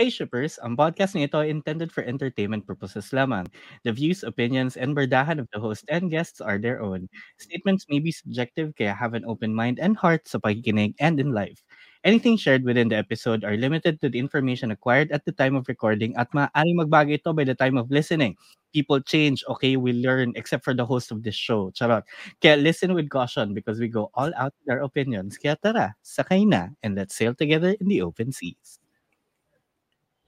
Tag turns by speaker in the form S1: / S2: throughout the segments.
S1: Hey Shippers, ang podcast na ito ay intended for entertainment purposes lamang. The views, opinions, and bardahan of the host and guests are their own. Statements may be subjective kaya have an open mind and heart sa pakikinig and in life. Anything shared within the episode are limited to the information acquired at the time of recording at maaaring magbago ito by the time of listening. People change, okay, we learn, except for the host of this show. Charot. Kaya listen with caution because we go all out with our opinions. Kaya tara, sakay na, and let's sail together in the open seas.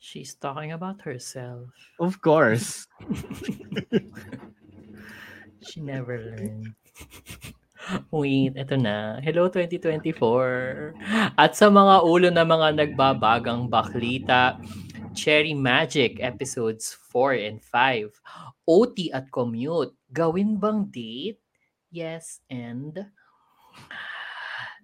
S2: She's talking about herself.
S1: Of course.
S2: She never learned. Wait, eto na. Hello 2024. At sa mga ulo ng mga nagbabagang baklita, Cherry Magic episodes 4 and 5. OT at commute. Gawin bang date? Yes and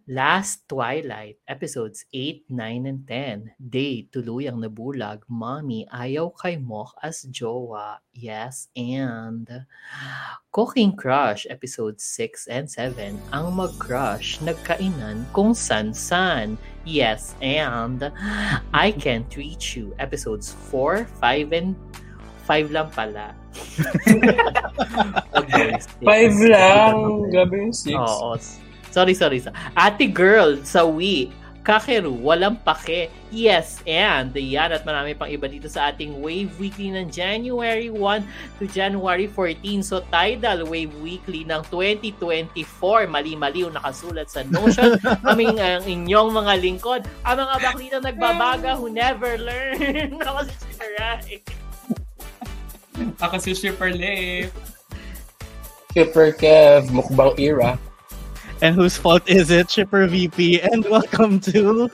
S2: Last Twilight, episodes 8, 9, and 10. Day, tuluyang nabulag. Mommy, ayaw kay Mok as jowa. Yes, and... Cooking Crush, episodes 6 and 7. Ang mag-crush, nagkainan kung san-san. Yes, and... I Can't Reach You, episodes 4, 5, and... 5 lang pala. Wag daw yung six.
S3: Five lang. Grabe yung six.
S2: Oo. s- Sorry, sorry. sa- Ate girl, sa Wii, Kakeru, walang pake. Yes, and yan at marami pang iba dito sa ating Wave Weekly ng January 1 to January 14. So, tidal Wave Weekly ng 2024. Mali-mali yung nakasulat sa Notion. Kaming ang inyong mga lingkod. Ang mga baklita nagbabaga who never learn. Ako si Shirai.
S3: Ako si Shipper Leif. Shipper Kev, mukbang era.
S1: And whose fault is it, Shipper VP? And welcome to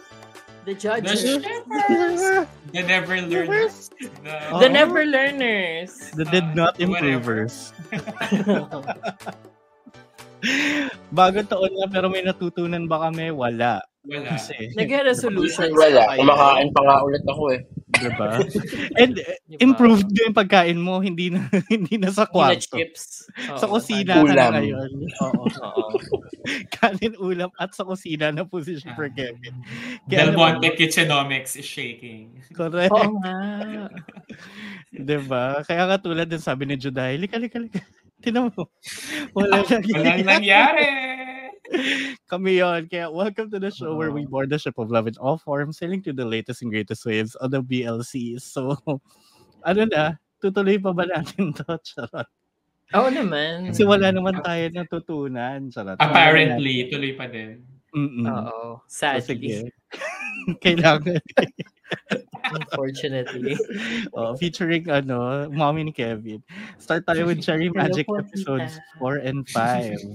S2: The
S3: The
S2: judges.
S3: Shippers. The Never Learners. The,
S2: The
S1: Oh.
S2: never learners.
S1: the Did Not
S3: Uh, whatever.
S1: Improvers. Bagong taon na pero may natutunan ba kami? Wala.
S3: Wala.
S1: Kasi,
S2: Nag-resolution.
S4: Wala, kumakain pa nga ulit ako eh.
S1: diba? And eh, improved na yung pagkain mo, hindi na, hindi na sa
S2: Kina
S1: kwarto.
S2: chips. Oo,
S1: Sa kusina ka
S4: Ulam.
S1: na ngayon. Oo.
S2: Oo.
S1: Kanin ulam at sa kusina na po si Shipper
S3: Ah.
S1: Kevin.
S3: Del
S1: alam mo,
S3: Monte Oh. Kitchenomics is shaking.
S1: Correct.
S2: Oo nga.
S1: Diba? Kaya nga tulad din sabi ni Juday, lika, lika, lika. Tinan mo. Wala lang.
S3: Walang nangyari.
S1: Kami yun. Kaya welcome to the show where we board the ship of love in all forms, sailing to the latest and greatest waves on the BLC. So, ano na, tutuloy pa ba natin to? Charot.
S2: Oo naman.
S1: Kasi wala naman tayo natutunan. Charot.
S3: Apparently, tuloy pa din.
S1: Mm-mm. mm.
S2: Oo. Ah,
S1: So,
S2: Sadly.
S1: sige. Kailangan.
S2: Unfortunately.
S1: Oh, featuring ano, Mommy ni Kevin. Start tayo with Cherry
S2: Hello
S1: Magic
S2: po,
S1: episodes
S2: tita.
S1: 4 and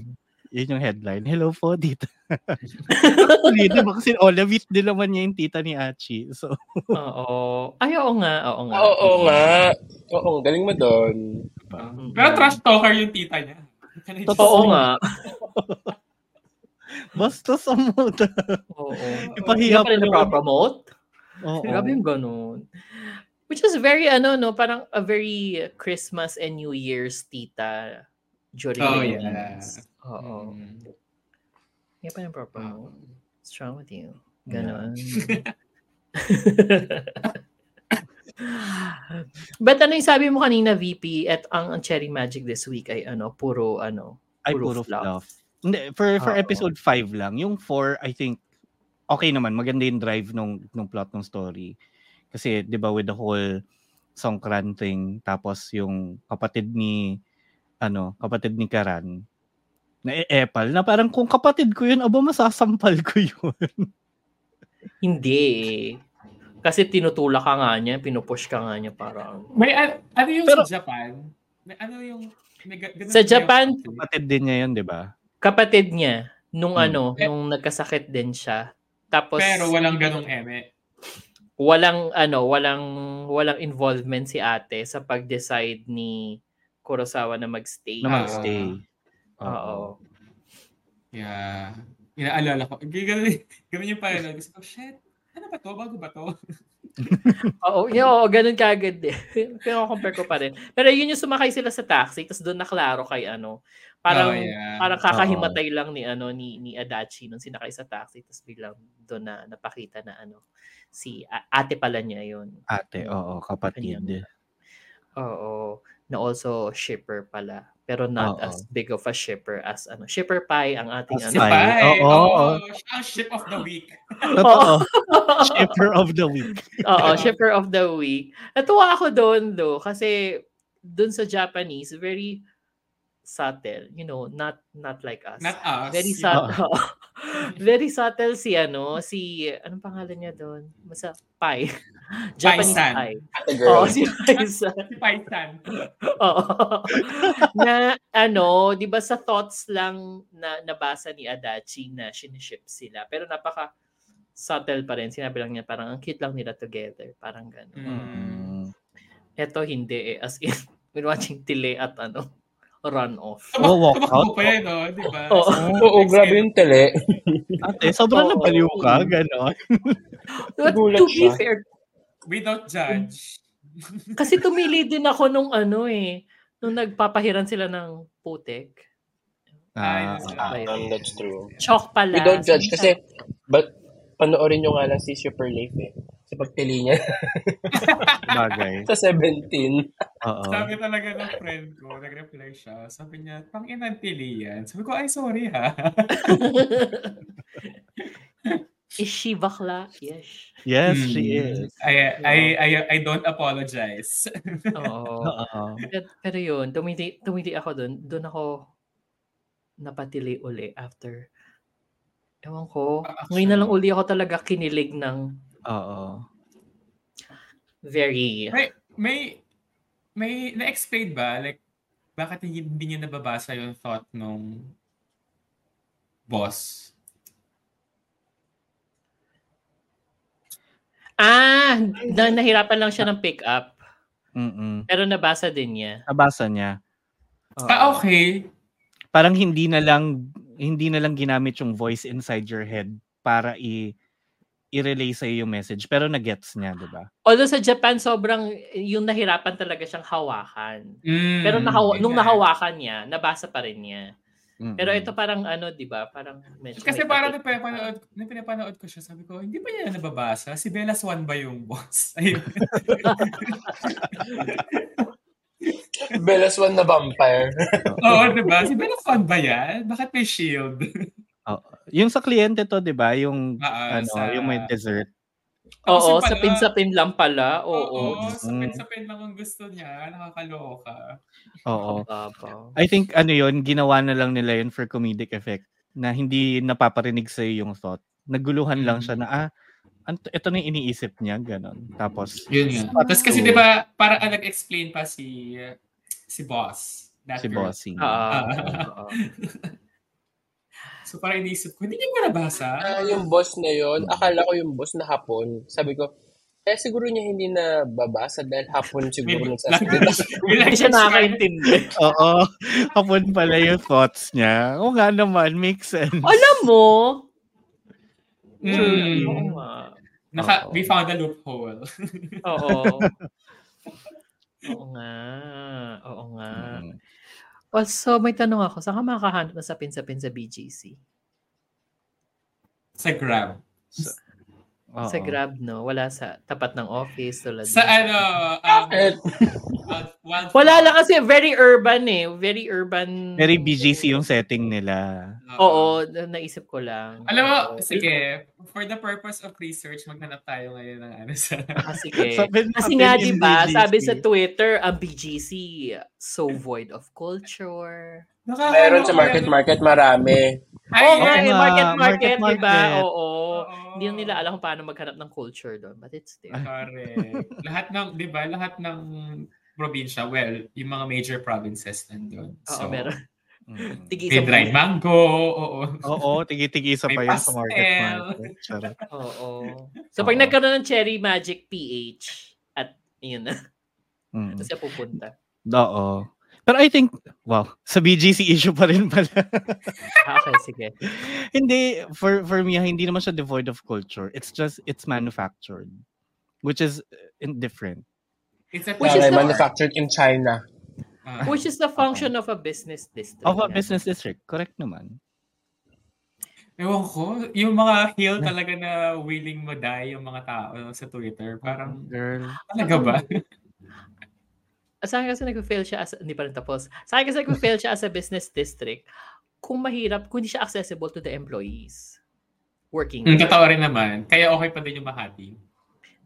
S1: 5. Yun yung headline. Hello po, tita. Actually, di ba? Kasi Olavit din naman niya yung tita ni Achi. So,
S2: Oo. Ay, oo nga. Oo nga.
S4: Oo nga. Oo, galing mo doon.
S2: Mm-mm.
S3: Pero trash talker yung tita niya. Can I just-
S2: Oo nga.
S1: basta sa muda.
S2: Oo.
S1: Ipahiya
S2: Hindi pala
S1: pa naman.
S2: na-promote.
S1: Oo.
S2: Grabe yung ganun. Which is very, ano, no? Parang a very Christmas and New Year's tita during
S3: Oh,
S2: the
S3: yeah.
S2: evenings. Oo.
S1: Mm.
S2: Hindi pa
S3: Mm.
S2: na-promote. What's wrong with you? Ganon. But ano yung sabi mo kanina, VP, at ang, ang Cherry Magic this week ay ano, puro ano.
S1: Ay,
S2: puro
S1: puro
S2: fluff.
S1: fluff. Hindi, for, for
S2: Oo.
S1: episode 5 lang. Yung 4, I think, okay naman. Maganda yung drive nung, nung plot ng story. Kasi, di ba, with the whole Songkran thing, tapos yung kapatid ni, ano, kapatid ni Karan, na e, epal na parang kung kapatid ko yun, aba masasampal ko yun.
S2: Hindi eh. Kasi tinutulak ka nga niya, pinupush ka nga niya para. ano.
S3: May an- ano yung
S1: Pero-
S3: sa Japan? May ano yung... May, ga- ganun
S2: Sa
S3: ba yung-
S2: Japan,
S1: Kapatid din niya yun, di ba?
S2: Kapatid niya, nung
S1: Hmm.
S2: ano,
S3: Eh-
S2: nung nagkasakit din siya. Tapos,
S3: Pero walang ganong eme.
S2: walang ano, walang walang involvement si ate sa pag-decide ni Kurosawa na magstay.
S1: Na
S3: Ah.
S1: magstay.
S2: Oo.
S3: Yeah. Inaalala ko. Ganun, ganun yung paranoid. Kasi, oh shit, ano ba to? Bago ba to?
S2: Oo, yun, oo, ganun kagad din. Pero compare ko pa rin. Pero yun yung sumakay sila sa taxi, tapos doon naklaro kay ano. Parang,
S3: Oh, yeah.
S2: parang kakahimatay lang ni ano ni ni Adachi nung sinakay sa taxi, tapos biglang doon na napakita na ano si a- ate pala niya yun.
S1: Ate, oo, kapatid.
S2: Oo, na also shipper pala. Pero not
S1: Oo.
S2: as big of a shipper as ano. Shipper pie ang ating
S1: As
S3: Si
S2: ano.
S1: pie.
S3: Pai.
S1: Oo,
S3: Oo.
S1: oo.
S3: Siya ang ship of the week.
S1: Totoo. Shipper of the week.
S2: Oo, shipper of the week. Natuwa ako doon though kasi doon sa Japanese very subtle, you know, not not like us.
S3: Not us.
S2: very
S3: Yeah.
S2: subtle. very subtle si ano, si anong pangalan niya doon? Masa Pai. Japanese
S3: Pai-san.
S2: Pai.
S4: Ate girl.
S2: Oo, si Pai-san.
S3: Si Python.
S2: Oo. na ano, 'di ba sa thoughts lang na nabasa ni Adachi na siniship sila. Pero napaka subtle pa rin. Sinabi lang niya parang ang cute lang nila together. Parang gano'n.
S3: Mm.
S1: Mm.
S2: Eto hindi eh. As in, we're watching Tile at ano, run off.
S3: Tabak-
S1: walk
S3: tabakbo
S1: out.
S3: pa yun, oh, di ba?
S2: Oo.
S3: So,
S4: Oo, grabe yung tele.
S1: Ate, sobrang
S2: Oo.
S1: nabaliw ka, gano'n.
S2: But
S4: Gulat
S2: to be
S4: siya.
S2: fair,
S3: Without judge.
S2: kasi tumili din ako nung ano eh, nung nagpapahiran sila ng putek.
S1: Ah,
S3: Ayos.
S1: ah,
S2: Ayun.
S4: Um, that's true.
S2: Chok pala.
S4: Without judge
S2: Sabi
S4: kasi, but panoorin nyo nga lang si Super Life eh. Sa pagtili niya
S1: bagay.
S4: sa 17.
S1: Oo.
S3: Sabi talaga ng friend ko, nag-reply siya. Sabi niya, pang inantili yan. Sabi ko, ay sorry ha.
S2: Is she bakla? Yes.
S1: Yes,
S3: Hmm.
S1: she is.
S3: I, I, I, I don't apologize.
S2: Oo.
S1: Oo.
S2: Pero, pero yun, tumiti, tumiti ako doon. Doon ako napatili uli after. Ewan ko.
S3: Ah,
S2: Ngayon na lang
S3: actually-
S2: uli ako talaga kinilig ng
S1: Oo.
S2: very...
S3: May, may, may na-explain ba? Like, bakit hindi, hindi niya nababasa yung thought nung boss?
S2: Ah! Na, nahirapan lang siya ng pick up.
S1: Mm-mm.
S2: Pero nabasa din niya.
S1: Nabasa niya.
S2: Oo.
S3: Ah, okay.
S1: Parang hindi na lang hindi na lang ginamit yung voice inside your head para i i-relay sa yung message pero nagets niya, 'di ba?
S2: Although sa Japan, sobrang eh, yung nahirapan talaga siyang hawakan.
S3: Mm,
S2: Pero nahawa- nung
S3: yeah.
S2: nahawakan niya, nabasa pa rin niya.
S1: Mm-mm.
S2: Pero ito parang ano, di ba? Parang medyo
S3: Hmm. Kasi
S2: may
S3: parang nung
S2: kapit-
S3: pinapanood, nung pinapanood ko siya, sabi ko, hindi pa niya nababasa? Si Bella Swan ba yung boss? Ayun.
S4: Bella Swan na vampire.
S3: Oo, diba? Si Bella Swan ba yan? Bakit may shield?
S1: Yung sa kliyente to, 'di ba? Yung
S3: Ah,
S1: ano,
S3: sa-
S1: yung may dessert.
S3: Tapos
S2: Oo,
S3: yung pala-
S2: sapin-sapin lang pala. Oo.
S3: Oo,
S1: Mm.
S3: sapin-sapin lang ang gusto niya. Nakakaloka.
S1: Oo.
S2: Kababaw.
S1: I think ano 'yon, ginawa na lang nila 'yon for comedic effect na hindi napaparinig sa yung thought. Naguluhan lang siya na ah, anto, ito na yung iniisip niya, ganon. Tapos,
S3: Yun yun. Tapos kasi di ba, para ang nag-explain pa si si boss. That
S1: si
S3: girl.
S1: bossing.
S2: Ah, oo.
S3: So parang iniisip ko, hindi niya ko nabasa.
S4: Ah, yung boss na yon, akala ko yung boss na hapon. Sabi ko, eh siguro niya hindi na babasa dahil hapon siguro nagsasalita.
S2: Hindi siya nakakaintindi.
S1: Oo. Kapon pala yung thoughts niya. Oo nga naman, makes sense.
S2: Alam mo,
S3: Mm.
S2: oo nga.
S3: Naka,
S1: Oo.
S3: we found a loophole.
S2: Oo. Oo nga. Oo nga.
S1: Mm.
S2: Well, so may tanong ako, saan ka makakahanap ng sapin-sapin sa BGC?
S3: sa Grab.
S1: Oo.
S2: Sa Grab, no? Wala sa tapat ng office, tulad
S3: Sa
S2: ng-
S3: ano, um,
S4: Eh,
S3: uh, one-
S2: Wala lang kasi very urban eh. Very urban.
S1: Very BGC yung setting nila.
S2: Oo, na- naisip ko lang.
S3: Alam mo,
S2: Oo.
S3: sige, for the purpose of research, maghanap tayo ngayon ng ano sa...
S2: Ah, sige.
S1: Sapin-
S2: Kasi
S1: sapin
S2: nga,
S1: yung
S2: di ba,
S1: BGC.
S2: sabi sa Twitter, ang BGC, so void of culture.
S3: Nakakaloka
S4: Meron sa market
S3: yan.
S4: market marami.
S2: Oo
S3: Ay,
S1: oo
S2: nga, eh,
S1: nga,
S2: market, market,
S1: market,
S2: di ba?
S1: market.
S2: Oo.
S3: oo.
S2: Hindi nila alam kung paano maghanap ng culture doon, but it's
S1: Ah,
S2: there.
S3: Correct. lahat ng, di ba, lahat ng probinsya, well, yung mga major provinces nandun.
S2: Oo, meron.
S1: Mm.
S3: May
S2: Tig-isa
S3: dried
S2: po.
S3: mango, oo.
S1: Oo, tigi-tigisa pa
S3: May
S1: yun sa market
S3: pastel.
S1: market. Charot.
S2: Oo. So, pag
S1: Oo.
S2: nagkaroon ng Cherry Magic PH, at yun na,
S1: Mm.
S2: kasi pupunta.
S1: Oo. Pero I think, wow, sa BGC issue pa rin pala.
S2: Ah, okay, sige.
S1: ah, hindi, for, for me, hindi naman siya devoid of culture. It's just, it's manufactured. which is uh, indifferent.
S3: It's a
S2: Which
S4: Which
S2: is the-
S4: manufactured in China.
S3: Ah.
S2: Which is the function of a business district.
S1: Of a
S2: nga.
S1: business district, correct naman.
S3: Ah. Ewan ko, yung mga heel talaga na willing mag-die yung mga tao sa Twitter. Parang,
S1: Girl.
S3: talaga ba?
S2: Sa akin kasi nag-fail siya as, hindi pa rin tapos. Sa akin kasi nag-fail siya as a business district kung mahirap, kung hindi siya accessible to the employees working
S1: Hmm,
S3: Mm,
S2: there.
S3: totoo rin naman. Kaya okay pa din yung Makati.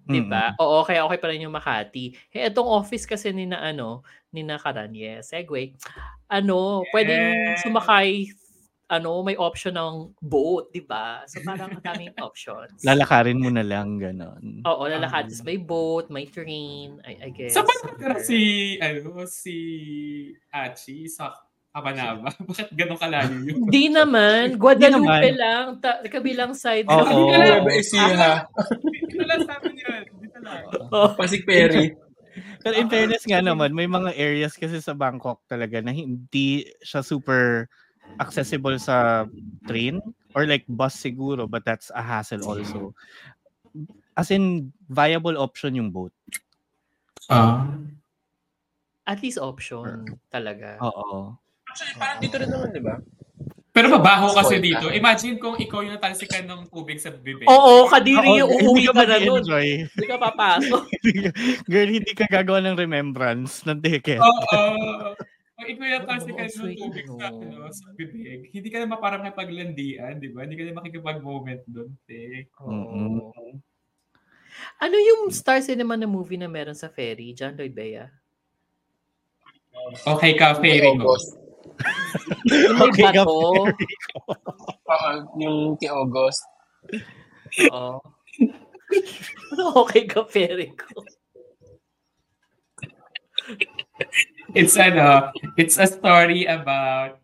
S1: Mm.
S2: Diba? Oo, kaya okay pa rin yung Makati. Eh, itong office kasi ni na ano, ni na Karanye, segue, ano, pwedeng
S3: Yes.
S2: sumakay, ano, may option ng boat, di ba? So parang ang daming options.
S1: Lalakarin mo na lang, ganon.
S2: Oo, lalakad. Tapos may boat, may train, I, I guess.
S3: Sa so, pero si, ano, si Achi sa Kabanaba. Bakit ganun kalayo yun?
S2: Hindi naman. Guadalupe lang. Ta- kabilang side.
S4: Hindi
S1: Oo.
S2: lang.
S4: na Ano ba isiha?
S3: Hindi na lang sa amin yun. Hindi na lang.
S4: Pasig Perry.
S1: Pero in fairness nga naman, may mga areas kasi sa Bangkok talaga na hindi siya super accessible sa train or like bus siguro but that's a hassle also. As in, viable option yung boat.
S3: Ah.
S2: At least option talaga.
S1: Oo.
S4: Actually, parang dito rin naman, di ba?
S3: Pero mabaho
S4: Spoil
S3: kasi dito.
S4: tayo.
S3: Imagine kung ikaw yung natalsikan ng tubig sa bibig.
S2: Oo, kadiri yung
S1: Oo,
S2: uuwi ka na nun.
S1: mag-i-enjoy.
S2: Hindi ka papasok.
S1: Girl, hindi ka gagawa ng remembrance ng ticket.
S3: Oo. Pag ikaw yung
S2: Oo,
S3: natalsikan ng
S2: sweet,
S3: tubig sa,
S2: no.
S3: ano, sa bibig, hindi ka naman parang nakipaglandian, di ba? Hindi ka naman makikipag-moment doon. Eh.
S1: Mm-mm.
S2: Oo. Ano yung Star Cinema na movie na meron sa ferry? John Lloyd Bea?
S3: Okay ka, Fairy ko.
S4: August.
S2: Yung may
S1: Okay,
S2: bato?
S4: Oo, yung kay August.
S2: Oo. okay ka, ferry ko.
S3: It's ano, it's a story about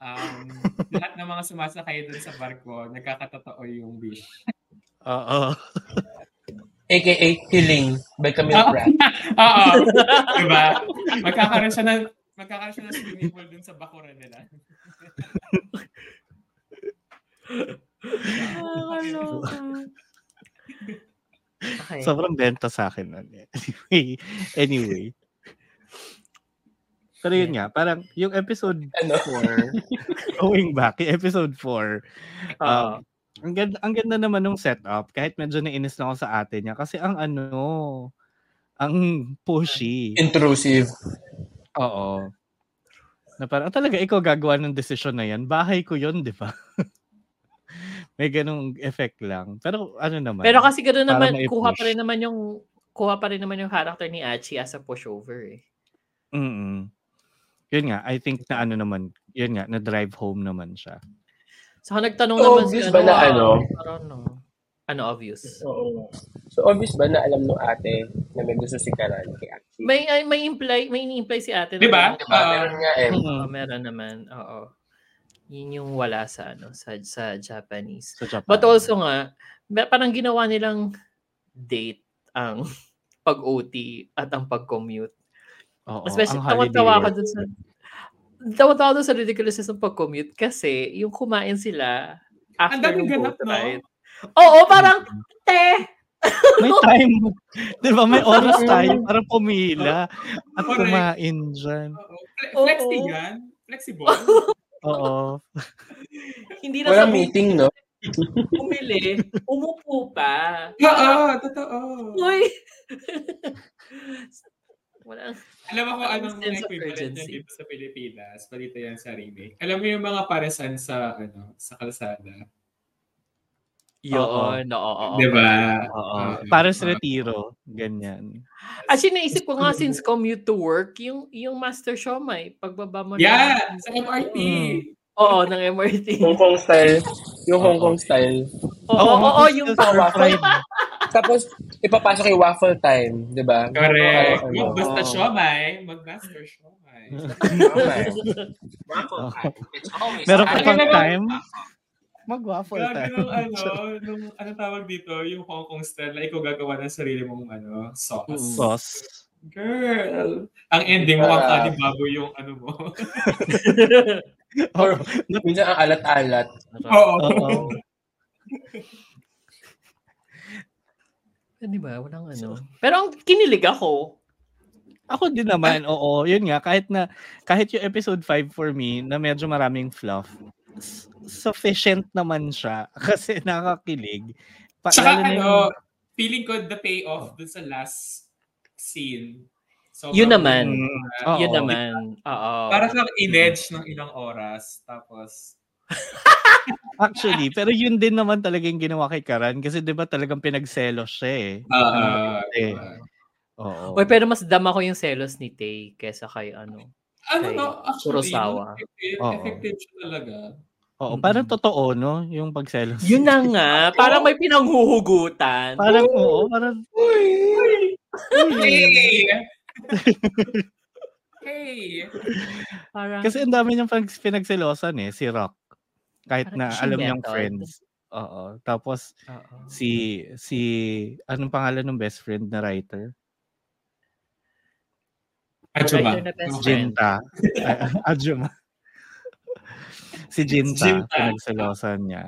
S3: um, lahat ng mga sumasakay doon sa barko, nagkakatotoo yung wish.
S1: Oo.
S4: AKA Healing by Camille
S3: Ah.
S4: Pratt.
S3: Oo. diba? Magkakaroon siya ng magkakaroon siya ng swimming pool doon sa bakuran nila.
S2: Nakakaloka. Okay.
S1: Sobrang benta sa akin nun. eh. Anyway, anyway. Pero yun nga, parang yung episode
S4: Ano?
S1: 4, going back, yung episode 4,
S2: Oo.
S1: um, ang ganda, ang ganda naman ng setup kahit medyo nainis na ako sa ate niya kasi ang ano, ang pushy.
S4: Intrusive.
S1: Oo. Na parang "Ah, talaga ikaw gagawa ng desisyon na yan. Bahay ko yun, di ba? May ganong effect lang. Pero ano naman.
S2: Pero kasi gano'n
S1: Para
S2: naman,
S1: ma-push.
S2: kuha pa rin naman yung kuha pa rin naman yung character ni Achi as a pushover eh.
S1: Mm-mm. Yun nga, I think na ano naman, yun nga, na drive home naman siya.
S2: So, nagtanong
S4: So,
S2: naman
S4: obvious ba na
S2: ah,
S4: ano?
S2: parang ano? Ano obvious?
S4: Oo. So, obvious ba na alam ng ate na may gusto si Karan kay Aki?
S2: May ay, may imply, may ini-imply si ate. na
S3: Di ba?
S2: ganun.
S4: Diba? Meron nga eh.
S3: Mm.
S2: Oo, meron naman. Oo. Yun yung wala sa ano sa sa Japanese.
S1: Sa Japan.
S2: But also nga, ba- parang ginawa nilang date ang pag-OT at ang pag-commute.
S1: Oo, ang
S2: Especially,
S1: holiday
S2: tawa-tawa ako
S1: work.
S2: dun sa tawa-tawa dun sa ridiculousness ng pag-commute kasi yung kumain sila
S3: Ang
S2: after
S3: daming
S2: yung boat
S3: ganap, no? Mm.
S2: ride. Oo, parang, te!
S1: May time. Di ba? May oras tayo para pumila at
S3: Correct.
S1: kumain dyan.
S3: Oo. Fle- Flexi
S2: Oo.
S3: yan. Flexible.
S1: Oo.
S2: Hindi na sa
S4: Walang meeting, no?
S2: bumili, umupo pa.
S3: Oo, totoo.
S2: Uy! Walang,
S3: Alam mo kung anong
S2: Sense of
S3: equivalent
S2: urgency.
S3: yan dito sa Pilipinas, palito yan sa remake. Alam mo yung mga paresan sa, ano, sa kalsada.
S2: Yun, oo, oo.
S3: Di ba?
S1: Oo.
S3: Ah,
S1: Para sa
S3: ah.
S1: retiro. Ganyan.
S2: Actually, naisip ko nga since commute to work, yung yung Master Shomai, pagbaba mo
S3: Yeah,
S2: ng-
S3: sa MRT.
S2: Oo, ng MRT.
S4: Hong Kong style. Yung Hong Kong style.
S2: Oo, oo, oo, yung
S1: Oh, sa waffle.
S4: Tapos, ipapasok yung waffle time, di ba? Oo,
S3: Correct. Mag basta
S4: oo.
S3: siomay, mag master siomay.
S4: Okay. Waffle time. It's always
S1: Oh. Meron ka
S3: Ano
S1: pang
S3: naman?
S1: time. Mag-waffle
S3: Grabe
S1: time.
S3: nung ano, nung ano tawag dito, yung Hong Kong style na ikaw gagawa ng sarili mong ano,
S2: Mm.
S3: sauce.
S1: Sauce.
S3: Girl! Ang ending mo, ang
S4: Sarap.
S3: kani babo yung ano mo.
S1: Oo.
S4: Minsan ang
S1: Oh.
S4: alat-alat.
S3: Oo.
S1: Oo.
S2: Hindi ba? Walang ano. Pero ang kinilig ako.
S1: Ako din naman, oo. Yun nga, kahit na, kahit yung episode 5 for me, na medyo maraming fluff, s- sufficient naman siya kasi nakakilig. Pa, lalo
S3: Tsaka
S1: na yung-
S3: ano, feeling ko the payoff dun sa last scene. So,
S2: Yun naman.
S1: Mm, oo.
S2: ah, Yun naman. Oo.
S3: Para sa in-edge ng ilang oras. Tapos,
S1: Actually, pero yun din naman talaga yung ginawa kay Karan kasi 'di ba talagang pinagselos siya eh.
S3: ah,
S1: Eh,
S3: ah,
S1: Oo.
S2: Uy, pero mas dama ko yung selos ni Tay kesa kay ano.
S3: ano
S2: kay
S3: no, actually,
S2: Kurosawa.
S3: effective,
S1: Oo.
S3: effective siya talaga.
S1: Oo, parang totoo no, yung pagselos.
S2: Mm. Yun na nga. Parang may pinanghuhugutan.
S1: Parang oo, parang
S3: Hey! hey!
S2: Parang,
S1: kasi ang dami niyang pag- pinagselosan eh si Rock. Kahit
S2: Parang
S1: na
S2: siya
S1: alam niyang
S2: meron.
S1: friends. Oo. Tapos
S2: Oo.
S1: si si anong pangalan ng best friend na writer?
S3: Acho ba?
S2: Writer na best friend.
S1: Jinta. Ajuma. si Jinta,
S3: Jinta.
S1: pinagselosan niya.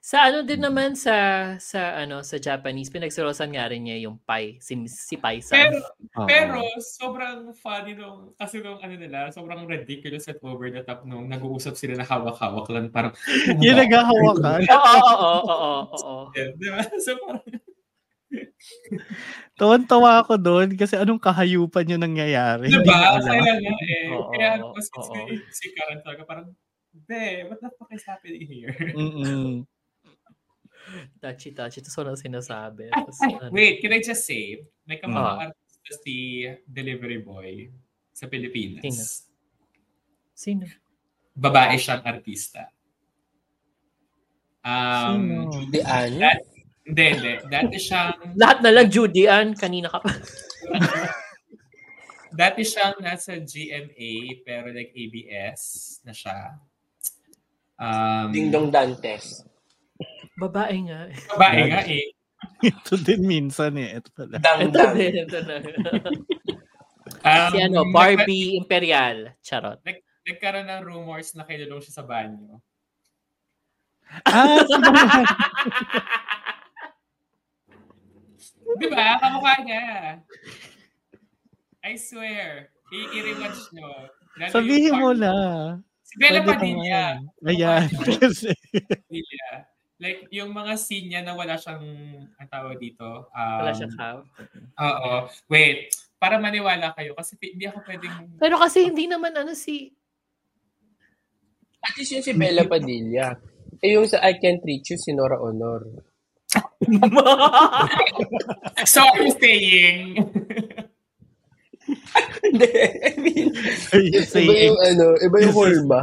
S2: Sa ano din naman sa sa ano sa Japanese pinagselosan nga rin niya yung pai si si Pai-san.
S3: Pero,
S1: Oo.
S3: Pero sobrang funny nung kasi nung ano nila, sobrang ridiculous at over the top nung nag-uusap sila na hawak-hawak lang parang
S1: yun naghahawakan.
S2: Oo, oo, oo, oo, oo.
S3: Yeah, di ba? "Diba?" So parang
S1: Tuwan-tawa ako doon kasi anong kahayupan yung nangyayari.
S3: di
S1: Hindi ko alam.
S3: ba? "Diba? Kaya nga eh.
S2: Oo,
S3: Kaya ako si,
S2: oo.
S3: si, si Karen talaga parang Be, what the fuck is happening here?
S1: Mm-mm.
S2: Touchy, touchy. Tapos walang sinasabi.
S3: Ay,
S2: Tapos,
S3: ay,
S2: ano.
S3: wait, can I just say,
S2: Ah.
S3: may kamang artista si Delivery Boy sa Pilipinas.
S2: Sino? Sino?
S3: Babae siyang artista.
S1: Sino?
S3: Um,
S4: Di ano?
S3: That, hindi, hindi. Dati siyang
S2: Lahat na lang, Judy Ann. Kanina ka pa.
S3: Dati siyang nasa GMA, pero like ABS na siya. Um,
S4: Ding Dong Dantes.
S2: Babae nga.
S3: Babae nga eh.
S1: Ito din minsan eh. Ito pala.
S4: Dang
S2: Ito
S4: Dang.
S2: din, ito na.
S3: Um,
S2: si ano, Barbie Imperial. Charot.
S3: Nagka- nagkaroon ng rumors na kinulong siya sa banyo.
S1: Ah, siguro.
S3: Di ba? Kamukha niya. I swear. I- I-rewatch nyo. Lalo
S1: Sabihin
S3: yung
S1: mo
S3: part-
S1: na.
S3: Si Bella
S1: Pwede
S3: Padilla.
S1: naman. Ayan. Kasi,
S3: Padilla. Like, yung mga scene niya na wala siyang, ang tawag dito. Um,
S2: Wala siya ka.
S3: Oo. Wait. Para maniwala kayo, kasi hindi ako pwedeng
S2: Pero kasi hindi naman ano si...
S4: At least yun si Bella Padilla. Eh yung sa I Can't Reach You, si Nora Honor.
S3: So are you saying?
S4: Hindi, I mean,
S1: are you
S4: iba
S1: saying?
S4: yung ano, iba yung Holma.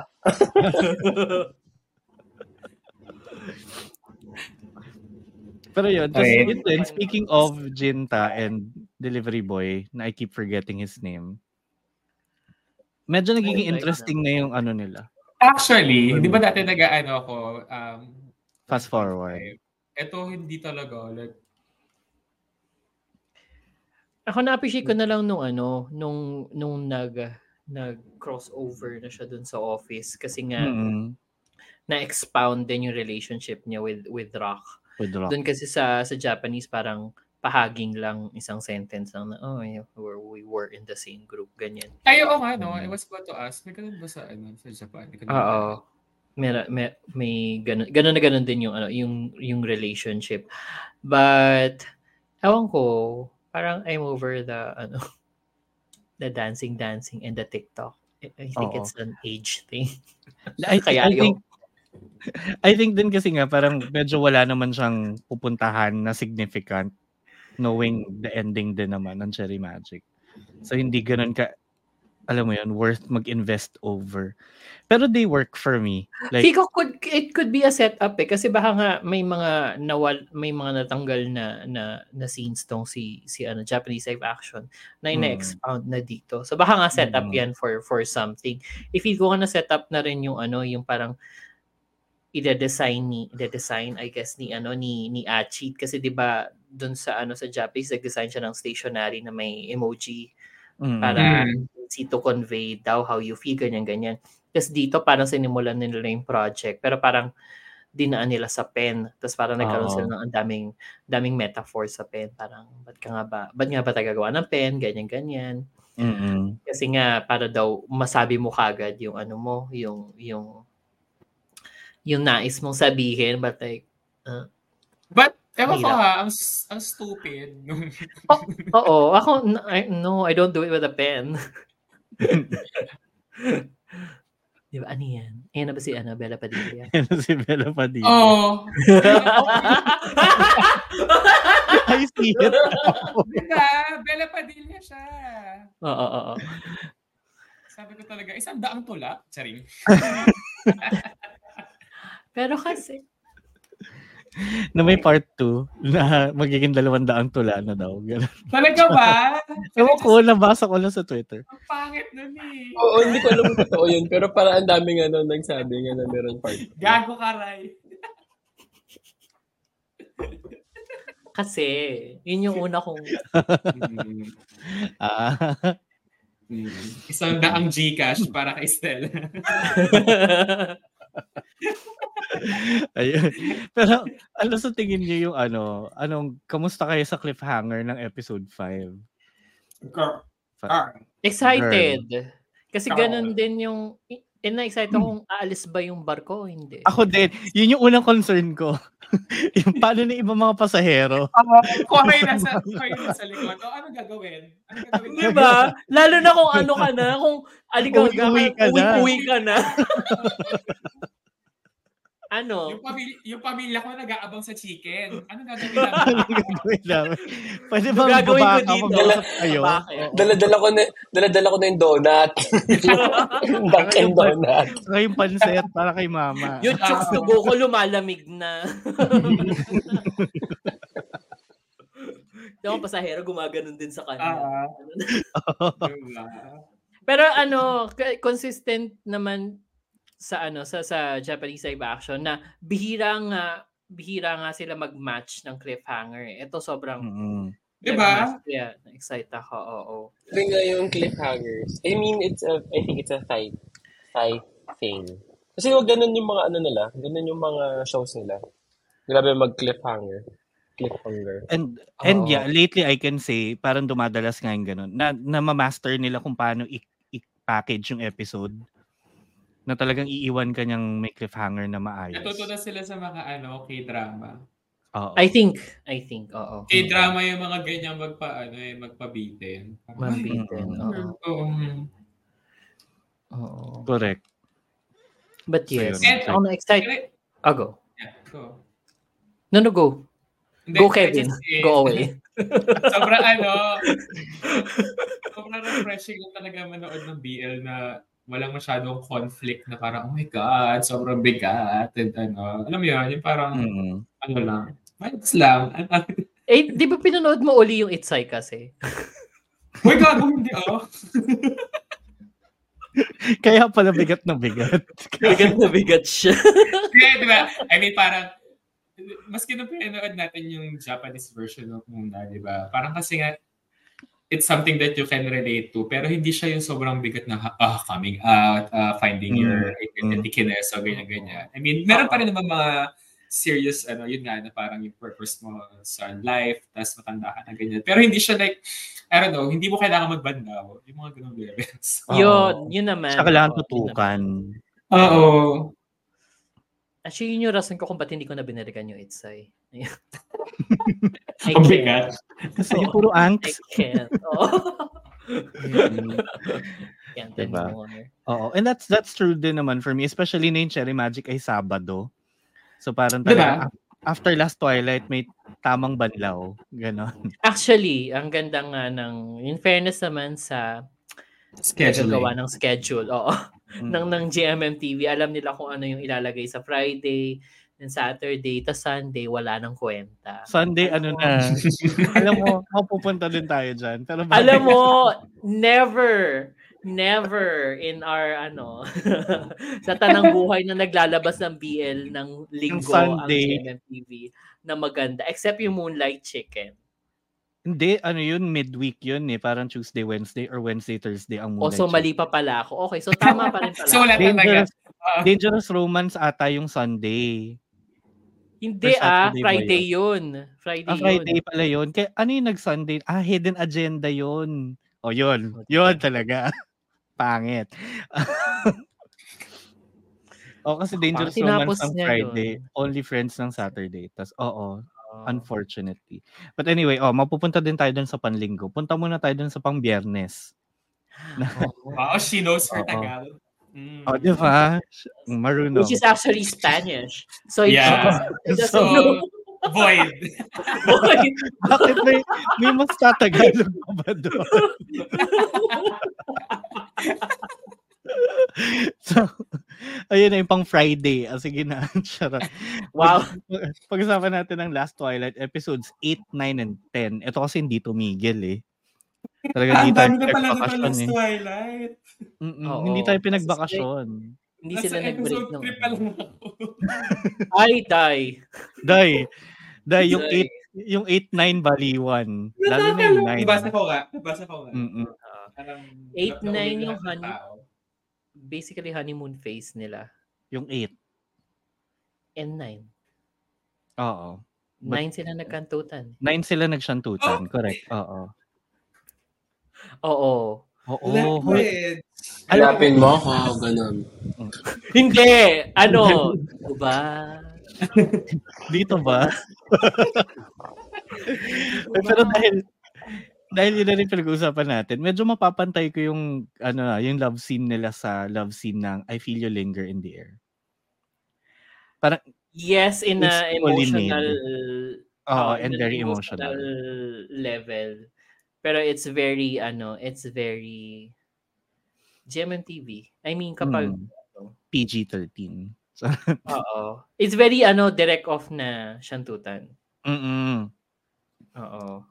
S1: Pero yun. Tapos
S3: Wait.
S1: yun din, speaking of Jinta and Delivery Boy, na I keep forgetting his name, medyo nagiging
S2: Wait, wait
S1: interesting na yung ano nila.
S3: Actually, hindi ba dati nag-ano ako? Um,
S1: Fast forward.
S3: ito hindi talaga. Like,
S2: Ako na-appreciate ko na lang nung ano, nung, nung nag nag-crossover na siya dun sa office kasi nga
S1: Mm-mm.
S2: na-expound din yung relationship niya with with Rock.
S1: With Rock.
S2: Doon kasi sa sa Japanese parang pahaging lang isang sentence lang na oh yeah, we were, we were in the same group ganyan.
S3: ay, oo nga, no? It was about to ask. May ganun ba sa, ano, sa Japan? Hindi ko na-
S2: Oo. May, may, may ganun, ganun na ganun din yung, ano, yung, yung relationship. But, ewan ko, parang I'm over the, ano, the dancing, dancing, and the TikTok. I, I think
S1: Oo.
S2: it's an age thing.
S1: I,
S2: Kaya
S1: I
S2: yung-
S1: think I think din kasi nga parang medyo wala naman siyang pupuntahan na significant knowing the ending din naman ng Cherry Magic. So hindi ganun ka alam mo yun, worth mag-invest over. Pero they work for me. Like,
S2: Fico could it could be a setup eh kasi baka nga may mga nawal may mga natanggal na na, na scenes tong si si ano Japanese live action na
S1: Hmm.
S2: ina-expound na dito. So baka nga setup
S1: Hmm.
S2: 'yan for for something. If you go na setup na rin yung ano yung parang ide-design ni ide-design I guess ni ano ni ni Achi kasi 'di ba doon sa ano sa Japanese nag-design siya ng stationery na may emoji
S1: mm,
S2: para
S3: Mm.
S2: si to convey daw how you feel, ganyan, ganyan. Tapos dito parang sinimulan nila yung project. Pero parang dinaan nila sa pen. Tapos parang nagkaroon
S1: Oo.
S2: sila ng ang daming, daming metaphor sa pen. Parang, ba't ka nga ba, ba't nga ba tayo gagawa ng pen? Ganyan, ganyan.
S1: Mm-mm.
S2: Kasi nga, para daw masabi mo kagad yung ano mo, yung, yung, yung nais mong sabihin. But like,
S3: But, ewan ko
S2: Mahirap.
S3: ha, ang, s- ang stupid. nung-
S2: oo, ako, n- I- no, I don't do it with a pen. Di ba, ano yan? Ayan na ba si Annabella
S1: Yan
S2: Padilla?
S1: Ano si Bella Padilla.
S2: Oh.
S3: Oo.
S1: I see it.
S3: Diba? Bella Padilla siya.
S2: Oo, oo, oo.
S3: Sabi ko talaga, isang daang tula. Charing.
S2: Pero kasi,
S1: na may part 2 na magiging dalawang daang tula na daw. Ganun.
S3: Talaga ba?
S1: Ewan ko, nabasa ko lang sa Twitter.
S3: Ang pangit nun eh.
S4: Oo, hindi ko alam kung totoo yun. Pero parang ang daming ano nagsabi nga na meron part.
S3: Gago ka, Ray.
S2: kasi, yun yung una kong,
S1: Ah,
S3: Isang daang Gcash para kay Stella.
S1: ayun. Pero ano sa tingin niyo yung ano, anong kamusta kayo sa cliffhanger ng episode 5?
S3: Girl.
S1: Fa-
S3: Ah.
S2: excited. Kasi
S3: Oo.
S2: ganun din yung, eh, na-excited
S1: Hmm.
S2: ako kung aalis ba yung barko o hindi.
S1: Ako din, yun yung unang concern ko. yung paano na iba mga pasahero.
S3: Kung kayo nasa, kung kayo nasa likod, o ano gagawin? Ano gagawin?
S2: Di ba? Lalo na kung ano ka na, kung aligaw ka,
S1: Uwi-uwi ka na.
S2: uwi-uwi ka na. ano?
S3: Yung, pamilya, yung pamilya ko nag-aabang sa chicken. Ano gagawin namin?
S1: Ano gagawin namin? Pwede bang
S2: Gagawin ko
S1: baba ka
S2: dito.
S1: mag-usap kayo?
S2: Bakit?
S4: Dala-dala ko na, dala-dala ko na yung donut. Dunkin' donut.
S1: Saka yung panset para kay mama.
S2: Yung chokes to go ko lumalamig na. Yung mga pasahero gumaganon din sa kanya.
S3: Ah, diba?
S2: Pero ano, k- consistent naman sa ano sa sa Japanese live action na bihira nga bihira nga sila mag-match ng cliffhanger. eh. Ito sobrang
S1: Mm-mm.
S3: Diba?
S2: nag-match. Yeah, excited ako. Oo.
S4: Sabi nga yung cliffhangers. I mean, it's a, I think it's a Thai, Thai thing. Kasi wag ganun yung mga ano nila, ganun yung mga shows nila. Grabe mag-cliffhanger. Cliffhanger.
S1: And and
S4: Oo.
S1: yeah, lately I can say parang dumadalas nga yung ganun. Na na-master nila kung paano i- i-package yung episode na talagang iiwan ka niyang may cliffhanger na maayos.
S3: Natuto na sila sa mga ano, K-drama.
S1: Oo.
S2: I think I think oo.
S3: K-drama yung mga ganyan magpa, ano, eh, magpabitin.
S2: Mabitin. Oo.
S3: Oo.
S2: oo.
S1: correct.
S2: But yes,
S1: Ayun.
S2: ako na excited.
S3: Kaya-
S2: I'll go.
S3: yeah, go.
S2: No, no, go.
S3: Hindi,
S2: Go,
S3: kaya
S2: Kevin.
S3: kasi-
S2: Go away.
S3: sobrang ano, sobrang refreshing lang talaga manood ng BL na walang masyadong conflict na parang, oh my God, sobrang bigat. And ano, alam mo yun, yung parang,
S2: Hmm.
S1: Mm.
S3: ano lang, vibes lang. Oh
S2: Eh, di ba pinanood mo uli yung Itzay kasi?
S3: Uy, gago, hindi oh.
S1: Kaya pala bigat na bigat.
S2: Bigat na bigat siya.
S3: Hindi, di ba? I mean, parang, maski nung pinanood natin yung Japanese version of Muna, di ba? Parang kasi nga, it's something that you can relate to, pero hindi siya yung sobrang bigat na ah, coming out, ah, finding your identity, kines, o ganyan-ganyan. I mean, meron pa rin naman mga serious, ano, yun nga, na parang yung purpose mo sa life, tapos matanda ka na ganyan. Pero hindi siya like, I don't know, hindi mo kailangan magbandaw. Yung mga ganun levels.
S1: Oo.
S2: Yun, yun naman.
S1: Siya kailangan
S2: Oo, yun naman.
S1: tutukan.
S3: Oo.
S2: Actually, yun yung rason ko kung ba't hindi ko na binalikan yung Itzay. Ayun. I
S3: Ang bigat.
S1: Kasi
S2: Oo.
S1: yung puro
S2: I
S1: angst.
S2: can't. Oh.
S3: Mm-hmm.
S1: Mm.
S2: can't
S1: Diba?
S2: anymore.
S1: Oo. And that's that's true din naman for me. Especially na yung Cherry Magic ay Sabado. So parang
S3: Diba?
S1: talaga, af- after last Twilight, may tamang banlaw. Ganon.
S2: Actually, ang ganda nga ng, in fairness naman sa
S3: Scheduling.
S2: gawa ng schedule. Oo.
S3: Mm.
S2: ng ng GMM TV, alam nila kung ano yung ilalagay sa Friday, then Saturday, tas Sunday wala nang kwenta.
S1: Sunday, ano na, alam mo, mapupunta din tayo dyan. Pero bakit?
S2: Alam mo, never never in our ano sa tanang buhay na naglalabas ng BL ng linggo ang
S1: Sunday.
S2: GMM TV na maganda except yung Moonlight Chicken.
S1: hindi, ano yun, midweek yun eh. Parang Tuesday, Wednesday, or Wednesday, Thursday ang muna.
S2: O Oh, so mali pa pala ako. Okay, so tama pa rin pala.
S3: so wala talaga.
S1: Dangerous, dangerous Romance ata yung Sunday.
S2: Hindi
S1: Or Saturday
S2: ah,
S1: ba
S2: Friday yun. Friday,
S1: Ah,
S2: yun.
S1: Friday pala yun. Kaya ano yung nag-Sunday? Ah, hidden agenda yun. O Oh, yun. Yun talaga. Pangit. o Oh, kasi Dangerous
S2: Parang tinapos
S1: Romance ng
S2: niya
S1: Friday. Only Friends ng Saturday. Tapos, oo.
S2: Ah.
S1: Unfortunately. But anyway, oh, mapupunta din tayo dun sa panlinggo. Punta muna tayo dun sa pangbiyernes.
S3: Wow, she knows her
S1: Oo. Ah,
S3: Tagalog. Mm.
S1: O, Oh, di ba? Marunong.
S2: Which is actually Spanish. So, it
S3: Yeah.
S2: doesn't- it doesn't
S1: So-
S2: know.
S3: Void.
S2: Boy,
S1: Bakit may, may mas tatagalog pa ba doon? so, ayun na yung pang Friday. Ah, sige na. Charot.
S2: Wow.
S1: Pag- Pag-usapan natin ng Last Twilight episodes 8, 9, and 10. Ito kasi hindi tumigil eh. Talaga
S3: Ang
S1: hindi tayo
S3: dami na pala ng
S1: pinagbakasyon
S3: Last
S1: eh.
S3: Twilight.
S1: Mm-mm,
S2: Oo.
S1: Hindi tayo pinagbakasyon.
S2: hindi sila
S3: Nasa
S2: nag-break
S3: episode
S2: nung.
S3: 3 pa lang ako.
S2: Ay, die.
S1: Day, day, yung
S4: Day.
S1: 8, yung 8, 9, baliwan. Lalo na yung
S3: Natakalong.
S2: Diba?
S3: Nabasa
S1: 9.
S3: ko nga. Nabasa ko nga.
S1: Mm-mm.
S3: Parang
S2: Eight,
S3: natawid
S2: nine
S3: lahat
S2: yung
S3: ng
S2: honey.
S3: tao.
S2: Basically, honeymoon phase nila.
S1: Yung 8.
S2: N9.
S1: Oo. But-
S2: Nine sila nagkantutan.
S1: 9 sila nagsyantutan. Correct. Oo.
S2: Oo.
S1: Oo.
S3: Oh.
S1: hoy.
S3: Liquid.
S4: Hanapin mo ako, ganun.
S2: Hindi! Ano? Diba?
S1: Dito ba? Pero dahil dahil yun na rin pinag-uusapan natin, medyo mapapantay ko yung ano ah, yung love scene nila sa love scene ng I Feel You Linger in the Air.
S2: Yes, in
S1: It's
S2: a
S1: fully
S2: emotional
S1: Oo,
S2: uh, in
S1: and
S2: an
S1: very emotional.
S2: level. Pero it's very ano, it's very GMMTV. I mean kapag
S1: Mm. PG-13. So,
S2: oo. It's very ano direct off na shantutan.
S1: mm
S2: Oo.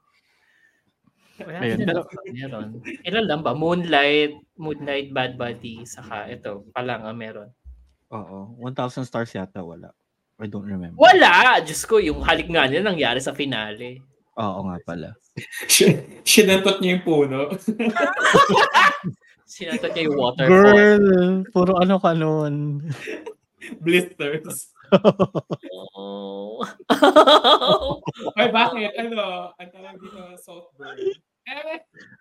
S2: Wala
S1: Ayun,
S2: din
S1: pero-
S2: ako meron. Ilan lang ba? Moonlight, Moonlight, Bad Buddy, saka ito, palang ang meron.
S1: Oo. 1,000 stars yata wala. I don't remember.
S2: Wala! Diyos ko, yung halik nga nila nangyari sa finale.
S1: Oo nga pala.
S3: Shin- Shinantot niya yung puno.
S2: Sinatot niya yung waterfall.
S1: Girl! Puro ano ka nun.
S3: Blisters.
S2: Oh.
S3: Ay, bakit? Ano? Ang tawag dito, saltburn. Eh,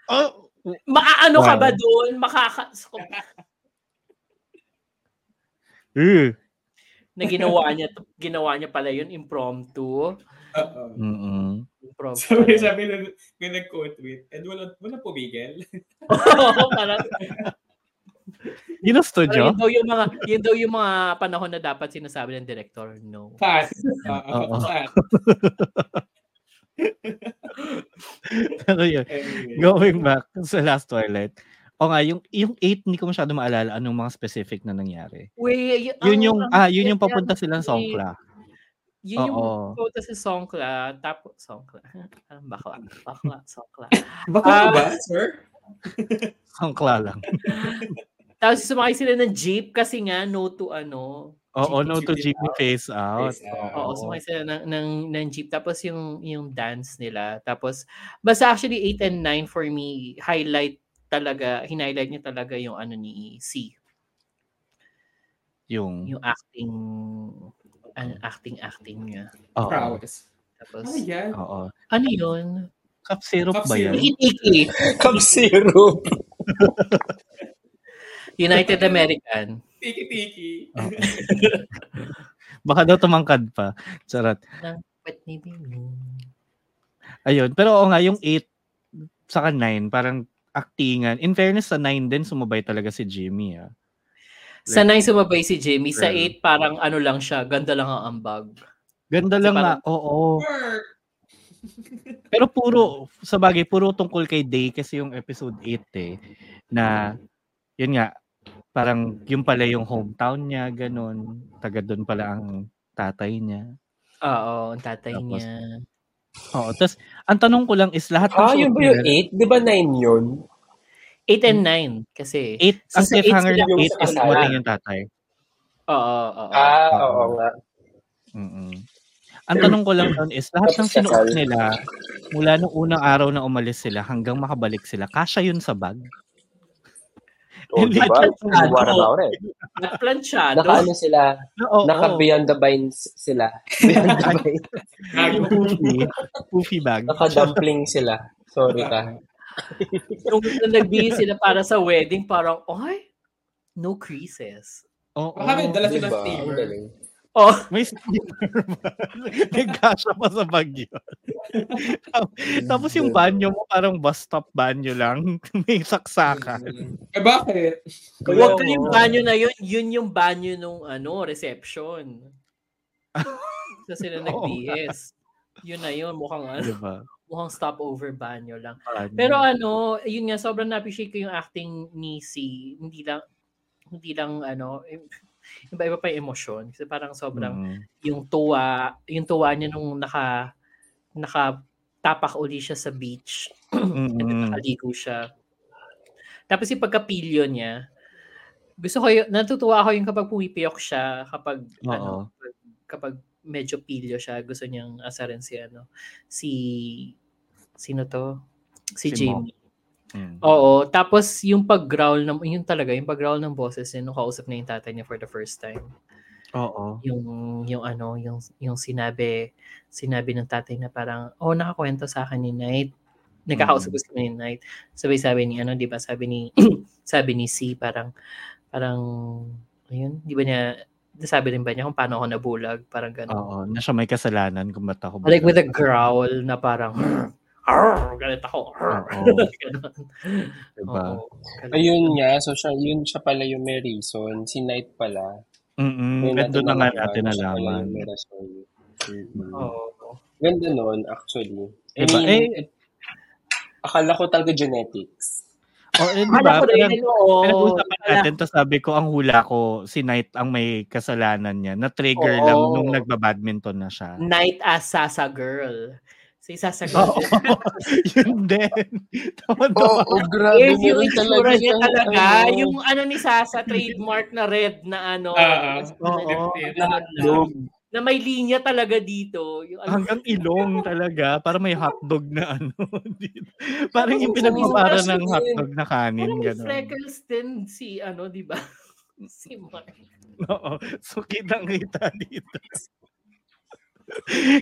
S1: oh,
S2: Maaano ka
S1: Wow.
S2: ba doon? Makaka...
S1: eh.
S2: na ginawa niya, ginawa niya pala yun, impromptu.
S3: oo.
S1: Mm-mm.
S2: Impromptu.
S3: Sabi, sabi na, may nag-co-tweet. And wala, wala pumigil.
S2: Oo, parang,
S1: Ginusto nyo?
S2: parang yun daw yung mga, yun daw yung mga panahon na dapat sinasabi ng director, no.
S3: Fat.
S1: Oo.
S3: Oo. Fat.
S1: Pero yun.
S3: Anyway.
S1: Going back sa Last Twilight. O nga, yung, yung 8, hindi ko masyado maalala anong mga specific na nangyari.
S2: Wait,
S1: Yun yung, ah, yun yung papunta silang Songkla.
S2: Yun yung
S1: Oo.
S2: papunta sa Songkla, tapos Songkla. Anong bakla? Bakla, Songkla.
S3: Baka
S2: Ah.
S3: ba, sir?
S1: Songkla lang.
S2: Tapos sumakay sila ng jeep kasi nga no to ano.
S1: Oo,
S3: Jeepney
S1: no to
S3: Jeepney
S1: Jimmy face out.
S3: Face out.
S2: Oo,
S1: Oo.
S2: sumakay sila ng, ng, ng jeep. Tapos yung, yung dance nila. Tapos, basta actually 8 and 9 for me, highlight talaga, hinighlight niya talaga yung ano ni C.
S1: Yung,
S2: Yung acting, ano, acting-acting niya.
S1: oo.
S3: Prowess.
S2: Tapos,
S3: Ano yan?
S1: Oo.
S2: ano yun?
S1: Cup syrup
S3: Cup
S1: ba yan?
S3: syrup.
S2: Tiki-tiki.
S4: Cup syrup.
S2: United American.
S3: Tiki-tiki.
S1: Oo. Baka daw tumangkad pa. Charot.
S2: But maybe,
S1: Ayun. Pero oo nga, yung 8, saka 9, parang actingan. In fairness, sa 9 din, sumabay talaga si Jimmy. Ah.
S2: Sanay sumabay si Jimmy. Sa
S1: Girl.
S2: 8, parang ano lang siya, ganda lang ang ambag.
S1: Ganda
S2: Kasi
S1: lang
S2: parang-
S1: na, oo.
S3: Work.
S1: Pero puro, sa bagay, puro tungkol kay Day kasi yung episode 8 eh, na, yun nga, parang yung pala yung hometown niya, ganun. Taga doon pala ang tatay niya.
S2: Oo, ang tatay
S1: Tapos,
S2: niya.
S1: Oo, tas ang tanong ko lang is lahat ng
S4: Ah,
S1: suot
S4: yun ba
S1: nila-
S4: yung 8? Di ba 9 yun?
S2: 8 and 9 kasi.
S1: Eight,
S2: So,
S1: ang
S2: sa eight
S1: cliffhanger
S2: sila
S1: ng
S4: yung
S1: 8 is
S4: sa
S1: dumating yung tatay.
S2: Oo, oo, oo.
S4: Ah,
S1: Oo.
S4: oo nga.
S1: Mm-mm. Ang tanong ko lang doon is lahat
S4: Tapos
S1: ng
S4: kasal.
S1: sinuot nila mula nung unang araw na umalis sila hanggang makabalik sila, kasya yun sa bag?
S5: O,
S4: Oh,
S5: di ba? Iwara na ako rin.
S2: At planchado.
S5: Naka ano sila,
S1: Oo,
S5: naka
S1: oo.
S5: Beyond the Vines sila. Beyond the Vines.
S1: Yung poofy. Poofy bag.
S5: Naka dumpling sila. Sorry
S4: ah.
S5: ka.
S2: Nung nung nagbihis sila para sa wedding, parang, ay, no creases.
S1: Oo.
S3: Baka may dala sila
S5: Diba? Ang
S3: steamer.
S5: galing.
S2: Oh,
S1: May steamer ba? Nagkasya pa sa bagyo. Tapos yung banyo mo, parang bus stop banyo lang. May saksakan.
S3: Eh bakit?
S2: huwag ka yung banyo na yun. Yun yung banyo nung ano, reception. Sa sila
S1: Oo.
S2: nagbihis. Yun na yun. Mukhang, ano,
S1: Diba?
S2: mukhang stopover banyo lang.
S1: Banyo.
S2: Pero ano, yun nga, sobrang na-appreciate ko yung acting ni si, hindi lang, hindi lang ano, iba-iba pa yung emosyon. Kasi parang sobrang,
S1: Mm.
S2: yung tuwa, yung tuwa niya nung naka, naka tapak uli siya sa beach.
S1: Mm.
S2: And then nakaligo siya. Tapos yung pagkapilyo niya, gusto ko yung, natutuwa ako yung kapag pumipiyok siya, kapag, ano,
S1: Oo.
S2: kapag- kapag medyo pilyo siya, gusto niyang asarin si, ano, si, sino to? Si,
S1: Si Mo.
S2: Jamie.
S1: Mm.
S2: Oo, tapos yung pag-growl, ng, yun talaga, yung pag-growl ng boses niya nung kausap na yung tatay niya for the first time
S1: Oo.
S2: yung yung ano yung yung sinabi sinabi ng tatay na parang oh nakakwento sa akin ni Knight nagkakausap
S1: Mm.
S2: ko sa ni Knight sabi sabi ni ano di ba sabi ni sabi ni C parang parang ayun di ba niya sabi rin ba niya kung paano ako nabulag parang ganun
S1: Oo. Na siya may kasalanan kung ba't ako.
S2: like with a growl na parang Arr, galit ako.
S1: Ah.
S2: Arr.
S1: Oo.
S2: Ganun.
S1: Diba?
S2: Oo, galit.
S5: Ayun nga, so siya, yun siya pala yung may reason. Si Knight pala.
S2: Mm,
S1: Mm-mm. At doon na nga natin
S5: siya pala
S1: nalaman.
S5: yung may reason. Mm-mm.
S2: Oo.
S5: Ganda nun, actually. I
S1: Diba?
S5: mean,
S1: Eh,
S5: akala ko talaga genetics.
S1: oh, eh, diba?
S2: Akala ko rin, ano,
S1: Parang,
S2: oo.
S1: Pinag-usapan
S2: Akala-
S1: natin, tapos sabi ko, ang hula ko, si Knight ang may kasalanan niya. Na-trigger
S2: Oo.
S1: lang nung nagbabadminton na siya.
S2: Night as Sasa Girl. Si Sasa Girl.
S1: Oo. Yun din. Tama
S5: Oo,
S1: oh,
S5: oh, grabe.
S2: Yes, yung
S5: meron
S2: itsura niya
S5: siyang,
S2: talaga.
S5: ano,
S2: Yung ano ni Sasa, trademark na red na ano.
S3: Ah, ah.
S1: Oo.
S2: na,
S5: loob.
S2: na may linya talaga dito. Yung, ano,
S1: Hanggang ilong talaga. Para may hotdog na ano. dito. Parang yung
S5: Oo,
S1: pinagbabara
S5: isang
S1: ng
S5: rasyon
S1: hotdog na kanin.
S2: parang may
S1: Ganun.
S2: freckles din si ano, di ba? si Mark.
S1: Oo. So, kitang-kita dito.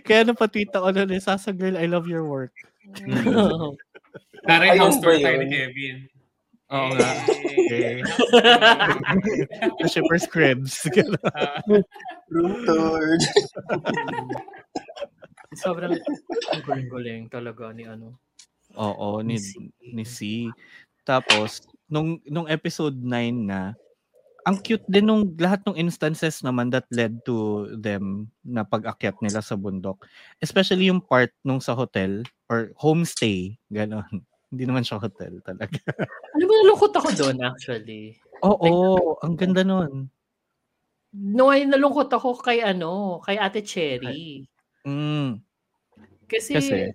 S1: Kaya napatweet ako na, Sasa girl, I love your work.
S3: Tara
S5: Ayun
S3: yung house
S5: ba
S3: tour tayo
S5: yun?
S3: ni Kevin.
S1: Oo nga.
S3: Eh.
S1: The shipper's cribs. Ganun.
S5: Room tour.
S2: Sobrang guling-guling talaga ni ano.
S1: Oo, ni,
S2: C.
S1: ni C. Tapos, nung, nung episode 9 na, ang cute din nung lahat ng instances naman that led to them na pag-akyat nila sa bundok. Especially yung part nung sa hotel or homestay, gano'n. Hindi naman siya hotel talaga.
S2: Alam mo, Ano nalungkot ako doon actually.
S1: Oo, ang ganda nun.
S2: No, ay nalungkot ako kay ano, kay Ate Cherry.
S1: Mm,
S2: Kasi,
S1: kasi,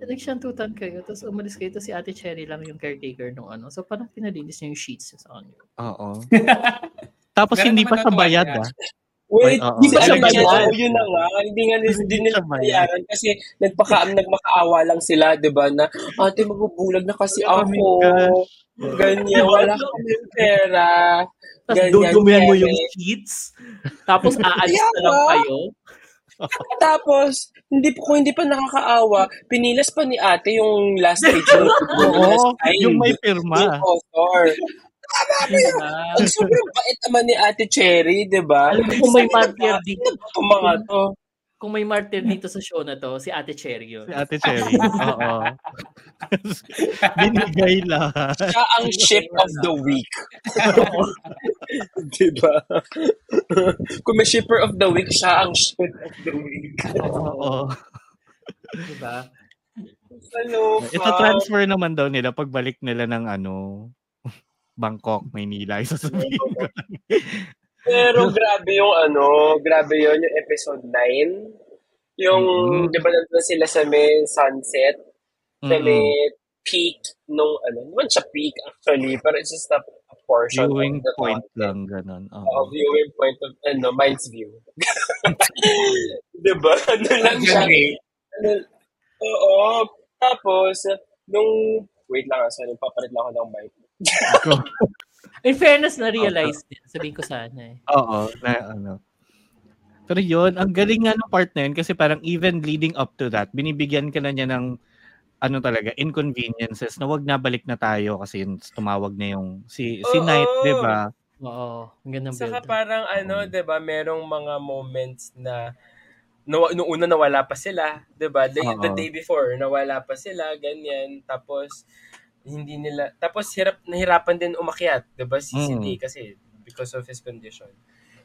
S2: nagsyantutan kayo, tapos umalis kayo, tapos si Ate Cherry lang yung caretaker nung ano. So parang pinalinis niya yung sheets niya sa kanya.
S1: oo. Tapos
S3: Meron
S1: hindi pa
S3: naman
S1: siya
S3: natuwa
S1: bayad
S3: niya.
S1: ah. Ay,
S5: Wait,
S1: oo.
S5: di ba
S2: Si
S5: siya
S2: Alex yan.
S5: bayan? Oo, yun na nga. Hindi nga nila- hindi nila
S1: siya bayan.
S5: bayaran kasi nagpaka, nagmakaawa lang sila, di ba? Na, ate, magbubulag na kasi
S1: Oh my
S5: ako.
S1: gosh.
S5: Ganyan,
S2: Diba?
S5: wala kami pera.
S2: Tapos
S5: Ganyan,
S2: dudumihan mo yung
S5: Cherry.
S2: sheets, tapos aalis na lang
S5: Yawa!
S2: kayo.
S5: Tapos, hindi po ko hindi pa nakakaawa, pinilas pa ni ate yung last page ng
S1: Oo,
S5: Ay,
S1: yung may
S5: yung
S1: pirma.
S5: author.
S2: Diba?
S5: Ang sobrang bait naman ni Ate Cherry, di ba?
S2: Alam mo kung may
S5: Sabi na
S2: martyr
S5: ba,
S2: dito,
S5: Ano ba itong mga to?
S2: kung may martyr dito sa show na to, si Ate Cherry yun.
S1: Si Ate Cherry. Oo. Binigay lahat.
S5: Siya ang ship of the week. di ba? Kung may shipper of the week, siya ang ship of the week.
S1: Oo.
S2: Diba?
S5: Ano
S1: Ito transfer naman daw nila pagbalik nila ng ano, Bangkok, Maynila. Isasabihin ko.
S5: Pero grabe yung ano, grabe yon yung episode 9. Yung,
S1: Mhm.
S5: di ba nandun sila sa may sunset, sa may
S1: Mm-mm.
S5: peak nung ano, hindi man siya peak actually, pero it's just a, a portion
S1: Viewing
S5: of the
S1: point
S5: mountain.
S1: lang, ganun.
S5: Oo,
S1: Oo.
S5: viewing point of, ano, mind's view. di ba? Ano lang siya.
S3: Generate.
S5: Ano, oo. Tapos, nung, wait lang, ah, sorry, papalit lang ako ng mic.
S1: Ikaw.
S2: In fairness, na-realize din. Sabihin ko sana eh.
S1: Oo, na ano. Pero yun, ang galing nga ng part na yun kasi parang even leading up to that, binibigyan ka na niya ng ano talaga, inconveniences na wag nabalik na tayo kasi yun, tumawag na yung si, si
S5: Oo.
S1: Knight, di ba?
S2: Oo. Ang ganda Mm. ng
S5: Saka
S2: build-up.
S5: parang ano, 'di ba, merong mga moments na nawa- nung una nawala pa sila, 'di ba? The, the
S1: Oo.
S5: day before nawala pa sila, ganyan. Tapos hindi nila tapos hirap nahirapan din umakyat, 'di ba? Si
S1: Mm.
S5: CD kasi because of his condition.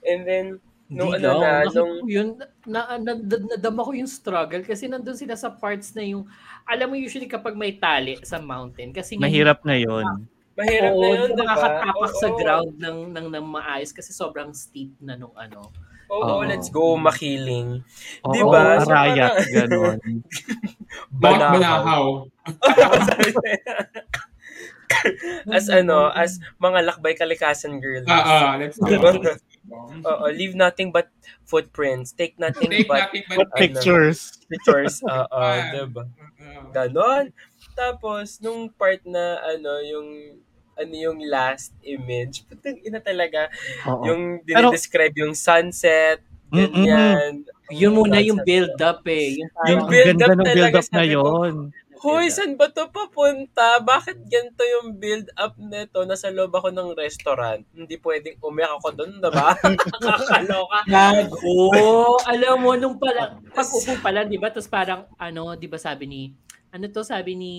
S5: And then nung
S2: Hindi
S5: ano
S2: daw.
S5: na,
S2: Nakita
S5: nung-
S2: ko yun, na, ah, na, na- nadama ko yung struggle kasi nandun sila sa parts na yung, alam mo usually kapag may tali sa mountain, kasi nga-
S1: Mahirap na yun.
S5: mahirap na
S2: Oo,
S5: 'yun,
S2: hindi
S5: 'di ba?
S2: makakatapak sa
S5: diba? Oo.
S2: ground ng, ng, ng maayos kasi sobrang steep na nung ano.
S5: Oo,
S1: Oo.
S5: let's go makiling.
S1: Oo,
S5: Di ba? So,
S1: Arayat,
S5: parang-
S1: ganun.
S3: Bawat
S5: Banahaw.
S3: banahaw.
S5: as ano, as mga lakbay kalikasan girls.
S3: Ah, ah, let's go.
S5: Diba? Oo, leave nothing but footprints. Take nothing
S3: Take
S5: but
S3: nothing but
S1: But pictures.
S5: pictures. Oo,
S3: Ah.
S5: diba?
S3: Oo.
S5: Ganon. Tapos, nung part na ano, yung ano yung last image, putang ina talaga,
S1: Oo.
S5: yung
S1: Pero-
S5: dinidescribe yung sunset,
S1: Mm-mm.
S5: ganyan.
S2: Yun muna yung
S5: Sunset.
S2: build-up eh. Yung
S1: Yung
S2: parang-
S5: build-up
S1: ganda ng
S5: talaga,
S1: build-up na
S5: sabi ko.
S1: yun.
S5: Hoy, saan ba to papunta? Bakit ganito yung build-up nito? Nasa loob ako ng restaurant. Hindi pwedeng umiyak ako doon, diba?
S2: Nakakaloka. Oo, Oh, alam mo, nung pala, pag upo pala, di ba? Tapos parang, ano, di ba sabi ni, ano to sabi ni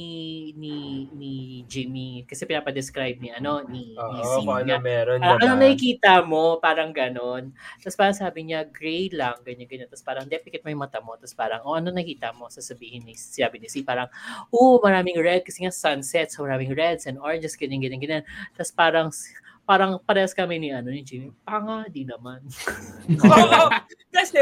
S2: ni ni Jimmy kasi pinapa-describe ni ano ni ni
S5: Oo, kung
S2: Sim
S5: ano
S2: niya.
S5: meron,
S2: Ah,
S5: diba?
S2: ano nakikita mo? Parang ganon. Tapos parang sabi niya, gray lang, ganyan-ganyan. Tapos parang, hindi, pikit mo yung mata mo. Tapos parang, oh, ano nakita mo? Sasabihin ni, sabi ni si, parang, oh, maraming red kasi nga sunset, so maraming reds and oranges, ganyan-ganyan-ganyan. Tapos parang, parang parehas kami ni, ano, ni Jimmy, panga, di naman.
S5: Oo, kasi,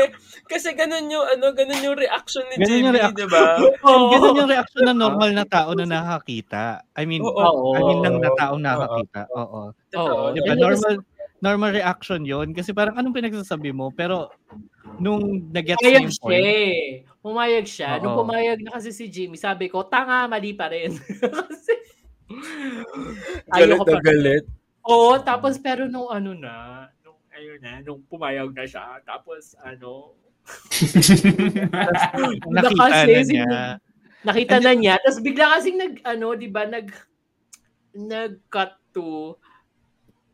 S5: kasi ganun yung, ano, ganun yung reaction ni
S1: Ganun yung
S5: Jimmy, diba?
S1: reaction.
S5: di ba?
S1: Yung ganun yung reaction ng normal na tao na nakakita. I mean,
S5: Oo.
S2: Oo.
S1: I mean lang na
S5: Oo.
S1: taong nakakita. Oo.
S5: Totoo.
S2: Oo,
S1: Di ba?
S2: Ayun,
S1: Normal, normal reaction yon Kasi parang anong pinagsasabi mo? Pero nung nag-gets mo
S2: Pumayag
S1: yung
S2: siya
S1: point,
S2: eh. Pumayag siya. Nung
S1: Oo.
S2: pumayag na kasi si Jimmy, sabi ko, tanga, mali pa rin. kasi,
S5: Galit
S2: ayoko pa.
S5: na galit.
S2: Oo, tapos pero nung ano na, nung ayun na, nung pumayag na siya, tapos ano,
S1: nakita na
S2: Nakasazing
S1: niya.
S2: nakita na niya, tapos bigla kasing nag, ano, di ba, nag, nag-cut to,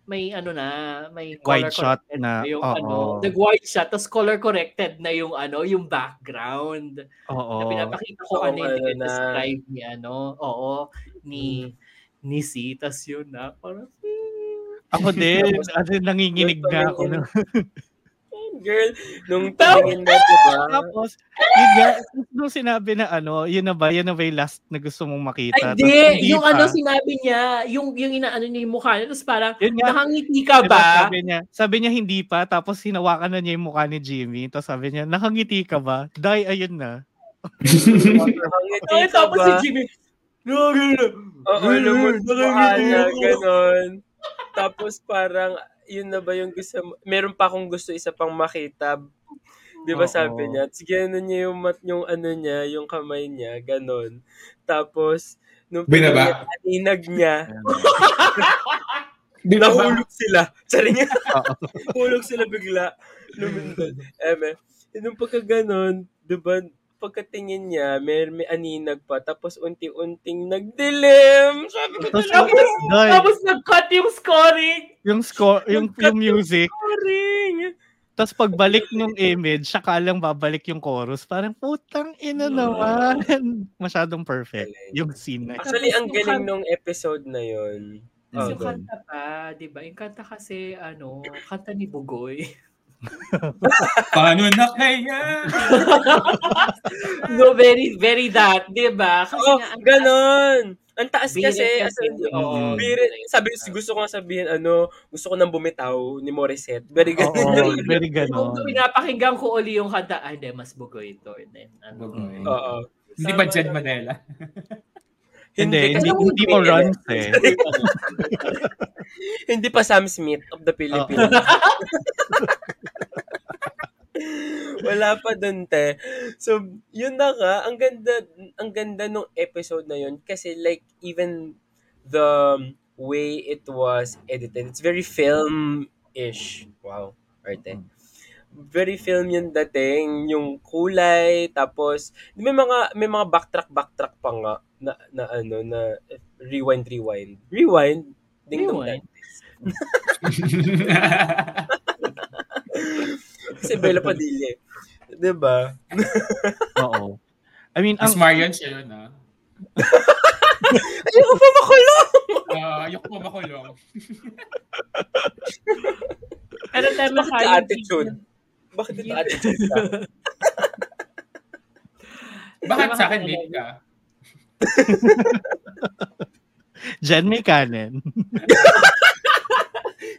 S2: may ano na, may color
S1: Wide shot
S2: corrected
S1: na,
S2: yung
S1: oo.
S2: ano, nag-wide shot, tapos color corrected na yung ano, yung background.
S1: Oo.
S2: na pinapakita ko
S5: Oo,
S2: ano yung
S5: ano na.
S2: describe ni ano, oo, ni ni C, tas yun na, parang, hmm.
S1: Ako din. As in, nanginginig na ako. No?
S5: Girl, nung diba? tumingin na, di ba?
S1: Tapos, yun nga, nung sinabi na ano, yun na ba, yun na ba yung last na gusto mong makita?
S2: ay,
S1: Tapos,
S2: hindi, yung
S1: pa.
S2: ano sinabi niya, yung, yung inaano niya yung mukha niya, tapos parang,
S1: Yun nga,
S2: nakangiti ka
S1: Diba,
S2: ba?
S1: sabi niya, sabi niya hindi pa, tapos hinawakan na niya yung mukha ni Jimmy. Tapos sabi niya, nakangiti ka ba? Dai, ayun na.
S5: Nakangiti
S2: Ay,
S5: ka
S2: tapos
S5: ba?
S2: si Jimmy, no, no, no.
S5: Oo, lumot
S2: Nakangiti
S5: na,
S2: ako.
S5: ganun. Tapos parang, yun na ba yung gusto mo? Meron pa akong gusto isa pang makita. Di ba
S1: Oo.
S5: sabi niya? Sige, ano niya yung, mat, yung ano niya, yung kamay niya, ganun. Tapos, nung
S3: Binaba.
S5: pinag niya,
S1: Ayun.
S5: Nahulog sila. Tsari niya.
S1: Oo.
S5: Hulog sila bigla. Lumindol. Eme. Eh, Nung pagka ganun, di ba, pagkatingin niya, may, may aninag pa, tapos unti-unting nagdilim. Sabi ko
S1: Tapos,
S5: talaga,
S1: Dai,
S2: Tapos nag-cut yung scoring.
S1: yung score, yung, yung music,
S5: boring.
S1: tapos pagbalik nung image, saka lang babalik yung chorus. Parang, putang ina naman. Masyadong perfect. Yung scene na yun.
S5: Actually, ang
S2: Tapos yung
S5: galing
S2: kan-
S5: nung episode na yun. Oh,
S2: Tapos
S1: Oo.
S2: yung kanta pa, di ba? Yung kanta kasi, ano, kanta ni Bugoy.
S3: Paano na kaya?
S2: No, very, very that, di ba? Kasi
S5: Oo,
S2: nga, ang
S5: Oh, ganon. Ang taas
S2: Birit
S5: kasi.
S2: kasi,
S5: As in, Mm.
S2: oo.
S5: birit. Sabi, gusto ko nga sabihin, ano, gusto ko nang bumitaw ni Morissette. Very
S1: Oo,
S5: ganon.
S1: very
S2: Kung
S1: ganon.
S2: pinapakinggan ko uli yung kanta, ah, hindi, mas bugoy ito. And then, ano.
S3: Bugoy.
S5: Oo.
S3: Hindi ba Jed Manela?
S1: Hindi, hindi,
S5: kasi-
S1: hindi mo runs eh.
S5: Hindi pa Sam Smith of the Philippines. Wala pa dun, te. So, yun na nga, ang ganda, ang ganda nung episode na yun kasi like, even the way it was edited. It's very film-ish. Wow, arte. Very film yung dating, yung kulay, tapos may mga may mga backtrack backtrack pa nga na, na ano na rewind rewind. Rewind. Ding dong
S2: Rewind.
S5: Kasi Bella Padilla. eh. 'Di ba?
S1: Oo. I mean, ang,
S3: Mas Marion siya yun, ah.
S5: Ayoko pa makulong!
S3: Ah, ayoko pa makulong.
S2: Ano tayo
S5: Bakit
S2: makain?
S5: attitude? Bakit ito attitude ka?
S3: Bakit sa akin, late ka?
S1: Jen may kanin.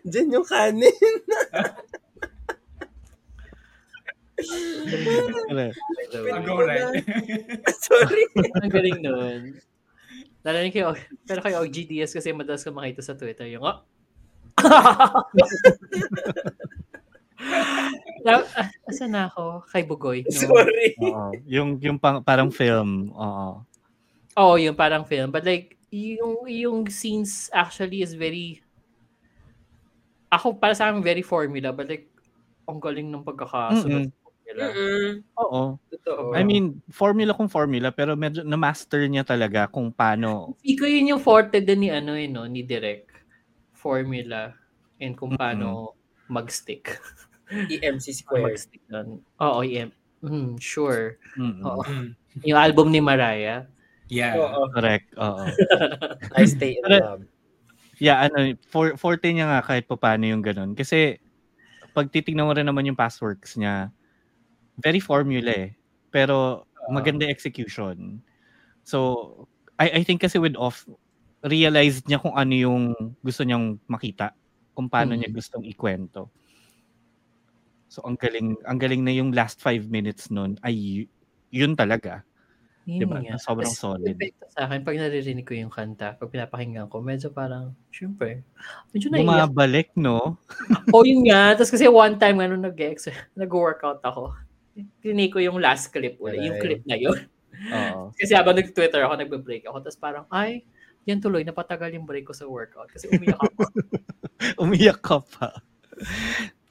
S5: Diyan yung kanin.
S3: I'll Ah, go right.
S5: Sorry.
S2: Ang galing nun. Lalo na kayo, pero kayo OGDS kasi madalas ko makita sa Twitter yung, oh. Now, ah, asan na ako? Kay Bugoy. No?
S5: Sorry.
S1: Oo. Yung, yung pang, parang film. Oo.
S2: Oo, Oh, yung parang film. But like, yung, yung scenes actually is very, ako para sa akin very formula, but like, ang galing ng pagkakasunod. sa formula.
S1: Oo.
S5: Totoo.
S1: I mean, formula kung formula, pero medyo na-master niya talaga kung paano.
S2: Hindi ko yun yung forte din ni ano eh, no? ni Direk. Formula and kung paano mag-stick.
S5: EMC
S2: Paano
S5: squared.
S2: mag-stick nun. Oo, yeah. Mm, sure.
S1: Mm-mm.
S2: Oo.
S3: Mm.
S2: Yung album ni Mariah.
S3: Yeah.
S5: Oo.
S1: Correct. Oo.
S5: I stay in
S1: Pero-
S5: love.
S1: Yeah, ano, for, forte niya nga kahit pa paano yung ganun. Kasi, pag titignan mo rin naman yung past works niya, very formula eh. Pero, maganda execution. So, I, I think kasi with off, realized niya kung ano yung gusto niyang makita. Kung paano
S2: Mm.
S1: niya gustong ikwento. So, ang galing, ang galing na yung last five minutes nun ay yun talaga.
S2: Yun
S1: Diba?
S2: nga.
S1: Sobrang
S2: Mas
S1: solid.
S2: epekto sa akin, pag naririnig ko yung kanta, pag pinapakinggan ko, medyo parang, syempre, medyo naiiyak.
S1: Bumabalik, no?
S2: O yun nga, tapos kasi one time, ano, nag-ex- nag-workout ako. Tinig ko yung last clip, ulit, yung
S5: Aray.
S2: clip na yun.
S1: Oo.
S2: Kasi habang nag-Twitter ako, nagbe-break ako. Tapos parang, ay, yan tuloy, napatagal yung break ko sa workout. Kasi umiyak ako.
S1: umiyak ka pa.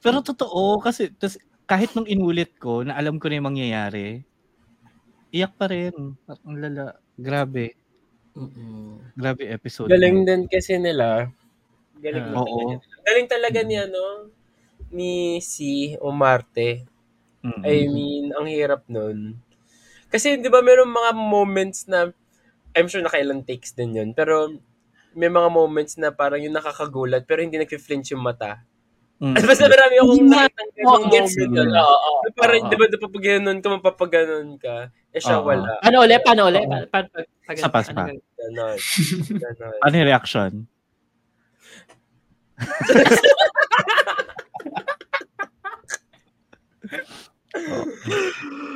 S1: Pero totoo, kasi tas, kahit nung inulit ko, na alam ko na yung mangyayari, iyak pa rin. Ang lala. Grabe.
S2: Mm-mm.
S1: Grabe episode.
S5: Galing
S1: na
S5: din kasi nila. Galing,
S1: yun.
S2: Ah,
S1: Oo.
S5: galing talaga ni ano, ni si Umarte.
S1: Mm.
S5: I mean, ang hirap nun. Kasi, di ba, meron mga moments na, I'm sure nakailang takes din yun, pero may mga moments na parang yung nakakagulat pero hindi nagfi-flinch yung mata.
S1: Mm.
S5: At basta marami akong
S2: Hindi na-
S5: nakitang ganung
S2: Oo,
S5: moment.
S1: gets-
S5: na-
S2: Oo, oo.
S5: Na Parang,
S2: Oo.
S5: di ba, napapaganon ka, mapapaganon ka. Eh siya,
S1: Oo.
S5: wala.
S2: Ano ulit? Paano ulit?
S1: Oo.
S2: Paano, paano, paano, paano,
S1: Sa pas
S2: ano
S1: pa.
S2: gagawin?
S5: Ganon. Ganon.
S1: Ano yung reaction?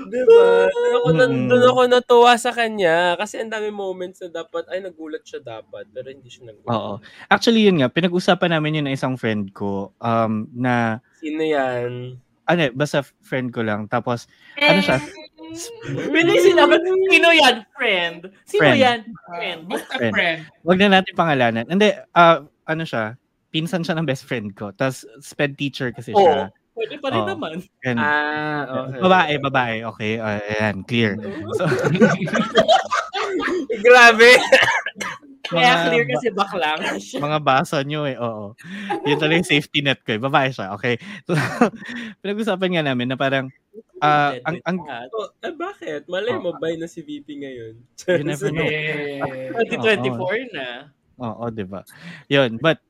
S5: Diba? Doon ako, na,
S1: Mm.
S5: doon ako natuwa sa kanya. Kasi ang dami moments na dapat, ay, nagulat siya dapat. Pero hindi siya nagulat.
S1: Oo. Actually, yun nga, pinag-usapan namin yun ng isang friend ko um, na,
S5: Sino yan?
S1: ano, eh, basta friend ko lang. Tapos, ano siya?
S5: Eh.
S2: Bilis sinabi, sino yan, friend? Sino
S1: Friend.
S2: yan,
S3: Ah,
S2: friend?
S3: Basta
S1: Friend.
S3: friend.
S1: Wag na natin pangalanan. Hindi, ah, ano siya? Pinsan siya ng best friend ko. Tapos, sped teacher kasi
S2: Oo.
S1: siya.
S2: Pwede pa rin
S1: Oo.
S2: naman.
S1: And,
S5: Ah, okay.
S1: Babae, babae. Okay, uh, ayan, clear. So,
S5: Grabe.
S2: Kaya
S1: Mga-
S2: clear kasi bakla nga siya.
S1: mga basa nyo eh, oo. Yun talaga yung safety net ko eh. Babae siya, okay? So, pinag-usapan nga namin na parang, ah, ang, ang,
S5: Oh, eh, bakit? Malay mo, ba na si VP ngayon?
S1: Oh. You never
S3: Ano?
S1: know.
S3: Yeah.
S2: 2024 na.
S1: oo, di ba? Yun, but,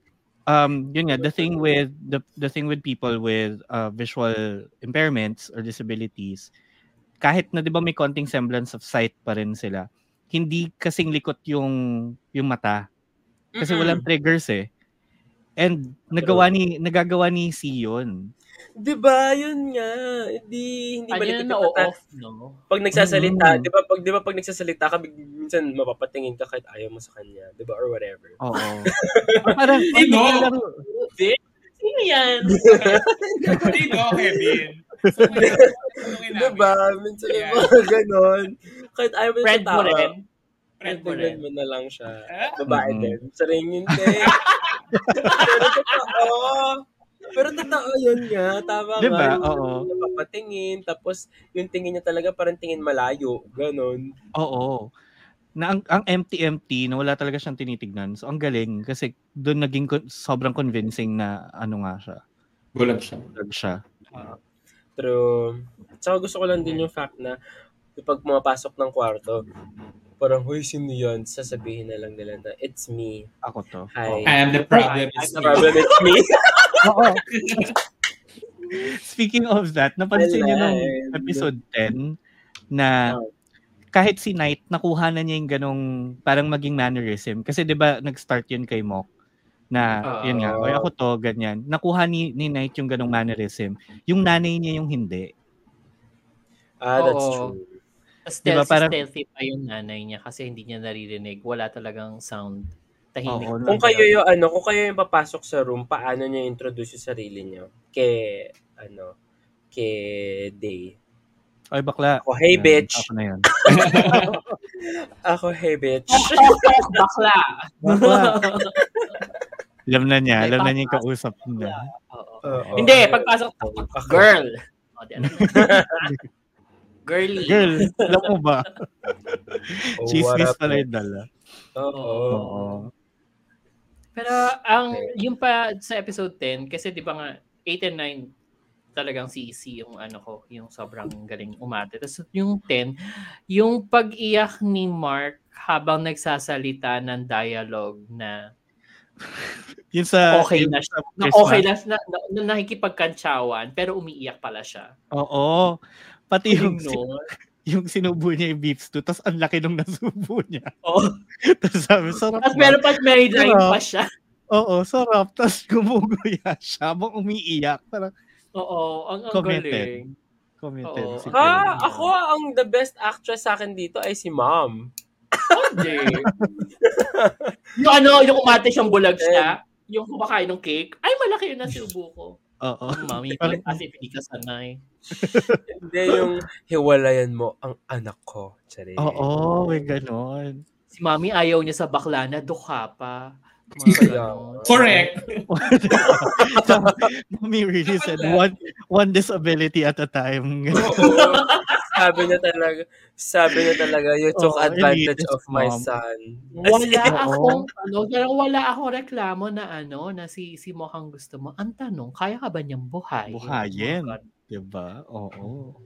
S1: um, yun nga, the thing with, the, the thing with people with uh, visual impairments or disabilities, kahit na di ba may konting semblance of sight pa rin sila, hindi kasing likot yung, yung mata. Kasi
S5: Mm-mm.
S1: walang triggers eh. And nagawa ni nagagawa ni C yun.
S5: Di ba? Yun nga. Hindi, hindi
S2: Ano
S5: balik
S2: yun
S5: yung
S2: na
S5: mata.
S2: off, no?
S5: Pag nagsasalita,
S1: Mm-mm.
S5: di ba? Pag, di ba pag nagsasalita ka, big- minsan mapapatingin ka kahit ayaw mo sa kanya. Di ba? Or whatever.
S1: Oo. parang
S3: Ay, no!
S2: Sino yan?
S3: Dito, Kevin. So,
S5: Diba? Minsan yung
S3: Yeah.
S5: mga ganon. Kahit ayaw mo
S2: Friend
S5: sa
S2: mo
S5: tao.
S2: rin.
S3: Friend mo
S5: Tignan
S2: rin.
S5: mo na lang siya.
S3: Ah.
S5: Babae
S1: Mm.
S5: din. Saring yun, te. Pero totoo. Pero totoo yun nga. Tama
S1: Di ba?
S5: nga. Yung
S1: Diba? Oo.
S5: Napapatingin. Tapos, yung tingin niya talaga parang tingin malayo. Ganon.
S1: Oo. Na ang, ang empty-empty na wala talaga siyang tinitignan. So ang galing kasi doon naging con- sobrang convincing na ano nga siya.
S3: Bulag siya.
S1: Drug siya.
S5: True. Tsaka gusto ko lang din yung fact na pag pumapasok ng kwarto, parang, huy, sino yun? Sasabihin na lang nila na, it's me.
S1: Ako to.
S5: Hi.
S3: I am the problem. is
S5: The
S3: me.
S5: problem is me.
S1: Oo. Speaking of that, napansin niyo nung
S5: Alam.
S1: episode 10 na
S5: Oh.
S1: kahit si Knight, nakuha na niya yung ganong parang maging mannerism. Kasi di ba nag-start yun kay Mok na yun nga, oy ako to, ganyan. Nakuha ni, ni Knight yung ganong mannerism. Yung nanay niya yung hindi.
S5: ah, that's
S2: Oo.
S5: true.
S2: Stealthy,
S1: Diba, parang-
S2: stealthy pa yung nanay niya kasi hindi niya naririnig. Wala talagang sound. Tahimik.
S1: Oo,
S5: Kung kayo yung ano, kung kayo yung papasok sa room, paano niyo introduce yung sarili niyo? Kay ano, kay Day.
S1: Oy, bakla.
S5: Ako, hey
S1: Ayan,
S5: bitch.
S1: Ako na yun.
S5: Ako, hey bitch.
S2: Bakla!
S1: Bakla. alam na niya.
S2: May
S1: Alam na niya yung
S2: papas.
S1: kausap niya.
S2: Oo.
S1: Oh,
S5: Oo.
S1: ano
S5: ano,
S2: Hindi, pagpasok,
S5: Ako.
S2: girl. O, di ano. Girly.
S1: Girl, alam mo ba?
S5: Oh,
S1: Chismis
S5: what up,
S1: pala
S5: eh?
S1: yung dala.
S5: Oo.
S1: Oo.
S2: Pero ang
S5: Okay.
S2: yung pa sa episode 10 kasi 'di ba nga 8 and 9 talagang si si yung ano ko, yung sobrang galing umate. Tapos yung 10, yung pag-iyak ni Mark habang nagsasalita ng dialogue na
S1: Yun sa...
S2: Okay
S1: yun
S2: na
S1: sa
S2: na
S1: Ah, Christmas.
S2: okay lang na, na, na nakikipagkantsawan pero umiiyak pala siya.
S1: Oo. Pati yung,
S2: Yung
S1: si-
S2: no.
S1: yung sinubo niya yung beefs to, tapos ang laki nung nasubo niya.
S2: Oh,
S1: Tapos sabi, sarap.
S2: tapos
S1: ba?"
S2: meron pa may line
S1: Pero-
S2: pa siya.
S1: Oo, sarap. Tapos gumuguya siya habang umiiyak. Parang
S2: Oo, ang ang
S1: Commented.
S2: galing.
S1: commented.
S2: Oo. Ah!
S1: si
S5: Ha?
S1: Ken.
S5: Ako, ang the best actress sa akin dito ay si Mom.
S2: Hindi. yung ano, yung umate siyang bulag siya, yung kumakain ng cake, ay malaki yun na subo ko.
S1: Oo.
S2: Eh. Oh, mami,
S1: Parang-
S2: kasi hindi ka sanay.
S5: Hindi yung hiwalayan mo ang anak ko. Tsari.
S1: Oo, may ganon.
S2: Si mami ayaw niya sa bakla na dukha pa. Mga
S5: Kaya,
S2: ganon.
S3: Correct.
S1: Mommy really said, one, one disability at a time.
S5: Oo. sabi niya talaga, sabi niya talaga, you took
S1: Oo,
S5: advantage
S1: elitist
S5: of my
S1: mom.
S5: son.
S2: Wala
S1: Oo.
S2: akong, ano, pero wala akong reklamo na ano, na si, si mo kang gusto mo. Ang tanong, kaya ka ba niyang buhay?
S1: Buhayin. diba? Oo.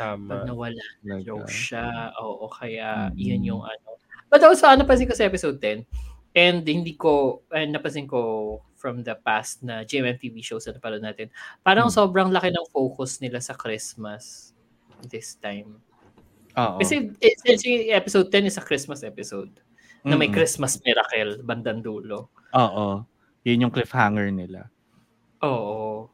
S5: Tama.
S2: Pag nawala
S1: Like, uh,
S2: joke siya. Oo, kaya
S1: Mm.
S2: yun yung ano. But also, ano, napansin ko sa episode 10, and hindi ko, and napansin ko from the past na JMTV shows na napanood natin, parang
S1: Mm.
S2: sobrang laki ng focus nila sa Christmas this time.
S1: oo.
S2: Kasi essentially, episode 10 is a Christmas episode na may
S1: Mm-mm.
S2: Christmas miracle bandang dulo.
S1: Oo. Yun yung cliffhanger nila.
S2: Oo.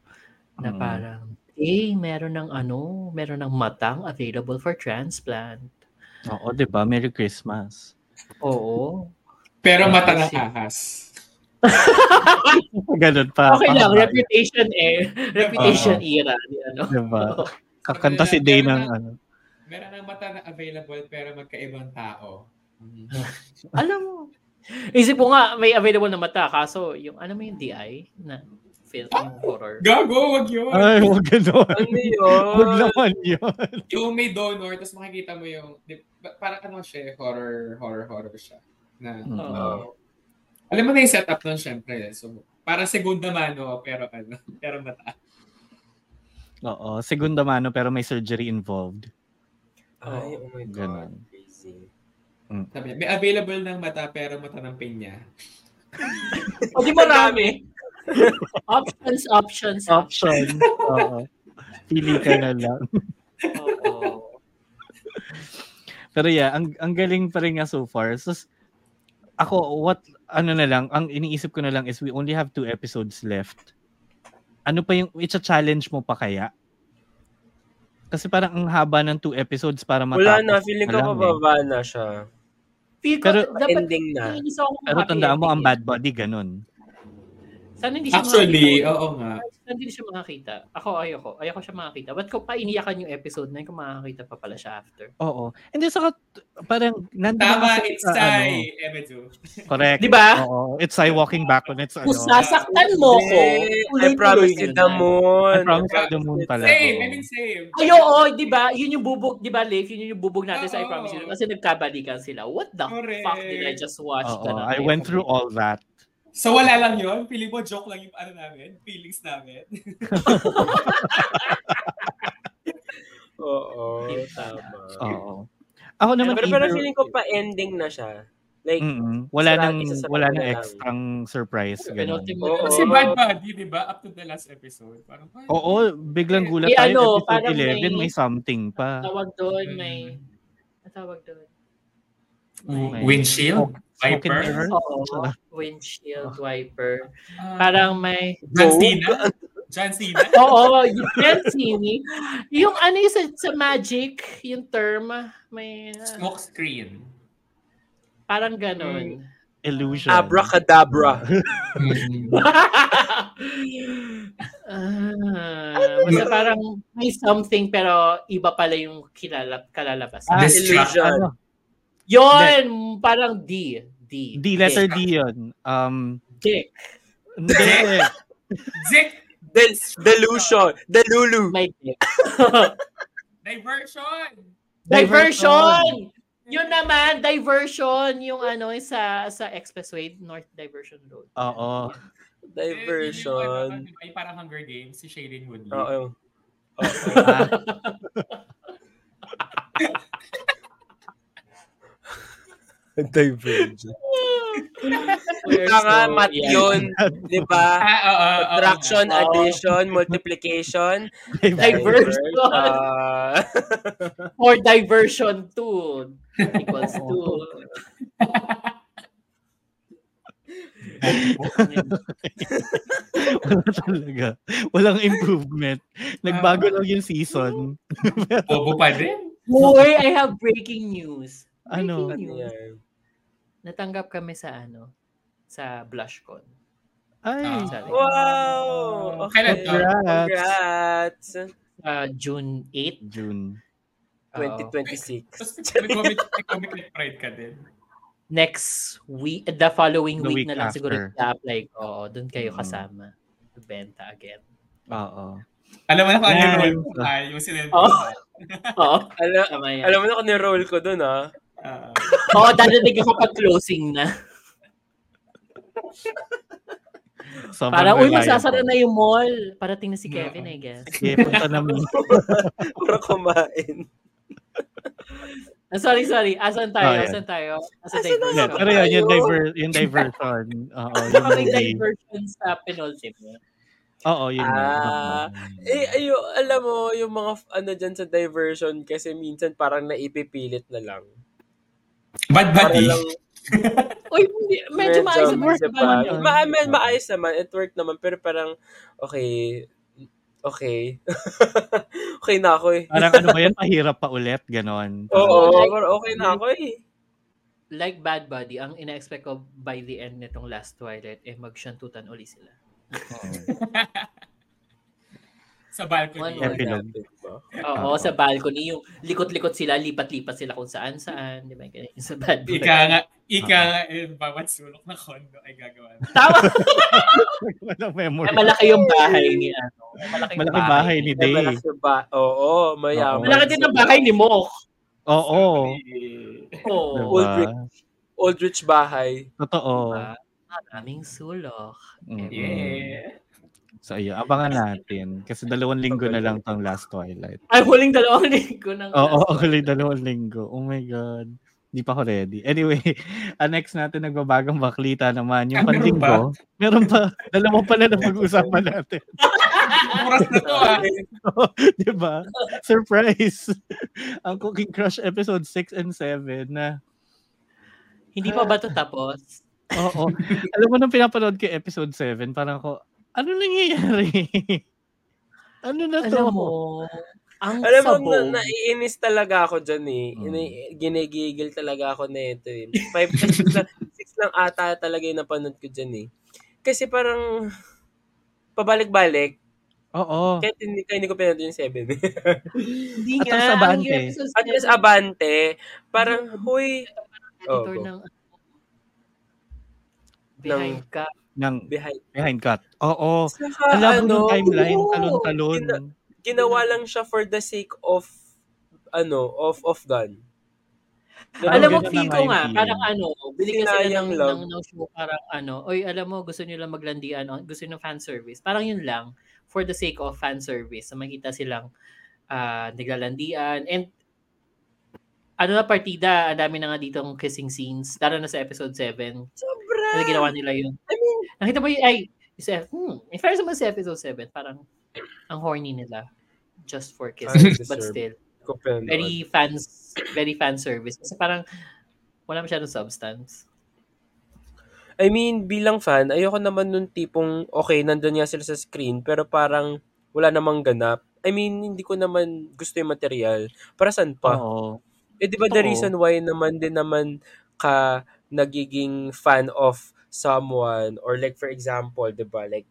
S2: Na
S1: Mm.
S2: parang, eh, meron ng ano, meron ng matang available for transplant.
S1: Oo, diba? Merry Christmas.
S2: Oo.
S3: Pero mata na kahas.
S1: Ganon pa.
S2: Okay lang,
S1: Pahaba.
S2: reputation eh.
S1: Oo.
S2: Reputation era. di Ano.
S1: Diba? Kakanta si Day ng ano.
S3: Meron ng mata na available pero magkaibang tao.
S2: Alam mo. Isip ko nga, may available na mata. Kaso, yung, alam mo yung DI na film yung horror.
S3: Gago, wag yun.
S1: Ay, huwag ganon.
S5: Ano
S1: Huwag
S5: yun?
S1: naman yun.
S3: yung may donor, tapos makikita mo yung, di, ba- parang ano siya, eh, horror, horror, horror siya. Na,
S1: Mm.
S2: Oo.
S3: alam mo na yung setup nun, syempre. eh. So, parang segunda mano, pero ano, pero mata.
S1: Oo, segunda mano pero may surgery involved.
S5: Ay, oh my God.
S1: Ganon.
S5: Crazy.
S3: Sabi niya, may available ng mata, pero mata ng pinya.
S2: O, di marami. options, options, options.
S1: Option. Oo. Pili ka na lang.
S2: Oo.
S1: Pero yeah, ang, ang galing pa rin nga so far. So, ako, what, ano na lang, ang iniisip ko na lang is we only have two episodes left. Ano pa yung, it's a challenge mo pa kaya? Kasi parang ang haba ng two episodes para matapos.
S5: Wala na, feeling ko
S1: lang eh.
S5: kababa na siya.
S2: Feel ko,
S1: Pero-
S2: dapat,
S5: Ending na.
S2: nainis ako kung
S1: Pero
S2: happy
S1: tandaan mo, ang
S2: ending
S1: bad body, ganun.
S2: eh. Sana hindi siya
S3: Actually,
S2: makakita.
S3: oo nga.
S2: Sana hindi siya makakita. Ako, ayoko. Ayoko siya makakita. Ba't ko pa iniyakan yung episode na yun kung makakita pa pala siya after?
S1: Oo. Hindi, saka parang nandun
S3: Tama,
S1: kasi
S3: it's eh,
S1: sa ano.
S3: Sai, Emedu.
S1: Correct.
S2: Di ba?
S1: Oo. It's I walking back on its ano.
S2: Kung sasaktan mo ko,
S5: I promise you the moon.
S1: I promise you the moon pala.
S3: Same,
S1: oo.
S3: I mean same.
S2: Ay, oo, di ba? Yun yung bubog, di ba, Leif? Yun yung bubog natin sa I
S3: Oo.
S2: Promise You. Kasi nagkabalikan sila. What the
S3: Correct.
S2: fuck did I just watch?
S1: Oo,
S2: Ganun.
S1: I went through all that.
S3: So wala lang yun? Pili mo, joke lang yung ano namin? Feelings namin?
S5: Oo.
S2: Tama.
S5: Oh.
S1: Oo. Ako naman
S5: Pero, pero
S1: either-
S5: feeling ko pa ending na siya. Like,
S1: Mm-mm. Wala
S5: Isa-
S1: nang
S5: isa sa
S1: wala
S5: kanila
S1: nang
S5: lang.
S1: extrang surprise ganun.
S2: Penultimate.
S5: Oo.
S3: Kasi bad buddy, di ba? Up to the last episode. Parang, ay,
S1: Oo, biglang gulat
S2: Eh, ano,
S1: tayo sa
S2: parang
S1: episode 11 may
S2: may-
S1: something pa.
S2: Tawag doon,
S3: Mm.
S2: may... Ang tawag doon?
S1: Okay.
S3: Windshield?
S1: Smoke and
S3: Viper?
S1: mirror?
S2: Oo,
S1: Mm, Sarap.
S2: windshield wiper.
S3: Ah,
S2: Parang may...
S3: John Cena? John Cena?
S2: Oo, you can see me. Yung ano yung sa, sa magic, yung term, may... ah,
S3: Smoke screen.
S2: Parang
S3: Mm.
S2: ganun.
S1: Illusion.
S5: abracadabra.
S2: ah, basta parang may something pero iba pala yung kilala, kalalabas.
S1: Ah,
S3: This
S5: illusion.
S1: Ano,
S2: Yon, parang D. D.
S1: D letter
S2: Dick.
S1: D 'yun. Um
S2: Dick.
S1: hindi.
S3: Dick!
S5: Del- delusion. Delulu.
S2: May dick.
S3: Diversion!
S2: diversion! Yun naman, diversion, yung ano, yung sa sa expressway, North Diversion Road.
S1: Oo.
S5: Diversion.
S3: Ay, parang Hunger Games, si Shailene Woodley.
S5: Oo.
S1: Ah,
S5: Diversion.
S2: We're
S5: Kaka,
S2: so-
S5: mat
S2: yeah.
S5: yun. Diba?
S3: Ah, oo, oo, oo.
S5: Subtraction,
S2: Oo.
S5: addition, multiplication.
S2: Diversion.
S5: Ah.
S2: Or diversion 2 equals 2.
S1: Wala talaga. Walang improvement. Nagbago lang yung season.
S3: Bobo pa din.
S2: Boy, I have breaking news.
S1: Ano?
S2: Breaking
S5: Ano
S2: news.
S5: yan?
S2: Natanggap kami sa ano, sa BlushCon.
S1: Ay,
S3: Ah.
S5: Wow!
S3: Kailan to?
S1: congrats.
S5: Congrats!
S2: Sa June 8.
S1: June.
S2: Oo.
S5: 2026.
S3: Tapos nag-commit, nag pride ka din.
S2: next week, the
S1: The
S2: following
S1: week
S2: week, na lang siguro
S1: after.
S2: i-apply ko. Oo, doon kayo
S1: Mm.
S2: kasama. Benta again.
S1: Oo.
S3: Alam mo na kung ano yung
S1: Yeah.
S3: role mo, ay, yung sinend
S2: Oh.
S3: mo.
S2: Oo,
S5: Alam,
S2: tama yan.
S5: alam mo na kung ni-roll ko dun, ah.
S3: Ah.
S2: Oo, dadalig ako pag closing na.
S1: Sobrang
S2: Para, uy,
S1: reliable.
S2: masasara na yung mall. Parating na si Kevin, I
S3: Yeah.
S2: guess.
S1: Sige, punta na mo.
S5: Para kumain.
S2: Ah, sorry, sorry. Asan tayo?
S1: Oh, yeah.
S2: Asan tayo? Asan
S5: Asan na
S1: Yeah,
S2: diversion?
S1: pero yun, yung, diver, yung diversion. Oo, yung
S2: Baka may
S1: movie.
S2: diversion sa penultimate.
S1: Oo, yun. yun.
S5: Ah, Eh, ayo, alam mo, yung mga f- ano dyan sa diversion, kasi minsan parang naipipilit na lang.
S3: Bad
S5: Para
S3: buddy.
S5: lang,
S2: Uy, hindi- medyo maayos
S5: medyo
S2: naman sa
S5: mag-
S2: bahay yun.
S5: Ma- ma- maayos naman, it worked naman, pero parang, okay, okay. okay na ako eh.
S1: Parang ano ba yan, pahirap pa ulit, ganon.
S5: Oo,
S2: Like-
S5: parang okay na ako eh.
S2: Like Bad Buddy, ang ina-expect ko by the end nitong last Twilight, eh magsyantutan uli sila.
S3: Sa balcony.
S2: One
S1: Epilogue. Oo.
S2: Oo, sa balcony. Yung likot-likot sila, lipat-lipat sila kung saan-saan. Di ba? Ganyan Yung sa bad boy.
S3: Ika nga, ika nga, eh, bawat sulok na kondo ay gagawa. na.
S2: Tama!
S1: Walang
S2: Ay,
S1: memory.
S2: malaki yung bahay ni ano. Malaki,
S1: Malaki bahay ni
S5: Day.
S1: Day.
S5: ba? Oo, mayaman.
S2: Malaki din ang bahay ni Mok.
S1: Oo.
S2: Oo.
S5: Old
S1: Diba?
S5: Rick. Old rich bahay.
S1: Totoo.
S2: Diba? Maraming sulok.
S1: Mm.
S3: Yeah.
S1: So, ayun. Abangan natin. Kasi dalawang linggo na lang tong last Twilight.
S2: Ay, huling dalawang linggo
S1: Oo,
S2: ng last
S1: oh,
S2: one.
S1: actually, dalawang linggo. Oh my God. Hindi pa ako ready. Anyway, ang next natin nagbabagang baklita naman. Yung
S3: Ah, meron
S1: panlinggo. Meron pa. Dalawa pala na pag-uusapan natin.
S3: Oras na to ah.
S1: Di ba? Surprise! ang Cooking Crush episode 6 and 7 na
S2: Hindi pa ba ito tapos?
S1: Oo. Alam mo, nung pinapanood ko yung episode 7, parang ako, ano nangyayari? ano na to?
S2: Alam mo, ang
S5: Alam mo,
S2: sabog. Hmm.
S5: na, naiinis talaga ako dyan eh.
S1: Mm.
S5: Ini- Ginigigil talaga ako na ito eh. Five, six, lang, six lang ata talaga yung napanood ko dyan eh. Kasi parang, pabalik-balik.
S2: Oh.
S1: Oo.
S5: Kaya hindi, kaya hindi ko pinanood yung eh. 7.
S1: At
S2: Hindi
S1: tapos abante.
S2: yung episode
S5: At least
S2: seven,
S5: abante, parang, huy,
S2: editor
S5: Oh, go.
S2: ng ano, behind ka.
S1: Nang
S5: behind.
S1: behind cut.
S2: Oh,
S1: Oo.
S5: Saka,
S1: Alam mo
S5: ano,
S1: yung timeline,
S2: oo.
S1: talon-talon.
S5: Gina- ginawa lang siya for the sake of, ano, of, of gun.
S1: Parang
S2: alam mo,
S1: ganun
S2: feel
S1: na
S2: ko
S1: nga
S2: nga,
S1: yung
S2: parang
S1: feeling.
S2: ano, binigyan sila
S5: Sinayang
S2: ng,
S5: lang.
S2: ng, ng show, parang ano, oy, alam mo, gusto nyo lang maglandian, oh, gusto nyo ng fan service. Parang yun lang, for the sake of fan service, na makita silang ah, naglalandian. And, ano na partida, ang dami na nga ditong kissing scenes, lalo na sa episode 7.
S5: Sobra!
S2: Ano ginawa nila yun?
S5: I mean,
S2: Nakita mo yung, ay, yung sa, hmm, in fairness naman sa episode 7, parang, ang horny nila, just for
S5: Ay,
S2: kissing, but
S5: deserve.
S2: still
S5: hindi ko pinanood.
S2: very fans very fan service kasi parang wala masyadong substance.
S5: I mean, bilang fan, ayoko naman nun tipong, okay, nandun nga sila sa screen, pero parang wala namang ganap. I mean, hindi ko naman gusto yung material. Para saan pa?
S1: Oo.
S5: Eh, di ba the
S1: Oo.
S5: reason why naman din naman ka nagiging fan of someone or like for example, di ba, like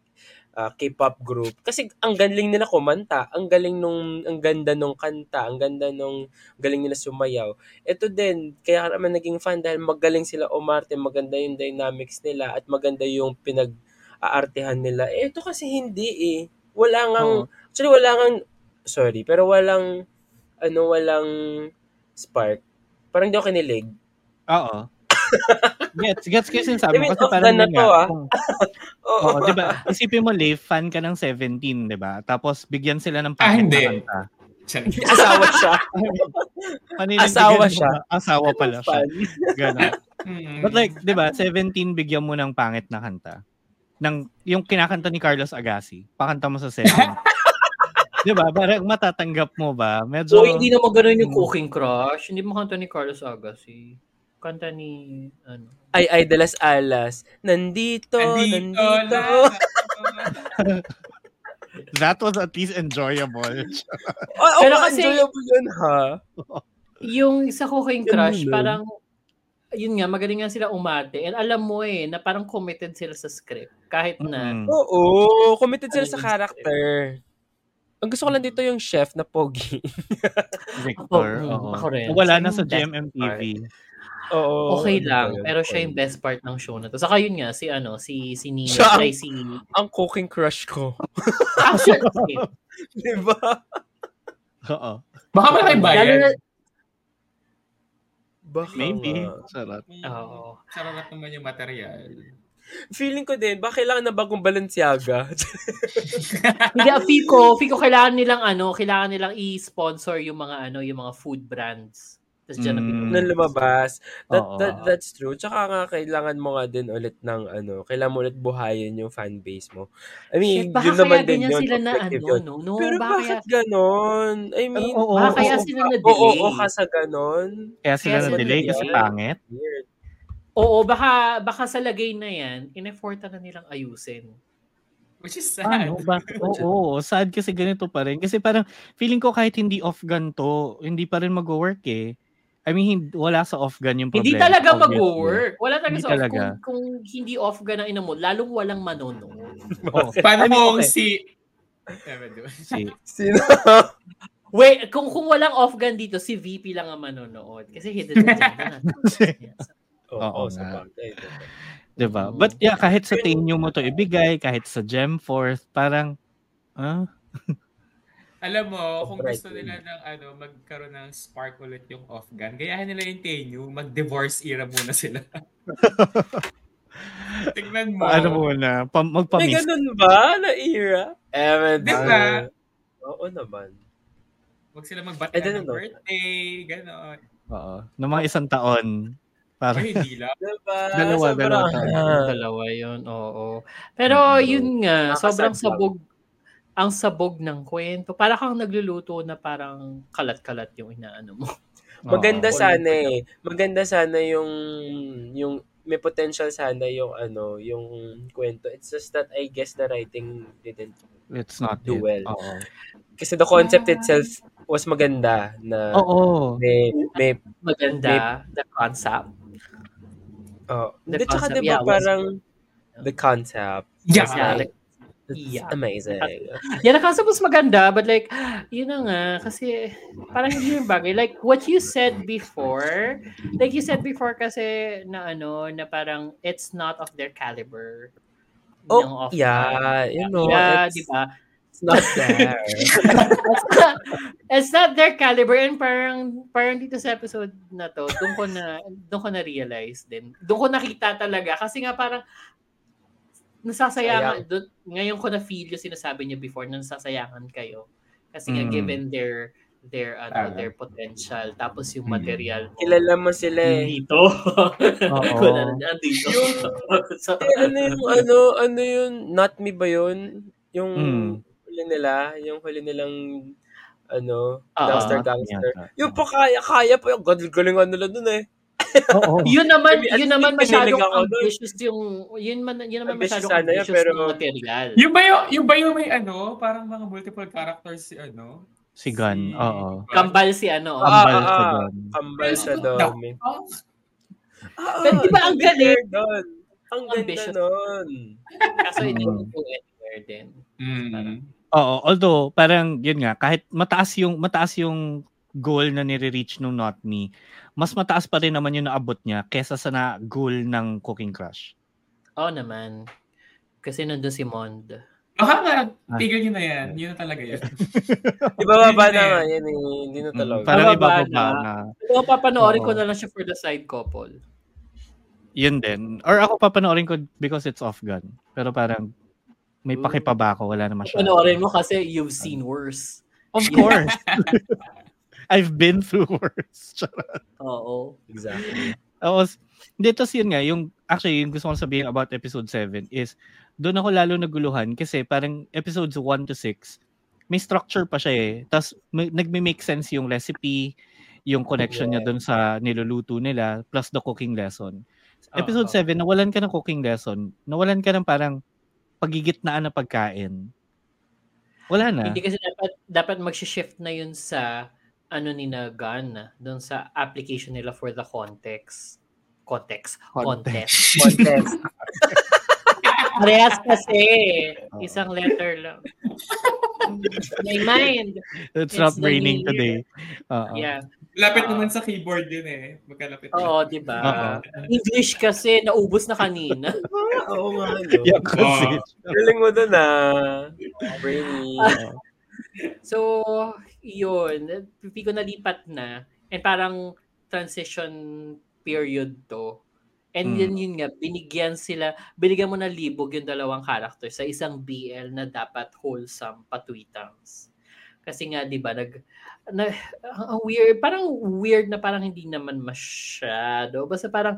S5: uh, K-pop group. Kasi ang galing nila kumanta, ang galing nung, ang ganda nung kanta, ang ganda nung galing nila sumayaw. Ito din, kaya ka naman naging fan dahil magaling sila umarte, maganda yung dynamics nila at maganda yung pinag-aartehan nila. Eh, ito kasi hindi eh. Wala ngang,
S1: Oo.
S5: actually wala ngang, sorry, pero walang, ano, walang spark. Parang di ako kinilig.
S1: Oo. Gets, gets ko yung sinasabi
S5: I mean,
S1: mo. Kasi
S5: off
S1: parang
S5: gun na
S1: yun
S5: to,
S1: nga,
S5: ah.
S1: kung-
S5: Oo.
S1: Oo, di ba? Isipin mo, Leif, fan ka ng 17, di ba? Tapos bigyan sila ng
S3: Ah,
S1: pangit
S3: hindi.
S1: na kanta.
S3: Charing.
S5: Asawa siya.
S1: Paninindigan
S5: Asawa
S1: mo
S5: siya.
S1: ba? Asawa pala siya.
S5: Fan.
S1: Ganun.
S3: Hmm.
S1: But like, di ba, 17 bigyan mo ng pangit na kanta. Ng, yung kinakanta ni Carlos Agassi, pakanta mo sa 7. di ba? Parang matatanggap mo ba? Medyo...
S2: So, hindi naman ganun yung
S1: Hmm.
S2: Cooking Crush. Hindi mo kanta ni Carlos Agassi. Kanta ni, ano.
S5: Ay, ay, dalas alas. Nandito, nandito.
S3: Nandito na.
S1: That was at least enjoyable.
S5: Oh,
S2: Pero
S5: Pero
S2: kasi-
S5: kasi, enjoyable yun, ha?
S2: Yung sa Cooking
S5: Ganun
S2: Crush,
S5: lang.
S2: parang, yun nga, magaling nga sila umate. And alam mo eh, na parang committed sila sa script. Kahit na,
S1: Mm.
S5: Oo, committed sila sa
S2: Ayun.
S5: character. Ang gusto ko lang dito yung chef na pogi.
S1: Victor,
S2: Ako, mm,
S1: oo.
S2: ako rin.
S1: Wala
S2: Siya
S1: na sa
S2: yung best
S1: GMMTV.
S5: Oo.
S2: okay
S5: ano
S2: lang.
S5: ba yun?
S2: Pero siya yung best part ng show na to. Saka yun nga, si ano, si, si Nino.
S5: Siya ang-
S2: Ay, si... Ah,
S5: Ang cooking crush ko.
S2: Actually, okay.
S5: Di ba?
S1: Oo.
S3: Baka malaki ba
S2: Lalo na,
S3: yan?
S5: Baka
S1: Maybe.
S5: nga.
S1: Sarap.
S2: Oo.
S3: Sarap Hmm. naman yung material.
S5: Feeling ko din, baka kailangan na bagong Balenciaga.
S2: Hindi, ah, Fico, Fico, kailangan nilang ano, kailangan nilang i-sponsor yung mga ano, yung mga food brands. Tapos dyan na
S1: Mm.
S2: pinuno.
S5: nang lumabas. That,
S1: Oo.
S5: that, that's true. Tsaka nga, kailangan mo nga din ulit ng ano, kailangan mo ulit buhayin yung fanbase mo. I mean,
S2: Shit, baka
S5: yun naman
S2: kaya
S5: din
S2: ganyan
S5: yun,
S2: sila na ano,
S5: objective yun.
S2: no? no
S5: Pero
S2: baka
S5: bakit ganon? I mean,
S1: Oo, oo,
S2: Baka kaya
S1: oo.
S2: sila
S5: oo,
S2: na-delay.
S5: oo, ka sa ganon.
S1: Kaya sila
S2: Kaya sila
S1: na-delay
S5: na-delay.
S1: kasi pangit.
S5: Weird. Weird.
S2: kaya, oo, baka, baka sa lagay na yan, inefforta na nilang ayusin.
S3: Which is sad.
S1: Ano ba? Oo, sad kasi ganito pa rin. Kasi parang feeling ko kahit hindi off-gun to, hindi pa rin mag-work eh. I mean, hin- wala sa off-gun yung problema.
S2: Hindi talaga
S1: obviously.
S2: mag-work. Wala talaga
S1: Hindi
S2: sa off.
S1: talaga.
S2: Kung, kung hindi off ka ng ina mo, lalong walang manonood.
S1: Oo. I
S3: Paano
S1: mean,
S3: kung
S1: okay.
S3: si... Ewan ko.
S1: Si,
S5: Sino?
S2: Wait, kung, kung walang off gun dito, si VP lang ang manonood. Kasi hidden agenda na.
S5: Oo,
S1: Oo
S5: oo, sa
S1: nga.
S5: bagay.
S1: diba?
S2: Oo.
S1: But yeah, kahit sa tenyo mo to ibigay, kahit sa Gemforce, parang, ah,
S3: Alam mo, kung
S5: Copyright
S3: gusto
S5: yun.
S3: nila ng ano, magkaroon ng spark ulit yung Afghan, gayahin nila yung Tenyu, mag-divorce era muna sila. Tignan mo.
S1: paano mo na, pa,
S5: May
S1: ano magpamis.
S5: ganon ba na era? Ewan
S3: Di ba?
S5: Oo naman.
S3: Huwag sila
S1: Eh,
S5: I
S3: magbatian
S5: don't
S3: ng
S5: know.
S3: birthday, gano'n.
S1: Oo. Ng mga isang taon. Parang,
S3: Ay, hindi lang.
S5: Diba?
S1: Dalawa,
S5: Sobrang-
S1: dalawa tayo.
S5: Ah.
S2: Dalawa yun, oo. Pero
S1: Mm,
S2: yun nga,
S5: Nakakasad
S2: sobrang
S5: lang.
S2: sabog ang sabog ng kwento. Para kang nagluluto na parang kalat-kalat yung inaano mo.
S1: oo.
S5: Maganda
S2: Oo.
S5: sana eh. Maganda sana yung yung may potential sana yung ano, yung kwento. It's just that I guess the writing didn't.
S1: It's not
S5: Do
S1: it.
S5: well.
S1: Oo.
S5: Kasi the concept itself was maganda na
S1: Oo.
S5: may may
S2: Maganda, the concept.
S5: oh,
S2: The
S5: the tsaka
S2: concept,
S5: diba
S2: yeah, was-
S5: parang the concept
S3: Yeah.
S5: was
S2: Yeah,
S5: like
S2: the- Yeah.
S5: amazing.
S2: Yeah, the concept was maganda, but like, yun na nga, kasi parang hindi yung bagay. Like, what you said before, like you said before kasi na ano, na parang it's not of their caliber. ng
S5: Oh,
S2: offer.
S5: yeah. You know,
S2: yeah,
S5: it's,
S2: di ba?
S5: it's not there.
S2: it's not, it's not their caliber and parang parang dito sa episode na to doon ko na doon ko na realize din doon ko nakita talaga kasi nga parang nasasayangan doon, ngayon ko na feel yung sinasabi niya before na nasasayangan kayo kasi nga
S3: Mm.
S2: given their their ano
S3: Tama.
S2: their potential tapos yung
S3: Mm.
S2: material mo
S5: Kilala mo sila eh.
S2: dito wala na andito so,
S5: Eh, ano yung, ano, ano yun, not me ba yun? Yung
S1: Mm.
S5: huli nila, yung huli nilang, ano,
S2: Ah,
S5: gangster,
S1: ah,
S5: gangster.
S1: yata.
S5: Yung pa kaya, kaya pa yung galing-galingan nila dun eh.
S1: Oo.
S2: Yun naman,
S5: Maybe,
S2: yun
S5: at
S2: naman
S5: least kinilig
S2: masyadong
S5: ako doon.
S2: ambitious yung, yun, man, yun naman
S5: Ambitious
S2: masyadong
S5: sana yun,
S2: ambitious
S5: pero-
S2: ng material.
S3: Yung ba yung, yung ba yung may ano, parang mga multiple characters si ano?
S1: Si Gun,
S3: Si-
S1: oo.
S2: Kambal si ano.
S5: Ah,
S1: Kambal
S5: ah,
S1: sa
S5: ah.
S1: Gun.
S5: Kambal sa
S3: Pero-
S5: dami. Ah,
S3: Oh,
S2: Pero di ba ang galing?
S5: Doon. Ang ganda
S2: Ambitious.
S5: nun.
S2: Kaso hindi
S1: Mm.
S2: ko go anywhere din.
S3: mm.
S1: Oo, although parang yun nga kahit mataas yung mataas yung goal na nire-reach nung Not Me, mas mataas pa rin naman yung naabot niya kesa sa na goal ng Cooking Crush.
S2: Oo naman. Kasi nandun si Mond.
S3: Baka nga, tigil nyo na yan.
S1: Ah.
S3: Yun na talaga yan.
S5: Di ba baba
S3: Hindi na
S5: na nga
S3: yan.
S5: yan eh. Hindi na
S1: Mm,
S5: talaga.
S1: parang
S2: Mababa
S1: ibababa
S2: na.
S1: na.
S2: Pero papanoorin
S1: Oo.
S2: ko na lang siya for the side couple.
S1: Yun din. Or ako papanoorin ko because it's off gun. Pero parang may
S5: Mm.
S1: pakipaba ako, wala naman siya.
S2: Panoorin mo kasi you've seen worse.
S1: Of course. I've been through worse. Charot.
S2: Oo.
S5: Exactly.
S1: Oo. s- Hindi, tapos yun nga, yung, actually, yung gusto kong sabihin about episode 7 is, doon ako lalo naguluhan kasi parang episodes 1 to 6, may structure pa siya eh. Tapos nagme-make sense yung recipe, yung connection niya doon sa niluluto nila, plus the cooking lesson. Episode
S2: Oo.
S1: 7, nawalan ka ng cooking lesson, nawalan ka ng parang pagigitnaan na ano, pagkain. Wala na.
S2: Hindi kasi dapat dapat mag-shift na yun sa ano ni na gun doon sa application nila for the context. Context. Contest.
S5: Contest.
S2: Parehas kasi.
S1: Oo.
S2: Isang letter lang. My mind.
S1: It's,
S2: It's
S1: not
S2: the
S1: raining
S2: new
S1: today. Oo.
S2: Yeah.
S3: Lapit naman sa keyboard yun eh. Magkalapit.
S2: Oo, di ba?
S1: Oo.
S2: English kasi naubos na kanina.
S5: Oo nga, no?
S1: Yeah, kasi-
S5: Galing mo dun ah. Brainy.
S2: So, yun. Hindi ko nalipat na. And parang transition period to. And
S1: Mm.
S2: yun, yun nga, binigyan sila, binigyan mo na libog yung dalawang character sa isang BL na dapat wholesome patwitans. Kasi nga, di ba, nag, na, Ah, ang- ang weird, parang weird na parang hindi naman masyado. Basta parang,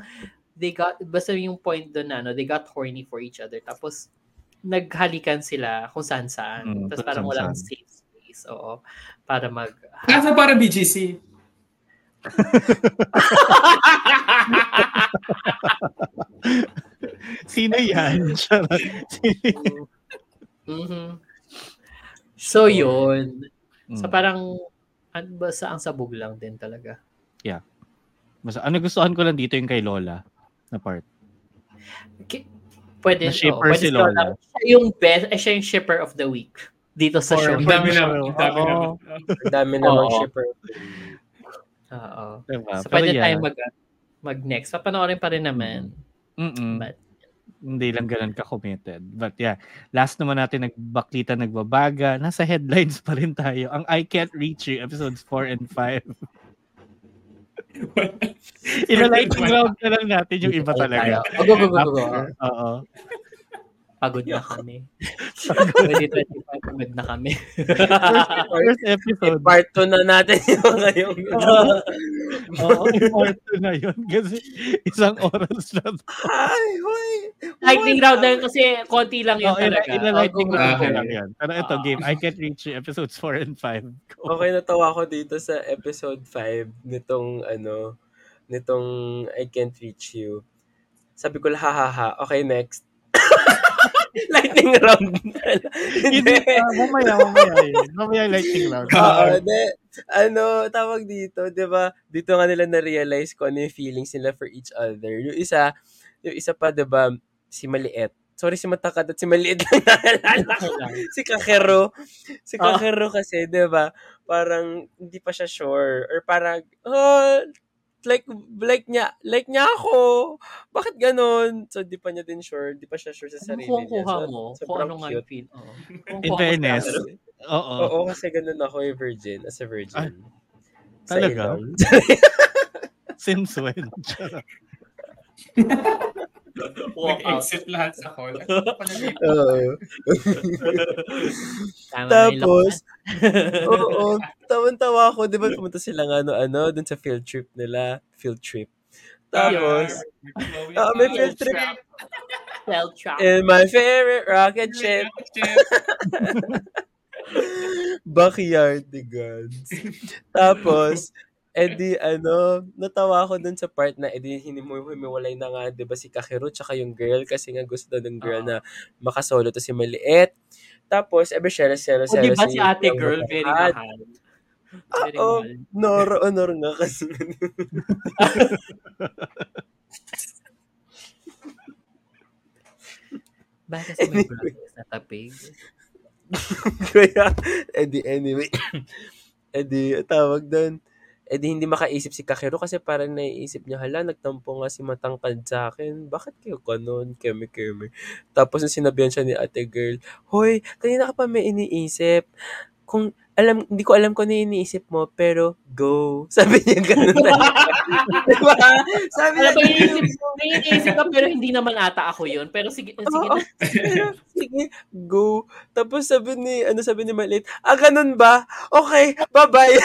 S2: they got, basta yung point doon na, ano, they got horny for each other. Tapos, naghalikan sila kung saan-saan.
S1: Mm,
S2: Tapos
S1: kung
S2: parang walang
S1: saan-saan.
S2: safe space. Oo. Para mag,
S3: Kaso para BGC.
S1: Sino yan? Charot. Sino-
S2: Mhm. So, yun. So,
S1: Mm.
S2: parang, ano ba, sa ang sabog lang din talaga.
S1: Mas, ano gustuhan ko lang dito yung kay Lola na part.
S2: Ki-
S1: Na
S2: Pwede,
S1: shipper
S2: oo,
S1: si
S2: pwede siya
S1: Lola.
S2: lang. Siya yung best, eh, siya yung shipper of the week dito sa
S1: For-
S2: show.
S3: Ang dami
S1: Sure.
S3: na. Ang dami na.
S1: Oo.
S5: Ang dami na mga
S2: Oo.
S5: shipper.
S2: Oo.
S1: Diba?
S2: So, pwede tayo mag, mag next. Papanoorin pa rin naman.
S1: Mm-mm.
S2: But-
S1: Hindi lang ganun ka-committed. But yeah, last naman natin nagbaklita, nagbabaga. Nasa headlines pa rin tayo. Ang I Can't Reach You, episodes 4 and 5. Ina-lightning round na lang natin yung iba talaga.
S2: Tayo. Oh, Go, go, go, go, go.
S1: After- Oo.
S2: Pagod na kami. 2025, pagod na kami.
S1: First, first episode.
S5: Part 2 na natin yung mga yung...
S1: Oo, part 2 na yun. Kasi isang oras na
S5: Ay, hoy!
S2: Lightning round na yun kasi konti lang
S1: Oo,
S2: yun
S1: ina-
S2: talaga. Oh,
S1: ina-lightning
S2: Go, go,
S1: round
S2: go,
S1: ko
S2: go.
S1: lang yan. Pero ito,
S2: Ah.
S1: game, I can't reach you, episodes 4 and 5.
S5: Okay, natawa ko dito sa episode 5 nitong ano, nitong I Can't Reach You. Sabi ko, ha ha ha, okay, next. Lightning round.
S1: Hindi, ah, mamaya, mamaya yun. Mamaya lightning round.
S5: Oo, de, ano, tawag dito, di ba? Dito nga nila na-realize ko ano yung feelings nila for each other. Yung isa, yung isa pa, di ba, si Maliit. Sorry si Matakad at si Maliit lang naalala ko. si Kakero. Si
S2: Ah.
S5: Kakero kasi, di ba? Parang hindi pa siya sure. Or parang, oh, like, like niya, like niya ako. Bakit ganon? So, di pa niya din sure. Di pa siya sure sa
S2: Ano
S5: sarili
S2: kung kuha
S5: niya. So,
S2: mo? Kung
S5: sobrang
S2: ano nga yung
S5: cute.
S2: feel. Oo.
S1: In
S2: Kung kuha mo
S1: fairness,
S2: sa-
S1: Ah, Oo.
S5: Oo, kasi ganun ako eh, virgin. As a virgin.
S1: Ay,
S5: Sa
S1: talaga?
S5: ilong.
S1: Since when? Charot.
S2: Walk out.
S3: Nag-exit lahat sa call. Ano pa nag-
S5: Oo.
S2: Tama na yung
S5: Tapos,
S2: lakas.
S5: Oo, tawan-tawa ako. Di ba pumunta sila nga ano, ano, dun sa field trip nila. Field trip. Tapos, Ah, may field trip.
S2: Well, trap.
S1: eh,
S5: in my favorite rocket ship, backyard the guns. Tapos, edi ano, natawa ako dun sa part na edi hinimuhiwalay na nga, di ba, si Kakeru tsaka yung girl kasi nga gusto daw ng girl na makasolo to si Maliit. Tapos, ebe, share,
S2: O
S5: share, share.
S2: diba si ate girl, very mahal. Very
S1: Ah, oh.
S5: Oo.
S2: mahal.
S5: Noro, honor nga kasi.
S2: Bakit kasi may brothers na tapig?
S5: Kaya, edi anyway. edi, tawag doon. Edi hindi makaisip si Kakeru kasi parang naiisip niya, hala, nagtampo nga si Matangkad sa akin. Bakit kayo ganun? Keme, keme. Tapos nung sinabihan siya ni ate girl, Hoy, kanina ka pa may iniisip. Kung, alam, hindi ko alam kung ano yung iniisip mo, pero go. Sabi niya ganun talaga. diba? Sabi
S2: Alam
S5: niya
S2: ba,
S5: ganun.
S2: iniisip, iniisip ka pero hindi naman ata ako yun. Pero sige, sige
S5: Oo.
S2: na.
S5: Pero, sige, go. Tapos sabi ni, ano sabi ni Malit, ah, ganun ba? Okay, bye-bye.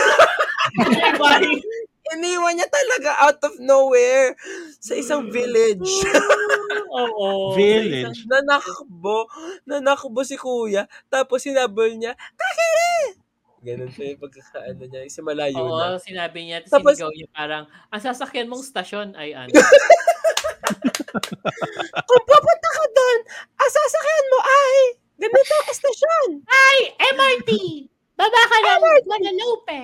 S2: Bye.
S5: Iniwan niya talaga out of nowhere sa isang village.
S2: Oo.
S1: Village.
S5: nanakbo. Nanakbo si kuya. Tapos sinabol niya, kakiri! Ganun pa yung pagkakaano niya. Kasi malayo
S2: Oo,
S5: na.
S2: sinabi niya. Tapos,
S5: Tapos-
S2: sinigaw niya parang, ang sasakyan mong stasyon ay ano.
S5: Kung papunta ka doon, asasakyan mo ay ganito estasyon.
S2: ay, MRT! Baba ka ng Guadalupe!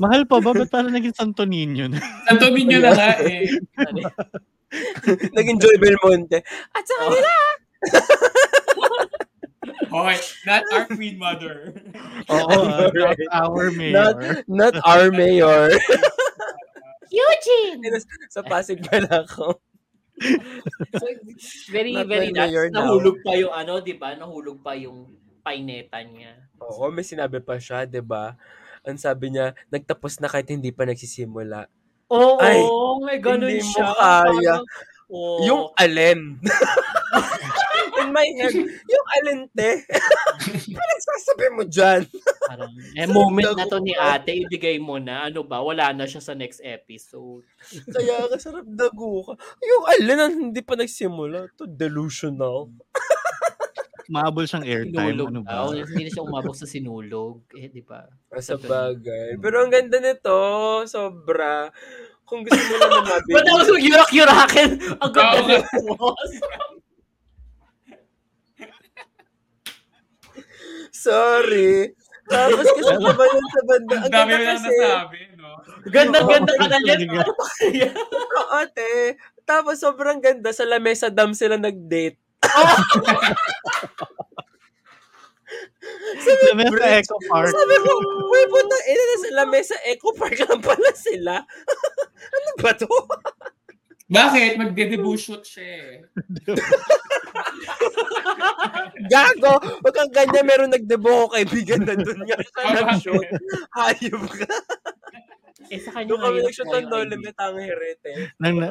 S1: Mahal pa ba? Ba't parang naging Santo Niño na?
S3: Tantumin nyo na nga eh.
S5: Naging Joy Belmonte. At sa
S2: Oo.
S5: kanila.
S3: Okay, not our queen mother.
S1: Oo, ah, not
S5: Alright.
S1: our mayor.
S5: Not, not our mayor.
S2: Eugene!
S5: sa Pasig pala ako.
S2: So, very,
S5: Not
S2: very
S5: my mayor
S2: nuts.
S5: now.
S2: Nahulog pa yung ano, di ba? Nahulog pa yung paineta niya.
S5: Oo, may sinabi pa siya, 'di ba? Ang sabi niya, nagtapos na kahit hindi pa nagsisimula.
S2: Oo,
S5: Ay,
S2: may ganun
S5: hindi mo
S2: siya.
S5: kaya.
S2: Parang, oo.
S5: Yung alin. In my head, yung alente. Anong sasabi mo dyan?
S2: Parang, eh, moment na to ni ate, ibigay mo na. Ano ba, wala na siya sa next episode.
S5: Kaya ka, sarap dagu ka. Yung alin ang hindi pa nagsimula. To delusional.
S1: Mahabol siyang airtime.
S2: Sinulog
S1: Ano
S2: daw.
S1: ba?
S2: Hindi na siya umabot sa sinulog. Eh, di ba?
S5: Sa bagay. Pero ang ganda nito, sobra. Kung gusto mo lang naman.
S2: Ba't ako yurak-yurakin? Ang ganda
S3: Oo.
S2: ng boss.
S5: Sorry. Tapos kasi naman yun sa banda.
S3: Ang
S5: Ang
S3: dami
S5: ganda
S3: mo na
S5: kasi.
S3: nasabi, no?
S2: Ganda-ganda ka na lang.
S5: Oo, te. Tapos sobrang ganda. Sa lamesa dam sila nag-date.
S1: Sa Mesa Eco Park.
S5: Sabi ko, uy, puta, ina na sa lamesa Eco Park lang pala sila. ano ba to?
S3: Bakit? Magde-debushot siya eh.
S5: Gago! Huwag kang ganyan, meron nagdebo ko kaibigan na doon nga. Sa nag-shoot. Hayop ka.
S2: Eh, sa kanya
S5: Doon Ano kami
S2: ngayon, eh.
S5: nag-shoot
S2: wala
S5: ng
S2: yung
S5: no
S2: idea.
S5: limit ang herete.
S1: Nang, na,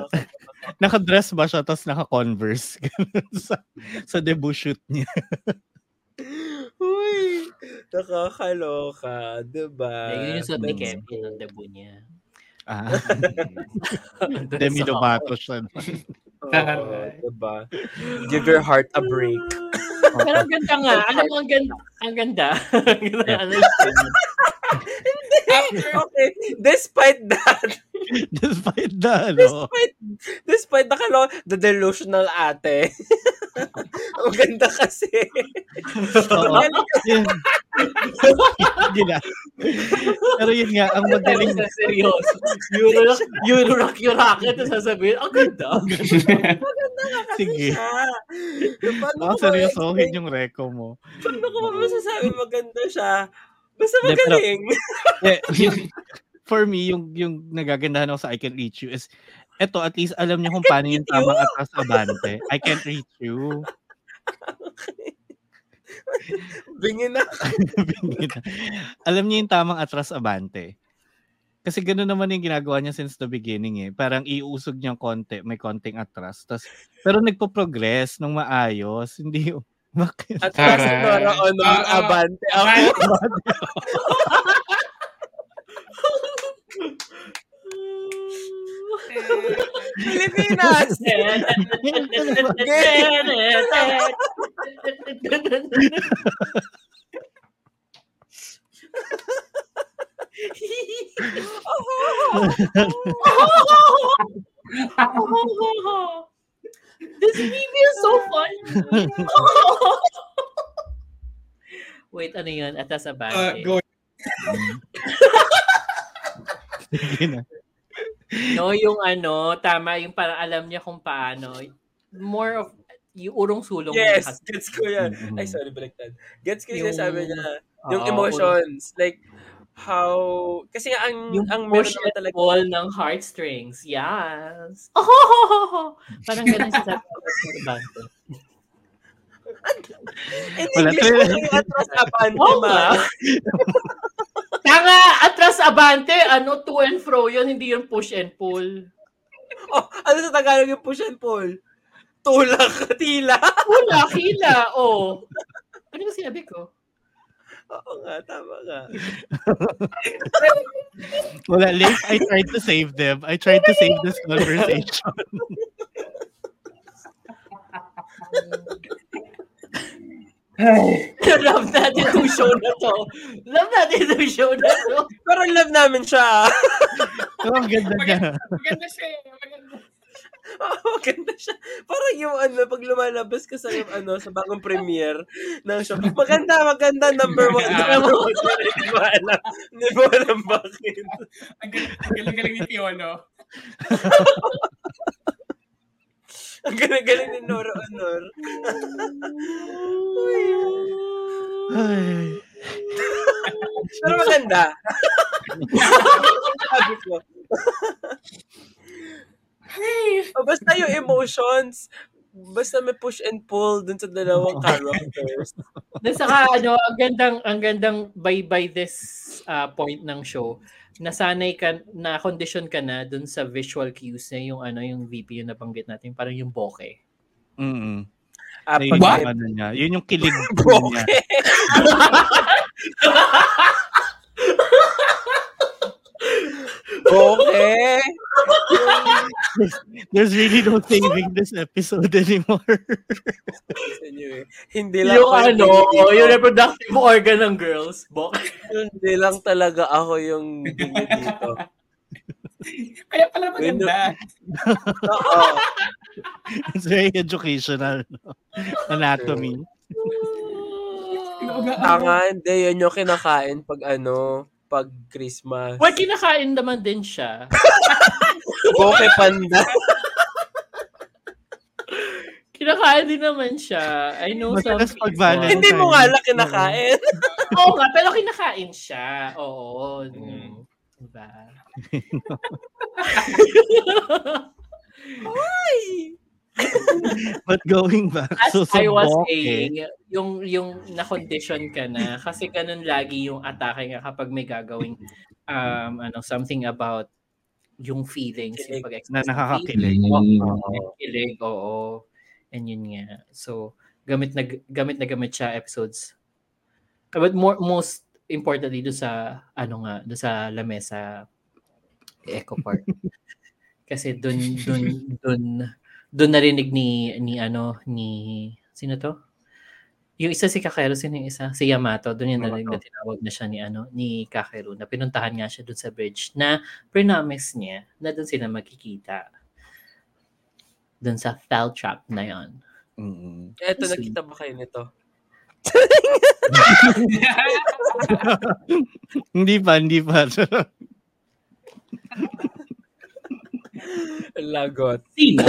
S1: nakadress ba siya tapos naka-converse Ganun sa, sa debut shoot niya?
S5: Uy! Nakakaloka, diba?
S2: Eh, yun yung suot ni
S5: That's
S2: Kevin,
S5: cool.
S2: ang dabo niya.
S1: Ah,
S2: Doon
S1: Demi
S2: sa-
S1: Lovato siya. no?
S5: Oo, diba? Give your heart a break.
S2: Pero ang ganda nga. Alam mo, ang ganda. Ang ganda. Ang ganda. Ano yun?
S3: After,
S5: Okay, despite that,
S1: Despite the, ano,
S5: despite, despite the, kalo, the delusional ate. Ang ganda kasi.
S1: oo, yun. Gina. Pero yun nga, ang magaling,
S2: Sa seryoso. Eurorack, Eurorack, Eurorack. Ito sasabihin, ang ganda.
S5: Ang ganda na kasi
S1: Sige.
S5: siya. Paano
S1: Baka
S5: ko
S1: seryosohin
S5: ma-explain?
S1: yung reko mo.
S5: Paano ko ba masasabi maganda siya? Basta
S1: Hindi, pero-
S5: magaling.
S1: Eh, yung- for me, yung, yung nagagandahan ako sa I Can Reach You is, eto, at least alam niya kung paano yung
S5: reach
S1: tamang atas abante. I Can't Reach You.
S5: Bingin na.
S1: Sabihin kita. Alam niya yung tamang atras abante. Kasi gano'n naman yung ginagawa niya since the beginning eh. Parang iusog niyang konti, may konting atras. Tas, pero nagpo-progress nung maayos. Hindi yung... Bakit?
S5: At kasi
S3: Taray.
S5: Nora Honor
S3: Ah, ah.
S5: Abante. Ako,
S3: Abante.
S5: Pilipinas!
S2: This video is so fun. Wait, ano yun? Atas sa
S3: Uh,
S2: bante.
S3: go.
S1: Sige na.
S2: No, yung ano, tama, yung parang alam niya kung paano. More of, yung urong sulong.
S5: yes,
S2: niya kasi.
S5: gets ko yan.
S1: Mhm.
S5: Ay, sorry, baliktad. Gets ko yung
S2: Yung-
S5: sinasabi niya. Yung
S2: Oo,
S5: emotions. Like, how... Kasi nga, ang,
S2: Yung
S5: ang meron
S2: push
S5: naman
S2: and
S5: talaga...
S2: pull ng heartstrings. Yes. Oh, ho, ho, ho, ho. Parang ganun siya sabi ko sa bante.
S5: In
S1: Wala
S5: English,
S1: talaga.
S5: ano yung atras abante,
S2: Oo
S5: ma?
S2: nga. Diba? Tanga, atras abante, ano, to and fro yun, hindi yung push and pull.
S5: Oh, ano sa Tagalog yung push and pull? Tulak, tila.
S2: Hula, hila, oh. Ano yung sinabi ko?
S5: Oo nga, tama nga.
S1: Wala, Liv, I tried to save them. I tried to save this conversation.
S2: Love natin yung show na to. Love natin yung show na to.
S5: Pero love namin siya.
S1: Pero Oh, ang ganda niya.
S3: Maganda, maganda siya. eh. Maganda.
S5: maganda siya. Parang yung ano, pag lumalabas ka sa yung ano, sa bagong premiere ng show, maganda, maganda, number one. Number one. Ah, Hindi ko alam. Hindi ko alam bakit.
S3: Ang galing- ang galing-galing ni Piolo.
S5: Ang galing-galing ni Nora Honor. Uy.
S1: Ay.
S5: Pero maganda. Sabi ko. O, basta yung emotions, basta may push and pull dun sa dalawang characters.
S2: Then saka ano, ang gandang ang gandang by by this uh, point ng show. Nasanay ka na condition ka na dun sa visual cues niya yung ano yung VP yung nabanggit natin parang yung bokeh.
S1: Mm-mm.
S5: Ah,
S1: Ayun
S5: pag-
S1: yung ano niya. Yun yung kilig niya.
S5: Bokeh. Bokeh.
S1: There's really no saving this episode anymore.
S5: Anyway, eh. hindi lang
S2: Yung
S5: ako
S2: ano,
S5: yung-
S2: yung reproductive organ ng girls, bokeh.
S5: hindi lang talaga ako yung bigay dito.
S3: Kaya pala maganda.
S5: Oo.
S1: It's very educational. no? Anatomy.
S5: Tanga, hindi. Yan yung kinakain pag ano, pag Christmas.
S2: Well, kinakain naman din siya.
S5: Bokeh panda.
S2: Kinakain din naman siya. I know
S1: Madalas
S2: some
S1: pag
S2: people.
S1: Valentine's.
S5: hindi mo nga lang kinakain.
S2: Oo nga, pero kinakain siya. Oo.
S5: Mm.
S2: Diba?
S1: But going back,
S2: As
S1: so sa
S2: I was
S1: bokeh,
S2: saying, yung, yung na-condition ka na, kasi ganun lagi yung atake nga kapag may gagawing um, ano, something about yung feelings, yung pag-express.
S1: na
S2: ng
S1: nakakakilig.
S2: feelings.
S1: Oo.
S2: Oo, kilig, oo. And yun nga. So, gamit na gamit na gamit siya episodes. But more, most importantly do sa ano nga, do sa lamesa Echo Park. Kasi dun dun dun dun narinig ni ni ano ni sino to? Yung isa si Kakeru, sino yung isa? Si Yamato. Doon yung narinig na tinawag na siya ni, ano, ni Kakeru na pinuntahan nga siya doon sa bridge na promise niya na doon sila magkikita. Doon sa foul trap na yon.
S1: Mm-mm.
S5: Eto, nakita ba kayo nito?
S1: Hindi pa, hindi pa.
S5: Lagot.
S2: Sino?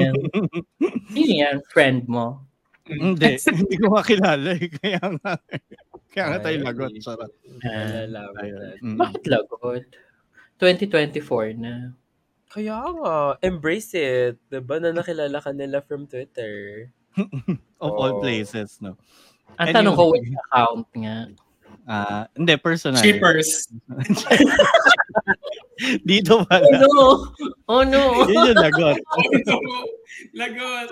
S2: Yan. Sino yan? Friend mo?
S1: Hindi, hindi ko makilala eh. Kaya nga, kaya nga tayo
S5: Ay.
S1: lagot. Sarap.
S2: Ah,
S5: Nalalaman.
S1: Mm.
S2: bakit lagot? 2024 na.
S5: Kaya nga, embrace it. Diba na nakilala ka nila from Twitter?
S1: Of all
S5: Oh.
S1: places, no?
S2: Ang
S1: Anyway.
S2: tanong ko, which account nga?
S1: Ah, hindi, personal.
S3: Cheapers.
S1: Dito
S2: Oh
S1: wala.
S2: no! Oh no!
S1: Yun yung lagot.
S3: Lagot.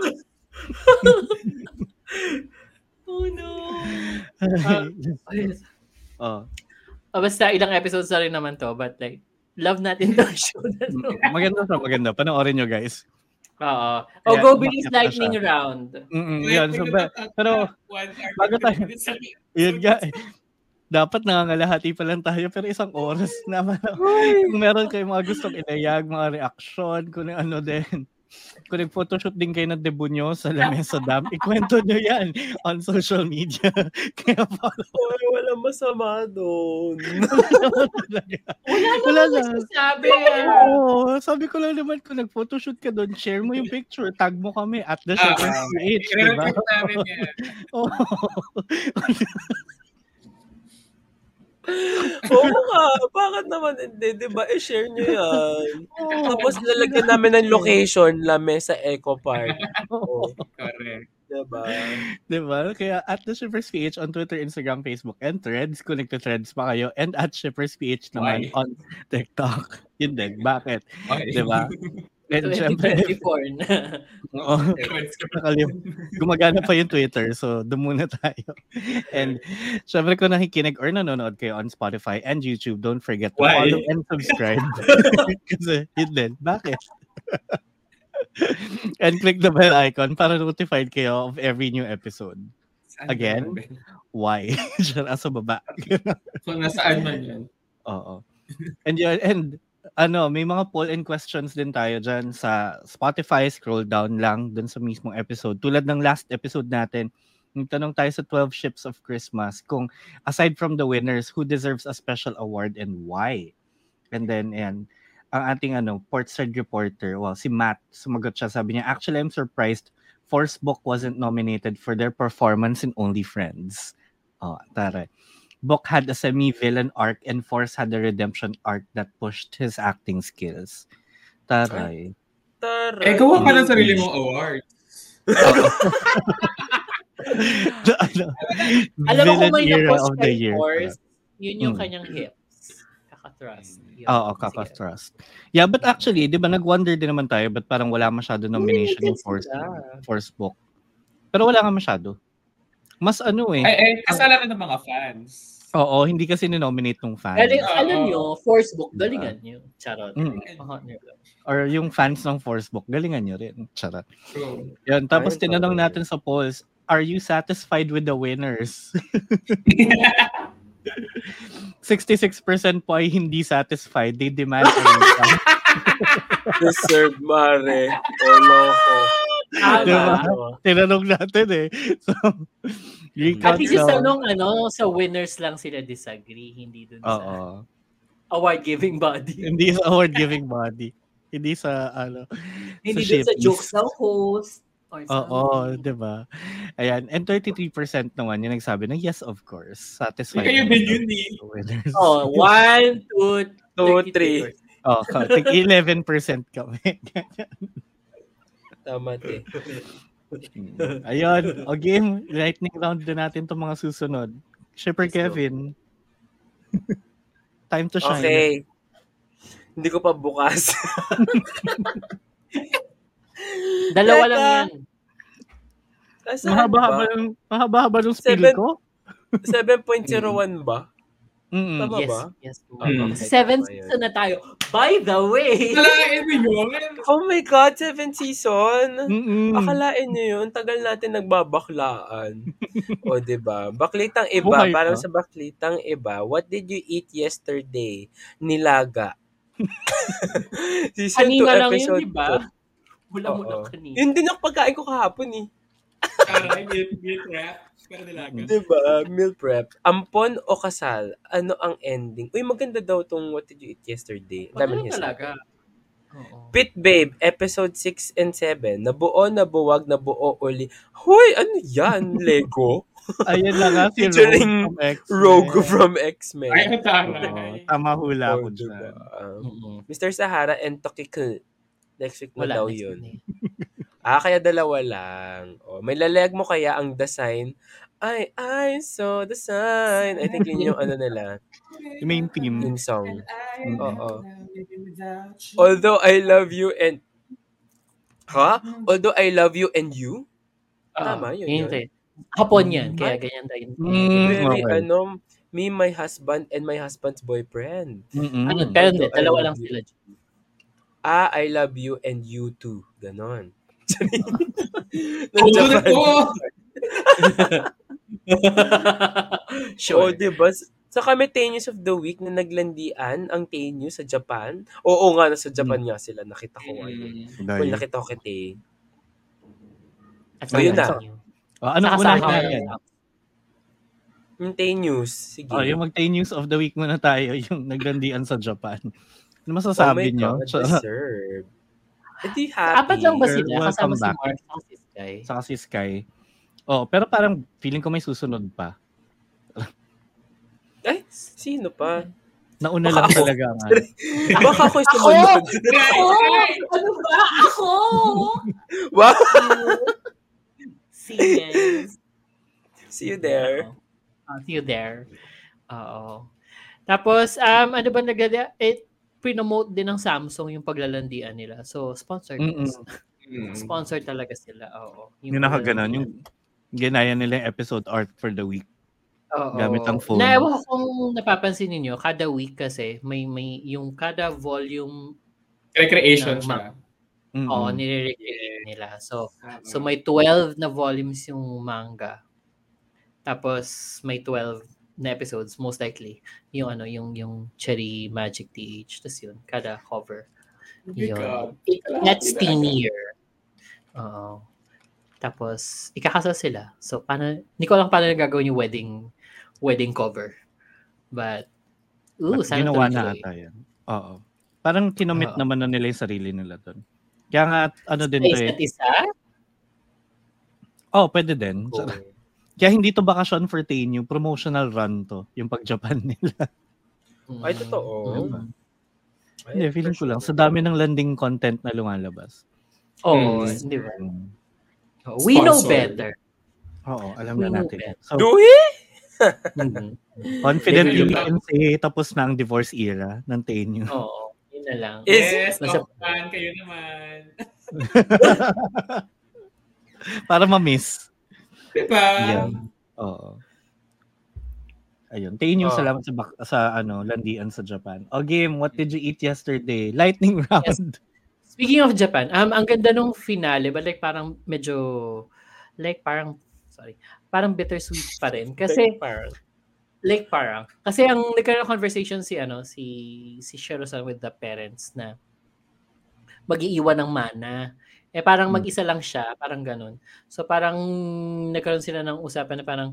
S2: Oh no! Ah. Ay,
S1: oh,
S2: ah, basta ilang episodes na rin naman to, but like, love natin to show na to.
S1: maganda to, maganda. Panoorin nyo, guys.
S2: Oo. Oh,
S1: Kaya,
S2: go Billy's
S1: umakyat na
S2: lightning
S1: siya.
S2: round.
S1: Mm-mm, yun. So, ba- pero,
S3: One hour,
S1: bago tayo-
S3: 20 minutes.
S1: yun nga. Dapat nangangalahati pa lang tayo, pero isang oras naman. Kung meron kayong mga gustong inayag, mga reaksyon, kung ano din. Kung nag-photoshoot din kayo ng debut nyo sa Lamesa Dam, ikwento nyo yan on social media. Kaya follow
S5: Ay, walang masama doon.
S1: naman talaga. Wala na.
S2: Sabi!
S1: Oo, sabi ko lang naman kung nag-photoshoot ka doon, share mo yung picture, tag mo kami at the show
S3: Ah,
S1: PH, diba?
S3: I-report namin yan.
S1: Oo.
S5: Oo nga, bakit naman hindi? Diba, i-share nyo yan. Tapos lalagyan namin ng location, Lame sa Eco Park. Oh, Oo,
S3: Correct.
S5: diba?
S1: Diba? Kaya at the Shippers PH on Twitter, Instagram, Facebook, and Threads. Kung nagka-threads pa kayo. And at Shippers PH naman
S3: Why?
S1: on TikTok. Yun din. Bakit?
S3: Okay.
S1: Diba? And syempre,
S2: 2024 na.
S1: oo,
S3: Let's go.
S1: nakalim- gumagana pa yung Twitter. So, doon muna tayo. And syempre kung nakikinig or nanonood kayo on Spotify and YouTube, don't forget to
S3: Why?
S1: follow and subscribe. Kasi, yun din. Bakit? and click the bell icon para notified kayo of every new episode.
S3: Saan
S1: Again?
S3: ba?
S1: Why? Diyan, ah, sa baba.
S3: Kung nasaan man yan.
S1: Oo. And yun, and ano, may mga poll and questions din tayo dyan sa Spotify. Scroll down lang dun sa mismong episode. Tulad ng last episode natin, nagtanong tayo sa 12 Ships of Christmas kung aside from the winners, who deserves a special award and why? And then, ayan, ang ating ano, Portside reporter, well, si Matt, sumagot siya. Sabi niya, actually, I'm surprised Forcebook wasn't nominated for their performance in Only Friends. Oh, tara. Book had a semi-villain arc and Force had a redemption arc that pushed his acting skills. Taray.
S5: Tara.
S3: Eh, gawa ka ng sarili mong award.
S1: The, ano,
S2: Alam mo kung
S1: villain
S2: may
S1: era
S2: napos
S1: of the
S2: kay
S1: year.
S2: Force, yun yung
S1: Mm.
S2: kanyang hips. Kakatrust. Yun.
S1: Oo, kakastrust. Yeah, but actually, di ba nag-wonder din naman tayo but parang wala masyado nomination yung Force,
S2: sila.
S1: Force Book. Pero wala nga masyado. Mas ano eh.
S3: Eh, eh, kasalanan ng mga fans.
S1: Oo, hindi kasi ninominate ng fans.
S2: Galing,
S3: Oo.
S2: alam nyo, Force Book, galingan
S1: Diba?
S2: nyo. Charot.
S1: Mm.
S2: Aha, nyo.
S1: Or yung fans ng Force Book, galingan nyo rin. Charot.
S3: True.
S1: Yun, tapos
S5: Ayun,
S1: tinanong
S5: totoo.
S1: natin sa polls, are you satisfied with the winners? 66% po ay hindi satisfied. They demand a refund.
S5: Deserve, mare. Oh, loko.
S1: Diba?
S2: Tama.
S1: Tinanong natin eh. So,
S2: At
S1: recount
S2: least yung
S1: down.
S2: sa nung ano, sa winners lang sila disagree, hindi dun
S1: Oo.
S2: sa award-giving body.
S1: Hindi sa award-giving body. Hindi sa, ano, sa
S2: Hindi dun sa
S1: shippies.
S2: jokes ng host. or
S1: Oo,
S2: something.
S1: di ba? Ayan, and 33% naman yung nagsabi na yes, of course. Satisfied.
S3: Kayo
S1: naman daw
S3: din yun eh.
S1: the winners.
S2: Oh, one, two,
S5: Two, three.
S1: Oh, tig 11% kami.
S5: Tama, te. Mm.
S1: Ayun, o game, lightning round na natin itong mga susunod. Shipper
S5: Let's go.
S1: Kevin. Time to shine.
S5: Okay. Hindi ko pa bukas.
S2: Dalawa
S5: Teka.
S2: lang yan.
S5: Asan
S1: Mahaba-haba
S5: ba?
S1: ng mahaba-haba ng spiel
S5: Seven.
S1: ko.
S5: 7.01 ba?
S1: Mm-mm.
S5: Tama
S2: yes,
S5: ba?
S2: yes.
S1: Hmm.
S3: Mm.
S2: Seven
S5: Tama yun.
S2: season na tayo. By the way,
S3: Nalain mo yun?
S5: Oh my God, 7 season!
S1: Mm-mm.
S2: Hmm.
S5: Akalain nyo yun, tagal natin nagbabaklaan. o, di ba? Baklitang iba,
S1: Buhay
S5: parang
S1: pa.
S5: sa baklitang iba, what did you eat yesterday? Nilaga. season 2,
S2: kanina lang yun,
S5: episode
S2: di ba?
S5: 2.
S2: Wala mo na
S5: Oo.
S2: kanina.
S5: Yun din ang pagkain ko kahapon eh.
S3: Karay, guilt, guilt rap. Pero nilaga.
S5: Di ba? Meal prep. Ampon o kasal? Ano ang ending? Uy, maganda daw tong what did you eat yesterday.
S2: Wala
S5: Ang dami
S2: na
S5: niya
S2: talaga. Oo.
S5: Pit Babe, episode 6 and 7. Nabuo, nabuwag, nabuo uli. Hoy, ano yan? Lego?
S1: Ayun lang nga, si
S5: Featuring
S1: Rogue from X-Men.
S5: Rogue from
S3: Ay,
S5: X-Men.
S3: ang tama.
S1: Oo, tama hula
S5: Oh,
S1: ko
S5: diba?
S1: dyan.
S5: Um,
S2: Oo.
S5: Mr. Sahara and Tokiku. Next week na
S2: Wala
S5: daw
S2: next
S5: yun.
S2: one eh.
S5: Ah, kaya dalawa lang. Oh, may lalag mo kaya ang the sign. I, I saw the sign. I think yun yung ano nila,
S1: Yung main theme.
S5: yung song.
S1: Mm.
S5: Oo. Although I love you and... Ha? Although I love you and you? Tama, yun
S2: Ah, Yun
S5: yun.
S2: yun. Hapon yan, kaya ganyan tayo.
S1: Mm,
S5: Very,
S1: okay.
S5: ano, me, my husband, and my husband's boyfriend.
S1: Mm-mm.
S2: Ano, pero hindi,
S5: Although I
S2: dalawa
S5: love
S2: lang
S5: you.
S2: sila. dyan.
S5: Ah, I love you and you too. Ganon.
S3: Oo,
S5: Nandiyan
S3: na
S5: ka
S3: po!
S5: Oo,
S2: sure.
S5: diba? Sa kami, 10 news of the week na naglandian ang 10 news sa Japan. Oo nga, nasa
S1: Hmm.
S5: Japan nga sila. Nakita ko. ano. Well,
S3: Mm.
S1: Dayo.
S5: nakita ko kay Tay.
S2: At
S5: So, yun
S2: saka
S5: na.
S2: sa inyo.
S1: Oh, ano
S2: Saka
S1: muna
S2: sa
S1: tayo?
S2: akin.
S5: Yung 10 news. Hmm, Sige.
S1: Oh, yung mag-10 news of the week muna tayo, yung naglandian sa Japan. Ano
S5: Oh my
S1: masasabi niyo?
S5: God,
S1: Sa,
S5: deserve. Eh, di happy.
S2: Apat lang ba sila?
S1: Welcome
S2: Kasama si
S1: back.
S2: Mark, kasama si Sky.
S1: saka si Sky. Oh, pero parang feeling ko may susunod pa.
S5: Ay, sino pa?
S1: Nauna
S5: Baka
S1: lang
S5: ako.
S1: talaga nga.
S5: Baka ako yung sumunod.
S3: Guys, guys!
S2: Ano ba? Ako!
S5: wow!
S2: See you guys.
S5: See you
S1: oh.
S2: Oo.
S5: there.
S2: Ah, see you there. Oo. Tapos, um, ano ba nagdada? It pinomote din ng Samsung yung paglalandian nila. So, sponsor.
S1: Mm-mm.
S3: Mm.
S2: Sponsor talaga sila. Oo.
S1: Yung nakaganon, yung ginaya nila yung episode art for the week.
S2: Oo.
S1: gamit ang phone.
S2: Naiwan ko kung napapansin ninyo, kada week kasi, may, may, yung kada volume
S3: Recreation
S2: Na-
S3: siya.
S1: Mm-mm.
S2: Oo, nire-recreate nila. So, so may 12 na volumes yung manga. Tapos may 12 na episodes most likely. Yung ano, yung yung Cherry Magic TH. Tapos yun, kada cover.
S3: Oh my God.
S2: Yun. It gets teenier. Oo. Tapos, ikakasal sila. So, paano, hindi ko alam paano nagagawin yung wedding, wedding cover. But, ooh,
S1: But
S2: sana
S1: ginawa na
S2: tuloy-tuloy.
S1: ata yan. Oo. Parang kinomit
S2: Oo.
S1: naman na nila yung sarili nila doon. Kaya nga, ano din to
S2: Sa
S1: eh.
S2: isa't isa?
S1: Oh, pwede din.
S5: Oh.
S1: Kaya hindi to bakasyon for Tenyu, promotional run to, yung pag-Japan nila.
S5: Ay, totoo.
S2: Mm.
S5: Ay,
S1: Hindi, feeling ko
S5: for
S1: lang.
S5: sure.
S1: Sa dami ng landing content na lumalabas.
S2: Oo,
S3: Mm.
S2: di ba?
S1: Mm.
S2: Oo,
S5: Hmm.
S2: We know
S3: Sponsor.
S2: better.
S1: Oo, alam na
S2: Mm.
S1: natin. So,
S5: Do it!
S2: Mhm.
S1: confidently
S3: Definitely.
S1: we can say tapos na ang divorce era ng Tenyu.
S2: Oo, yun na lang.
S5: Is-
S3: Yes,
S2: Basta-
S3: Dokkan, kayo naman.
S1: Para ma-miss.
S3: Diba?
S2: Ah.
S1: Yeah. Oo. Ayun. Tingin yung
S5: Oh.
S1: salamat sa, bak- sa ano, landian sa Japan. O game, what did you eat yesterday? Lightning round.
S2: Speaking of Japan, um, ang ganda nung finale, but like parang medyo, like parang, sorry, parang bittersweet pa rin. Kasi,
S5: parang,
S2: like parang, kasi ang nagkaroon ng conversation si, ano, si, si Shiro-san with the parents na mag-iiwan ng mana. Eh parang
S1: Hmm.
S2: mag-isa lang siya, parang ganun. So parang nagkaroon sila ng usapan na parang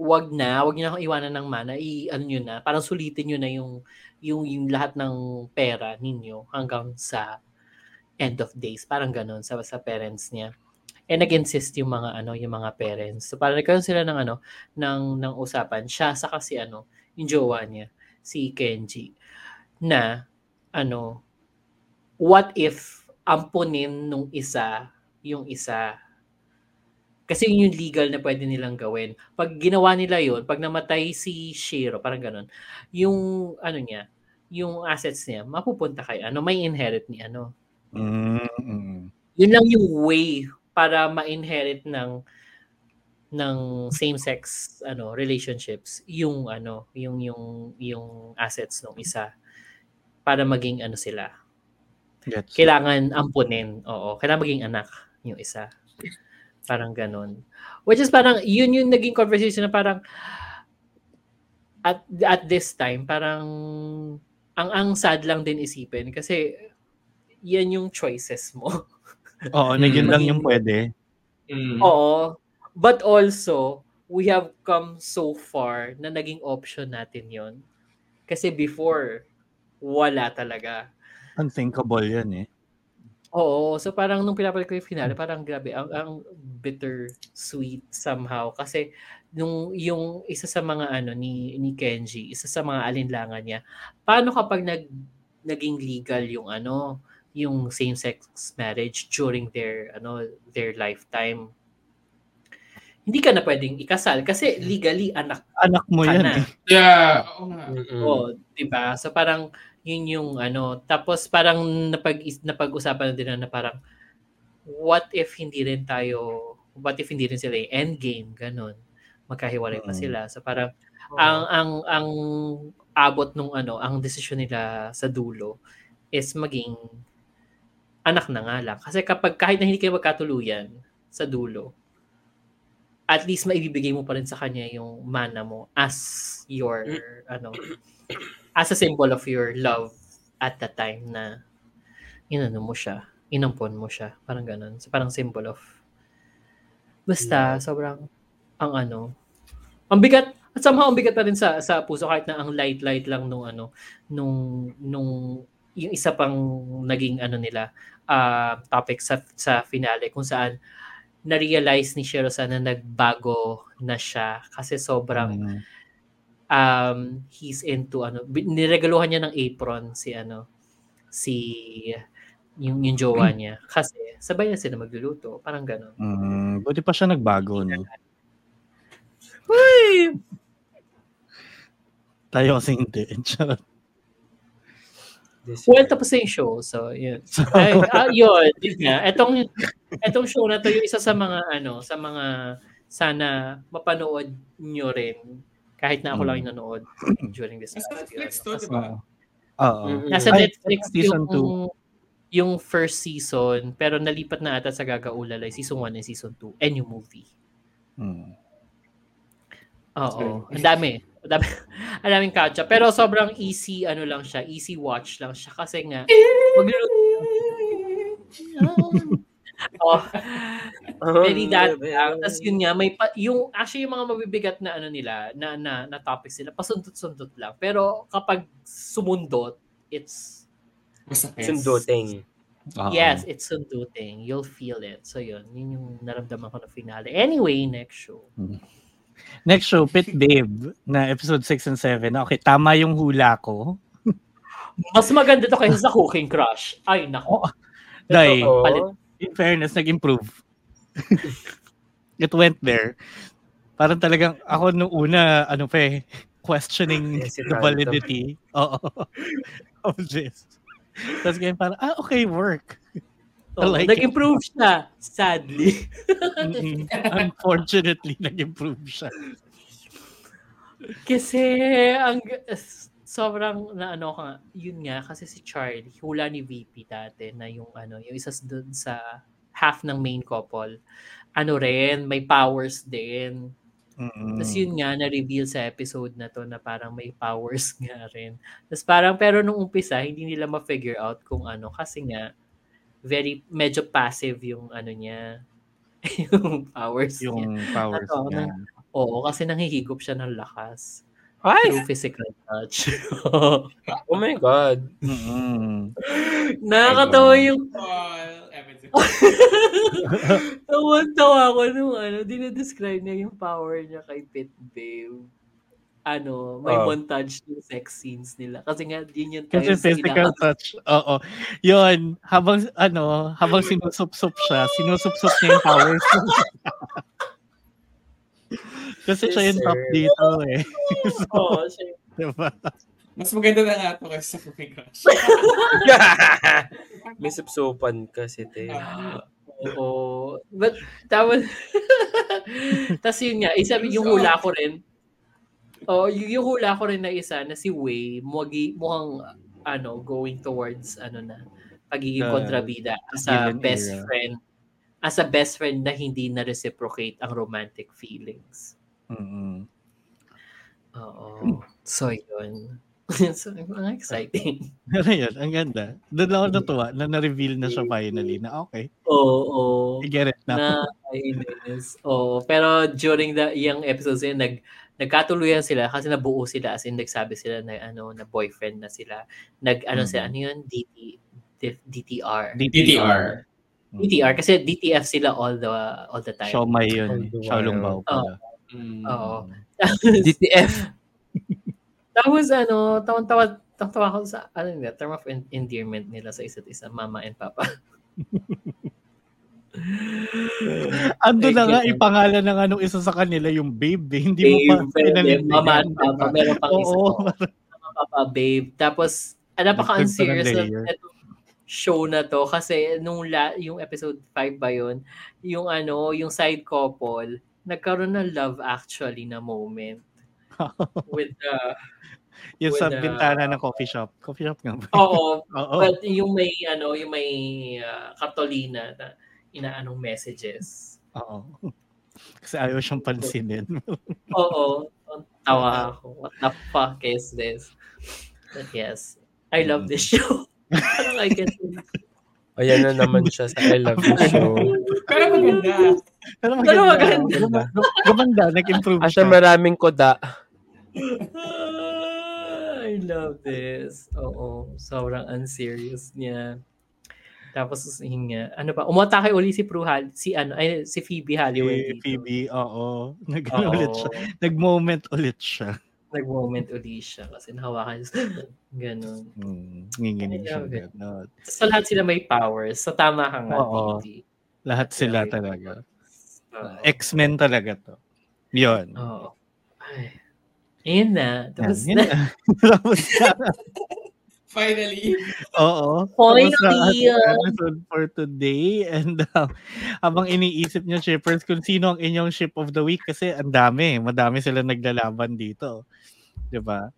S2: wag na, wag niyo na akong iwanan ng mana, i ano niyo na, parang sulitin niyo na yung yung yung lahat ng pera ninyo hanggang sa end of days, parang ganun sa sa parents niya. And nag-insist yung mga ano, yung mga parents. So parang nagkaroon sila ng ano, ng ng usapan siya sa kasi ano, yung jowa niya, si Kenji na ano, what if ampunin nung isa yung isa? Kasi yun yung legal na pwede nilang gawin. Pag ginawa nila yun, pag namatay si Shiro, parang ganun, yung ano niya, yung assets niya, mapupunta kay ano, may inherit ni ano.
S1: Mm-mm.
S2: Yun lang yung way para ma-inherit ng ng same-sex ano relationships yung ano yung yung yung assets ng isa para maging ano sila
S1: Gets.
S2: kailangan ampunin. Oo, kailangan maging anak yung isa. Parang ganun. Which is parang, yun yung naging conversation na parang, at, at this time, parang, ang, ang sad lang din isipin kasi, yan yung choices mo.
S1: Oo, na yun
S2: Mm.
S1: lang yung pwede.
S3: Mm.
S2: Oo. But also, we have come so far na naging option natin yon Kasi before, wala talaga.
S1: Unthinkable yun eh.
S2: Oo, so parang nung pinapalik ko yung finale, parang grabe, ang, ang bitter sweet somehow. Kasi nung yung isa sa mga ano ni, ni Kenji, isa sa mga alinlangan niya, paano kapag nag, naging legal yung ano, yung same-sex marriage during their ano their lifetime hindi ka na pwedeng ikasal kasi legally anak
S1: Anak mo
S2: ka
S1: yun
S2: na.
S1: eh.
S3: Yeah, oo nga.
S2: Oo, 'di ba? So parang yun yung ano, tapos parang napag napag-usapan na din na parang what if hindi rin tayo, what if hindi rin sila yung endgame, ganun. Magkahiwalay pa
S1: Mm.
S2: sila. So parang ang ang ang abot nung ano, ang desisyon nila sa dulo is maging anak na nga lang. Kasi kapag kahit na hindi kayo magkatuluyan sa dulo, at least maibibigay mo pa rin sa kanya yung mana mo as your ano as a symbol of your love at the time na inano mo siya, inampon mo siya, parang ganun. So parang symbol of basta sobrang ang ano. Ang bigat at somehow ang bigat pa rin sa sa puso kahit na ang light light lang nung ano nung nung yung isa pang naging ano nila ah, topic sa sa finale kung saan na-realize ni Shiro-san na nagbago na siya kasi sobrang
S1: Mm.
S2: um he's into ano bi- niregaluhan niya ng apron si ano si yung yung jowa niya kasi sabay na sila magluluto parang ganun
S1: Mm, buti pa siya nagbago, no? Tayo kasi hindi. Charot.
S5: This
S2: well tapos na yung show so yun Ay, ah, yun yun nga etong etong show na to yung isa sa mga ano sa mga sana mapanood nyo rin kahit na ako lang yung nanood during this
S3: Nasa
S2: past year,
S3: Netflix
S2: ano.
S3: to, di
S2: Kasi-
S3: ba?
S1: Oo.
S5: Mm-mm.
S2: Nasa
S1: Ay,
S2: Netflix
S1: season
S2: yung, yung first season, pero nalipat na ata sa Gagaulalay, season 1 and season 2, and yung movie.
S1: Mm.
S2: Oo, ang dami. Ang dami- ang daming catch up. Pero sobrang easy, ano lang siya, easy watch lang siya. Kasi nga, magluluto. oh,
S5: Oh,
S2: very that lang. Tapos yun nga, may pa, yung, actually yung mga mabibigat na ano nila, na, na, na topics nila, pasundot-sundot lang. Pero kapag sumundot, it's
S3: Masakit.
S5: Sunduting.
S1: Oo.
S2: Yes, it's sunduting. You'll feel it. So yun, yun yung naramdaman ko na finale. Anyway, next show.
S1: Next show, Pit Babe, na episode 6 and 7. Okay, tama yung hula ko.
S2: Mas maganda to kaysa sa Cooking Crush. Ay, nako.
S1: Dahil,
S5: Oo.
S2: Palit.
S1: in fairness, nag-improve. It went there. Parang talagang ako nung una, ano pa eh, questioning
S5: Yes, it
S1: the
S5: random.
S1: validity oo, of this. Tapos ganyan parang, ah, okay, work. I
S2: Oh,
S1: like it.
S2: Nag-improve siya, sadly.
S1: Mm-mm. Unfortunately, nag-improve siya.
S2: Kasi, ang sobrang na ano ka, yun nga, kasi si Charlie, hula ni VP dati na yung ano, yung isa sa- dun sa half ng main couple. Ano rin, may powers din.
S1: Mm-mm.
S2: Tapos yun nga, na-reveal sa episode na to na parang may powers nga rin. Tapos parang, pero nung umpisa, hindi nila ma-figure out kung ano. Kasi nga, very, medyo passive yung ano niya. yung powers niya.
S1: yung powers
S2: Ano,
S1: niya.
S2: Oo, kasi nanghihigop siya ng lakas.
S5: Ay!
S2: Through physical touch.
S5: Oh my God.
S1: Mm-mm.
S2: Nakakatawa yung
S3: Well, everything.
S2: Tawan-tawa ako nung ano, dinedescribe niya yung power niya kay Pit Babe. Ano, may
S5: Ah.
S2: montage ng sex scenes nila. Kasi nga, yun yung
S1: Kasi
S2: times na
S1: physical
S2: kinaka-
S1: touch. Oo. Yun, habang ano, habang sinusup-sup siya, sinusup-sup niya yung powers. Kasi siya yung top
S5: Deserve.
S1: dito eh.
S2: Oo, siya.
S1: Diba?
S3: Mas maganda na nga ito kaysa sa Cooking Crush.
S5: May supsupan kasi, te.
S3: Ah,
S2: Oo. But, tapos, tapos yun nga, isa, yung hula ko rin, oh, yung, yung hula ko rin na isa, na si Wei, mugi, mukhang, ano, going towards, ano na, pagiging
S1: The
S2: kontrabida as a
S1: Gillian
S2: best
S1: era.
S2: friend, as a best friend na hindi na-reciprocate ang romantic feelings.
S1: Mm-mm.
S2: Oo. So, yun. so, ang exciting.
S1: Ano yun? Ang ganda. Doon lang ako natuwa na na-reveal na siya finally na okay,
S2: Oo.
S1: I get it na.
S2: na kainis. Oo, pero during the yung episodes yun, nag, nagkatuluyan sila kasi nabuo sila as in nagsabi sila na ano na boyfriend na sila. Nag ano sila
S1: Mhm.
S2: ano yun DT D- DTR.
S3: DTR.
S1: Mm.
S2: DTR kasi DTF sila all the all the time.
S1: Siomay yun.
S5: All the
S2: oh,
S1: Xiaolongbao pala.
S3: Mm.
S2: Oo.
S5: DTF.
S2: Tapos ano, tawang-tawa tawa ako sa ano nila, term of en- endearment nila sa isa't isa, mama and papa.
S1: Ando na
S2: Thank
S1: nga,
S2: you.
S1: ipangalan ng anong isa sa kanila, yung babe. eh. Hindi mo pa
S2: babe, babe, mama
S1: pinanindigan.
S2: and papa, meron pang
S1: Oo.
S2: isa. Oo. Mama, papa, babe. Tapos, ah, alam pa ka, ang
S1: Dagdag pa ng
S2: serious na
S1: layer.
S2: itong show na to kasi nung la, yung episode 5 ba yun, yung ano, yung side couple, nagkaroon ng love actually na moment. with the,
S1: Yung sa
S2: With, uh,
S1: bintana ng coffee shop. Coffee shop nga ba?
S2: oo,
S1: Oo.
S2: but yung may, ano, yung may ah, Katolina na inaanong messages.
S1: Oo. Kasi ayaw siyang pansinin.
S2: Oo. Tawa ako. What the fuck is this? But yes, I love
S1: Mm.
S2: this show. Parang I can
S5: Ayan na naman siya sa I Love You Show.
S3: Pero maganda.
S1: Pero
S2: Pero
S1: maganda.
S2: maganda.
S1: Gumanda. Gumanda. Nag-improve
S5: At
S1: siya.
S5: Diba? maraming koda.
S2: I love this. Oo. Sobrang unserious niya. Tapos, yun nga. Ano pa? Umatake uli si Prue Hall, si ano, ay, si Phoebe Halliwell
S1: Eh,
S2: dito.
S1: Phoebe, oo. Nag, ano
S2: Oo.
S1: ulit siya. Nag-moment ulit siya.
S2: Nag-moment uli siya kasi nahawakan siya. Ganun.
S1: Hmm. Nginginig siya.
S2: Grabe.
S1: ganun.
S2: So, lahat sila may powers. So, tama ka nga,
S1: Oo. Ah,
S2: Phoebe.
S1: Lahat sila
S2: Grabe.
S1: talaga.
S2: Oo.
S1: X-Men talaga to. Yun.
S2: Oo. Ay. Ayun na. Oh, Tapos
S1: Yan, yun
S2: na.
S1: na. Tapos na.
S3: Finally.
S1: Oo.
S2: Finally,
S1: Tapos na ating
S2: ah.
S1: episode for today. And um, habang iniisip nyo, shippers, kung sino ang inyong ship of the week kasi ang dami. Madami sila naglalaban dito. 'Di ba?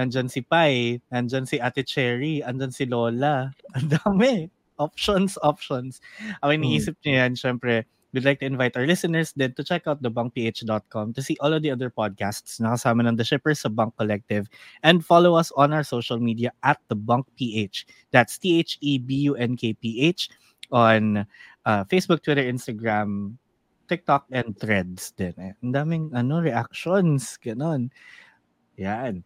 S1: Nandyan si Pai, nandyan si Ate Cherry, andyan si Lola. Ang dami. Options, options. Ang iniisip nyo yan, syempre, we'd like to invite our listeners then to check out thebangph.com to see all of the other podcasts na kasama ng The Shippers sa Bunk Collective and follow us on our social media at The Bunk PH. That's E T-H-E-B-U-N-K-P-H on uh, Facebook, Twitter, Instagram, TikTok, and Threads din. Eh, Ang daming ano, reactions, ganon. Yan.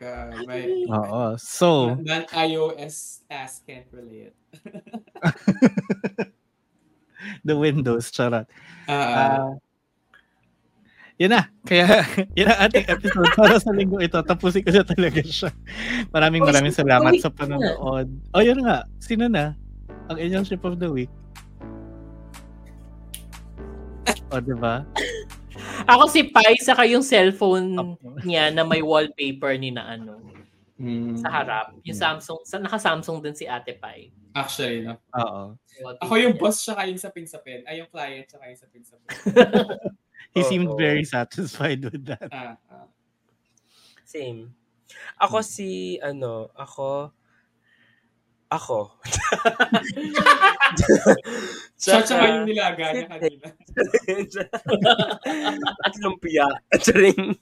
S3: God, my,
S1: Oo. So,
S3: Non-iOS task can't relate.
S1: the Windows, charot.
S3: Ah,
S1: Ah, yun na. Kaya, yun ang ating episode para sa linggo ito. Tapusin ko na talaga siya. Maraming
S2: Uy,
S1: maraming
S2: ship of
S1: salamat
S2: the
S1: sa
S2: week
S1: panonood. O, oh, yun nga. Sino na? Ang inyong ship of the week. O, Oh, di ba?
S2: Ako si Pai, saka yung cellphone niya na may wallpaper ni na ano,
S3: mm,
S2: sa harap. Yung Samsung, sa, naka-Samsung din si Ate Pai.
S3: actually, no.
S1: Oo.
S2: Wallpaper
S3: Ako yung
S2: niya.
S3: boss siya kayo sa pinsapin. Ay, yung client siya kayo sa pinsapin.
S1: He seemed
S5: Oo.
S1: very satisfied with that.
S3: ah, ah.
S5: Same. Ako si, ano, ako, ako.
S3: Siya tsaka yung nilaga niya
S5: Sit-
S3: kanina.
S5: At lumpia. At ring.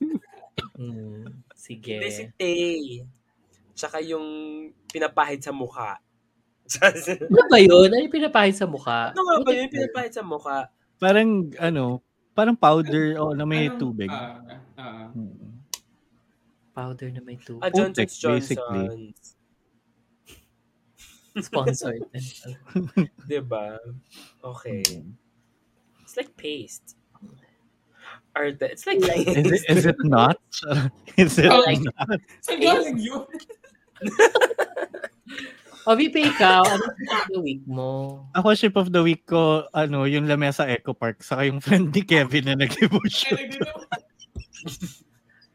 S2: Mm, sige.
S5: Hindi si Tay. Tsaka yung pinapahid sa mukha. ano
S2: Ano ba yun? Ano yung pinapahid sa mukha?
S5: nga ba yun? Pinapahid sa mukha.
S1: Parang, ano, parang powder o na may
S3: Anong-
S1: tubig.
S3: Ah, ah.
S1: Mm.
S2: Powder na may tube.
S5: Ah, Johnson's
S1: Putek, basically.
S5: Johnson's.
S2: Sponsored.
S5: Diba? Okay. It's like paste. Or the, it's like
S1: Is it,
S5: paste.
S1: is it not? Is it
S3: Oh,
S1: not?
S3: Saan galing yun?
S2: o, VP, ikaw, ano yung week mo?
S1: Ako, ship of the week ko, ano, yung lamesa Eco Park, saka yung friend ni Kevin na nag-emotion.
S3: Ay, nagdito.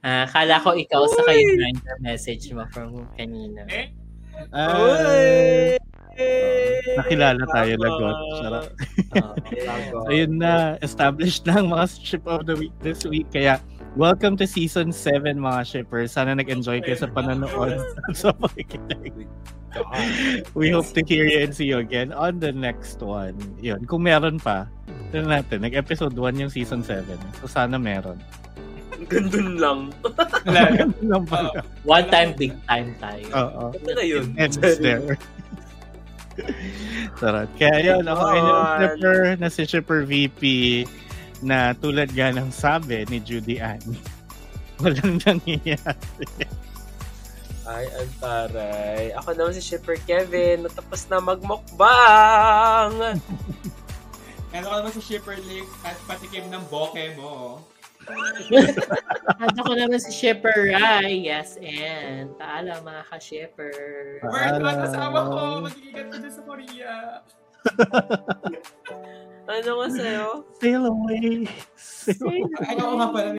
S2: Ah, kala ko ikaw sa kayo grinder message mo from kanina.
S3: Eh,
S1: Ah, nakilala tayo, lagot. Charot.
S2: Oo.
S1: So yun na, established na ang mga ship of the week this week. Kaya, welcome to season 7 mga shippers. Sana nag-enjoy kayo sa panonood at sa pakikinig. We hope to hear you and see you again on the next one. Yun, kung meron pa, yun natin, nag-episode 1 yung season 7. So sana meron.
S5: Gandun lang.
S3: Wala.
S1: Lang pala.
S3: Ah,
S2: One time, big time tayo.
S1: Oo.
S5: Ano yun?
S1: ends there. Sarap. Kaya yun, ako ay yung
S5: Yun.
S1: shipper na si Shipper VP na tulad nga ng sabi ni Judy Ann, walang nangyayari.
S5: Ay, ang taray. Ako naman si Shipper Kevin. Natapos na magmukbang!
S3: Pero ako naman sa Shipper Link, at patikim ng boke mo.
S2: At ako naman si Shipper Rai. Yes, and paalam mga ka-shipper.
S3: Where ka
S1: Alam.
S3: kasama ko? Magigigat ko dyan sa Korea.
S5: Ano nga sa'yo?
S1: Sail away. Sail
S2: Say
S3: Ay, ako nga pala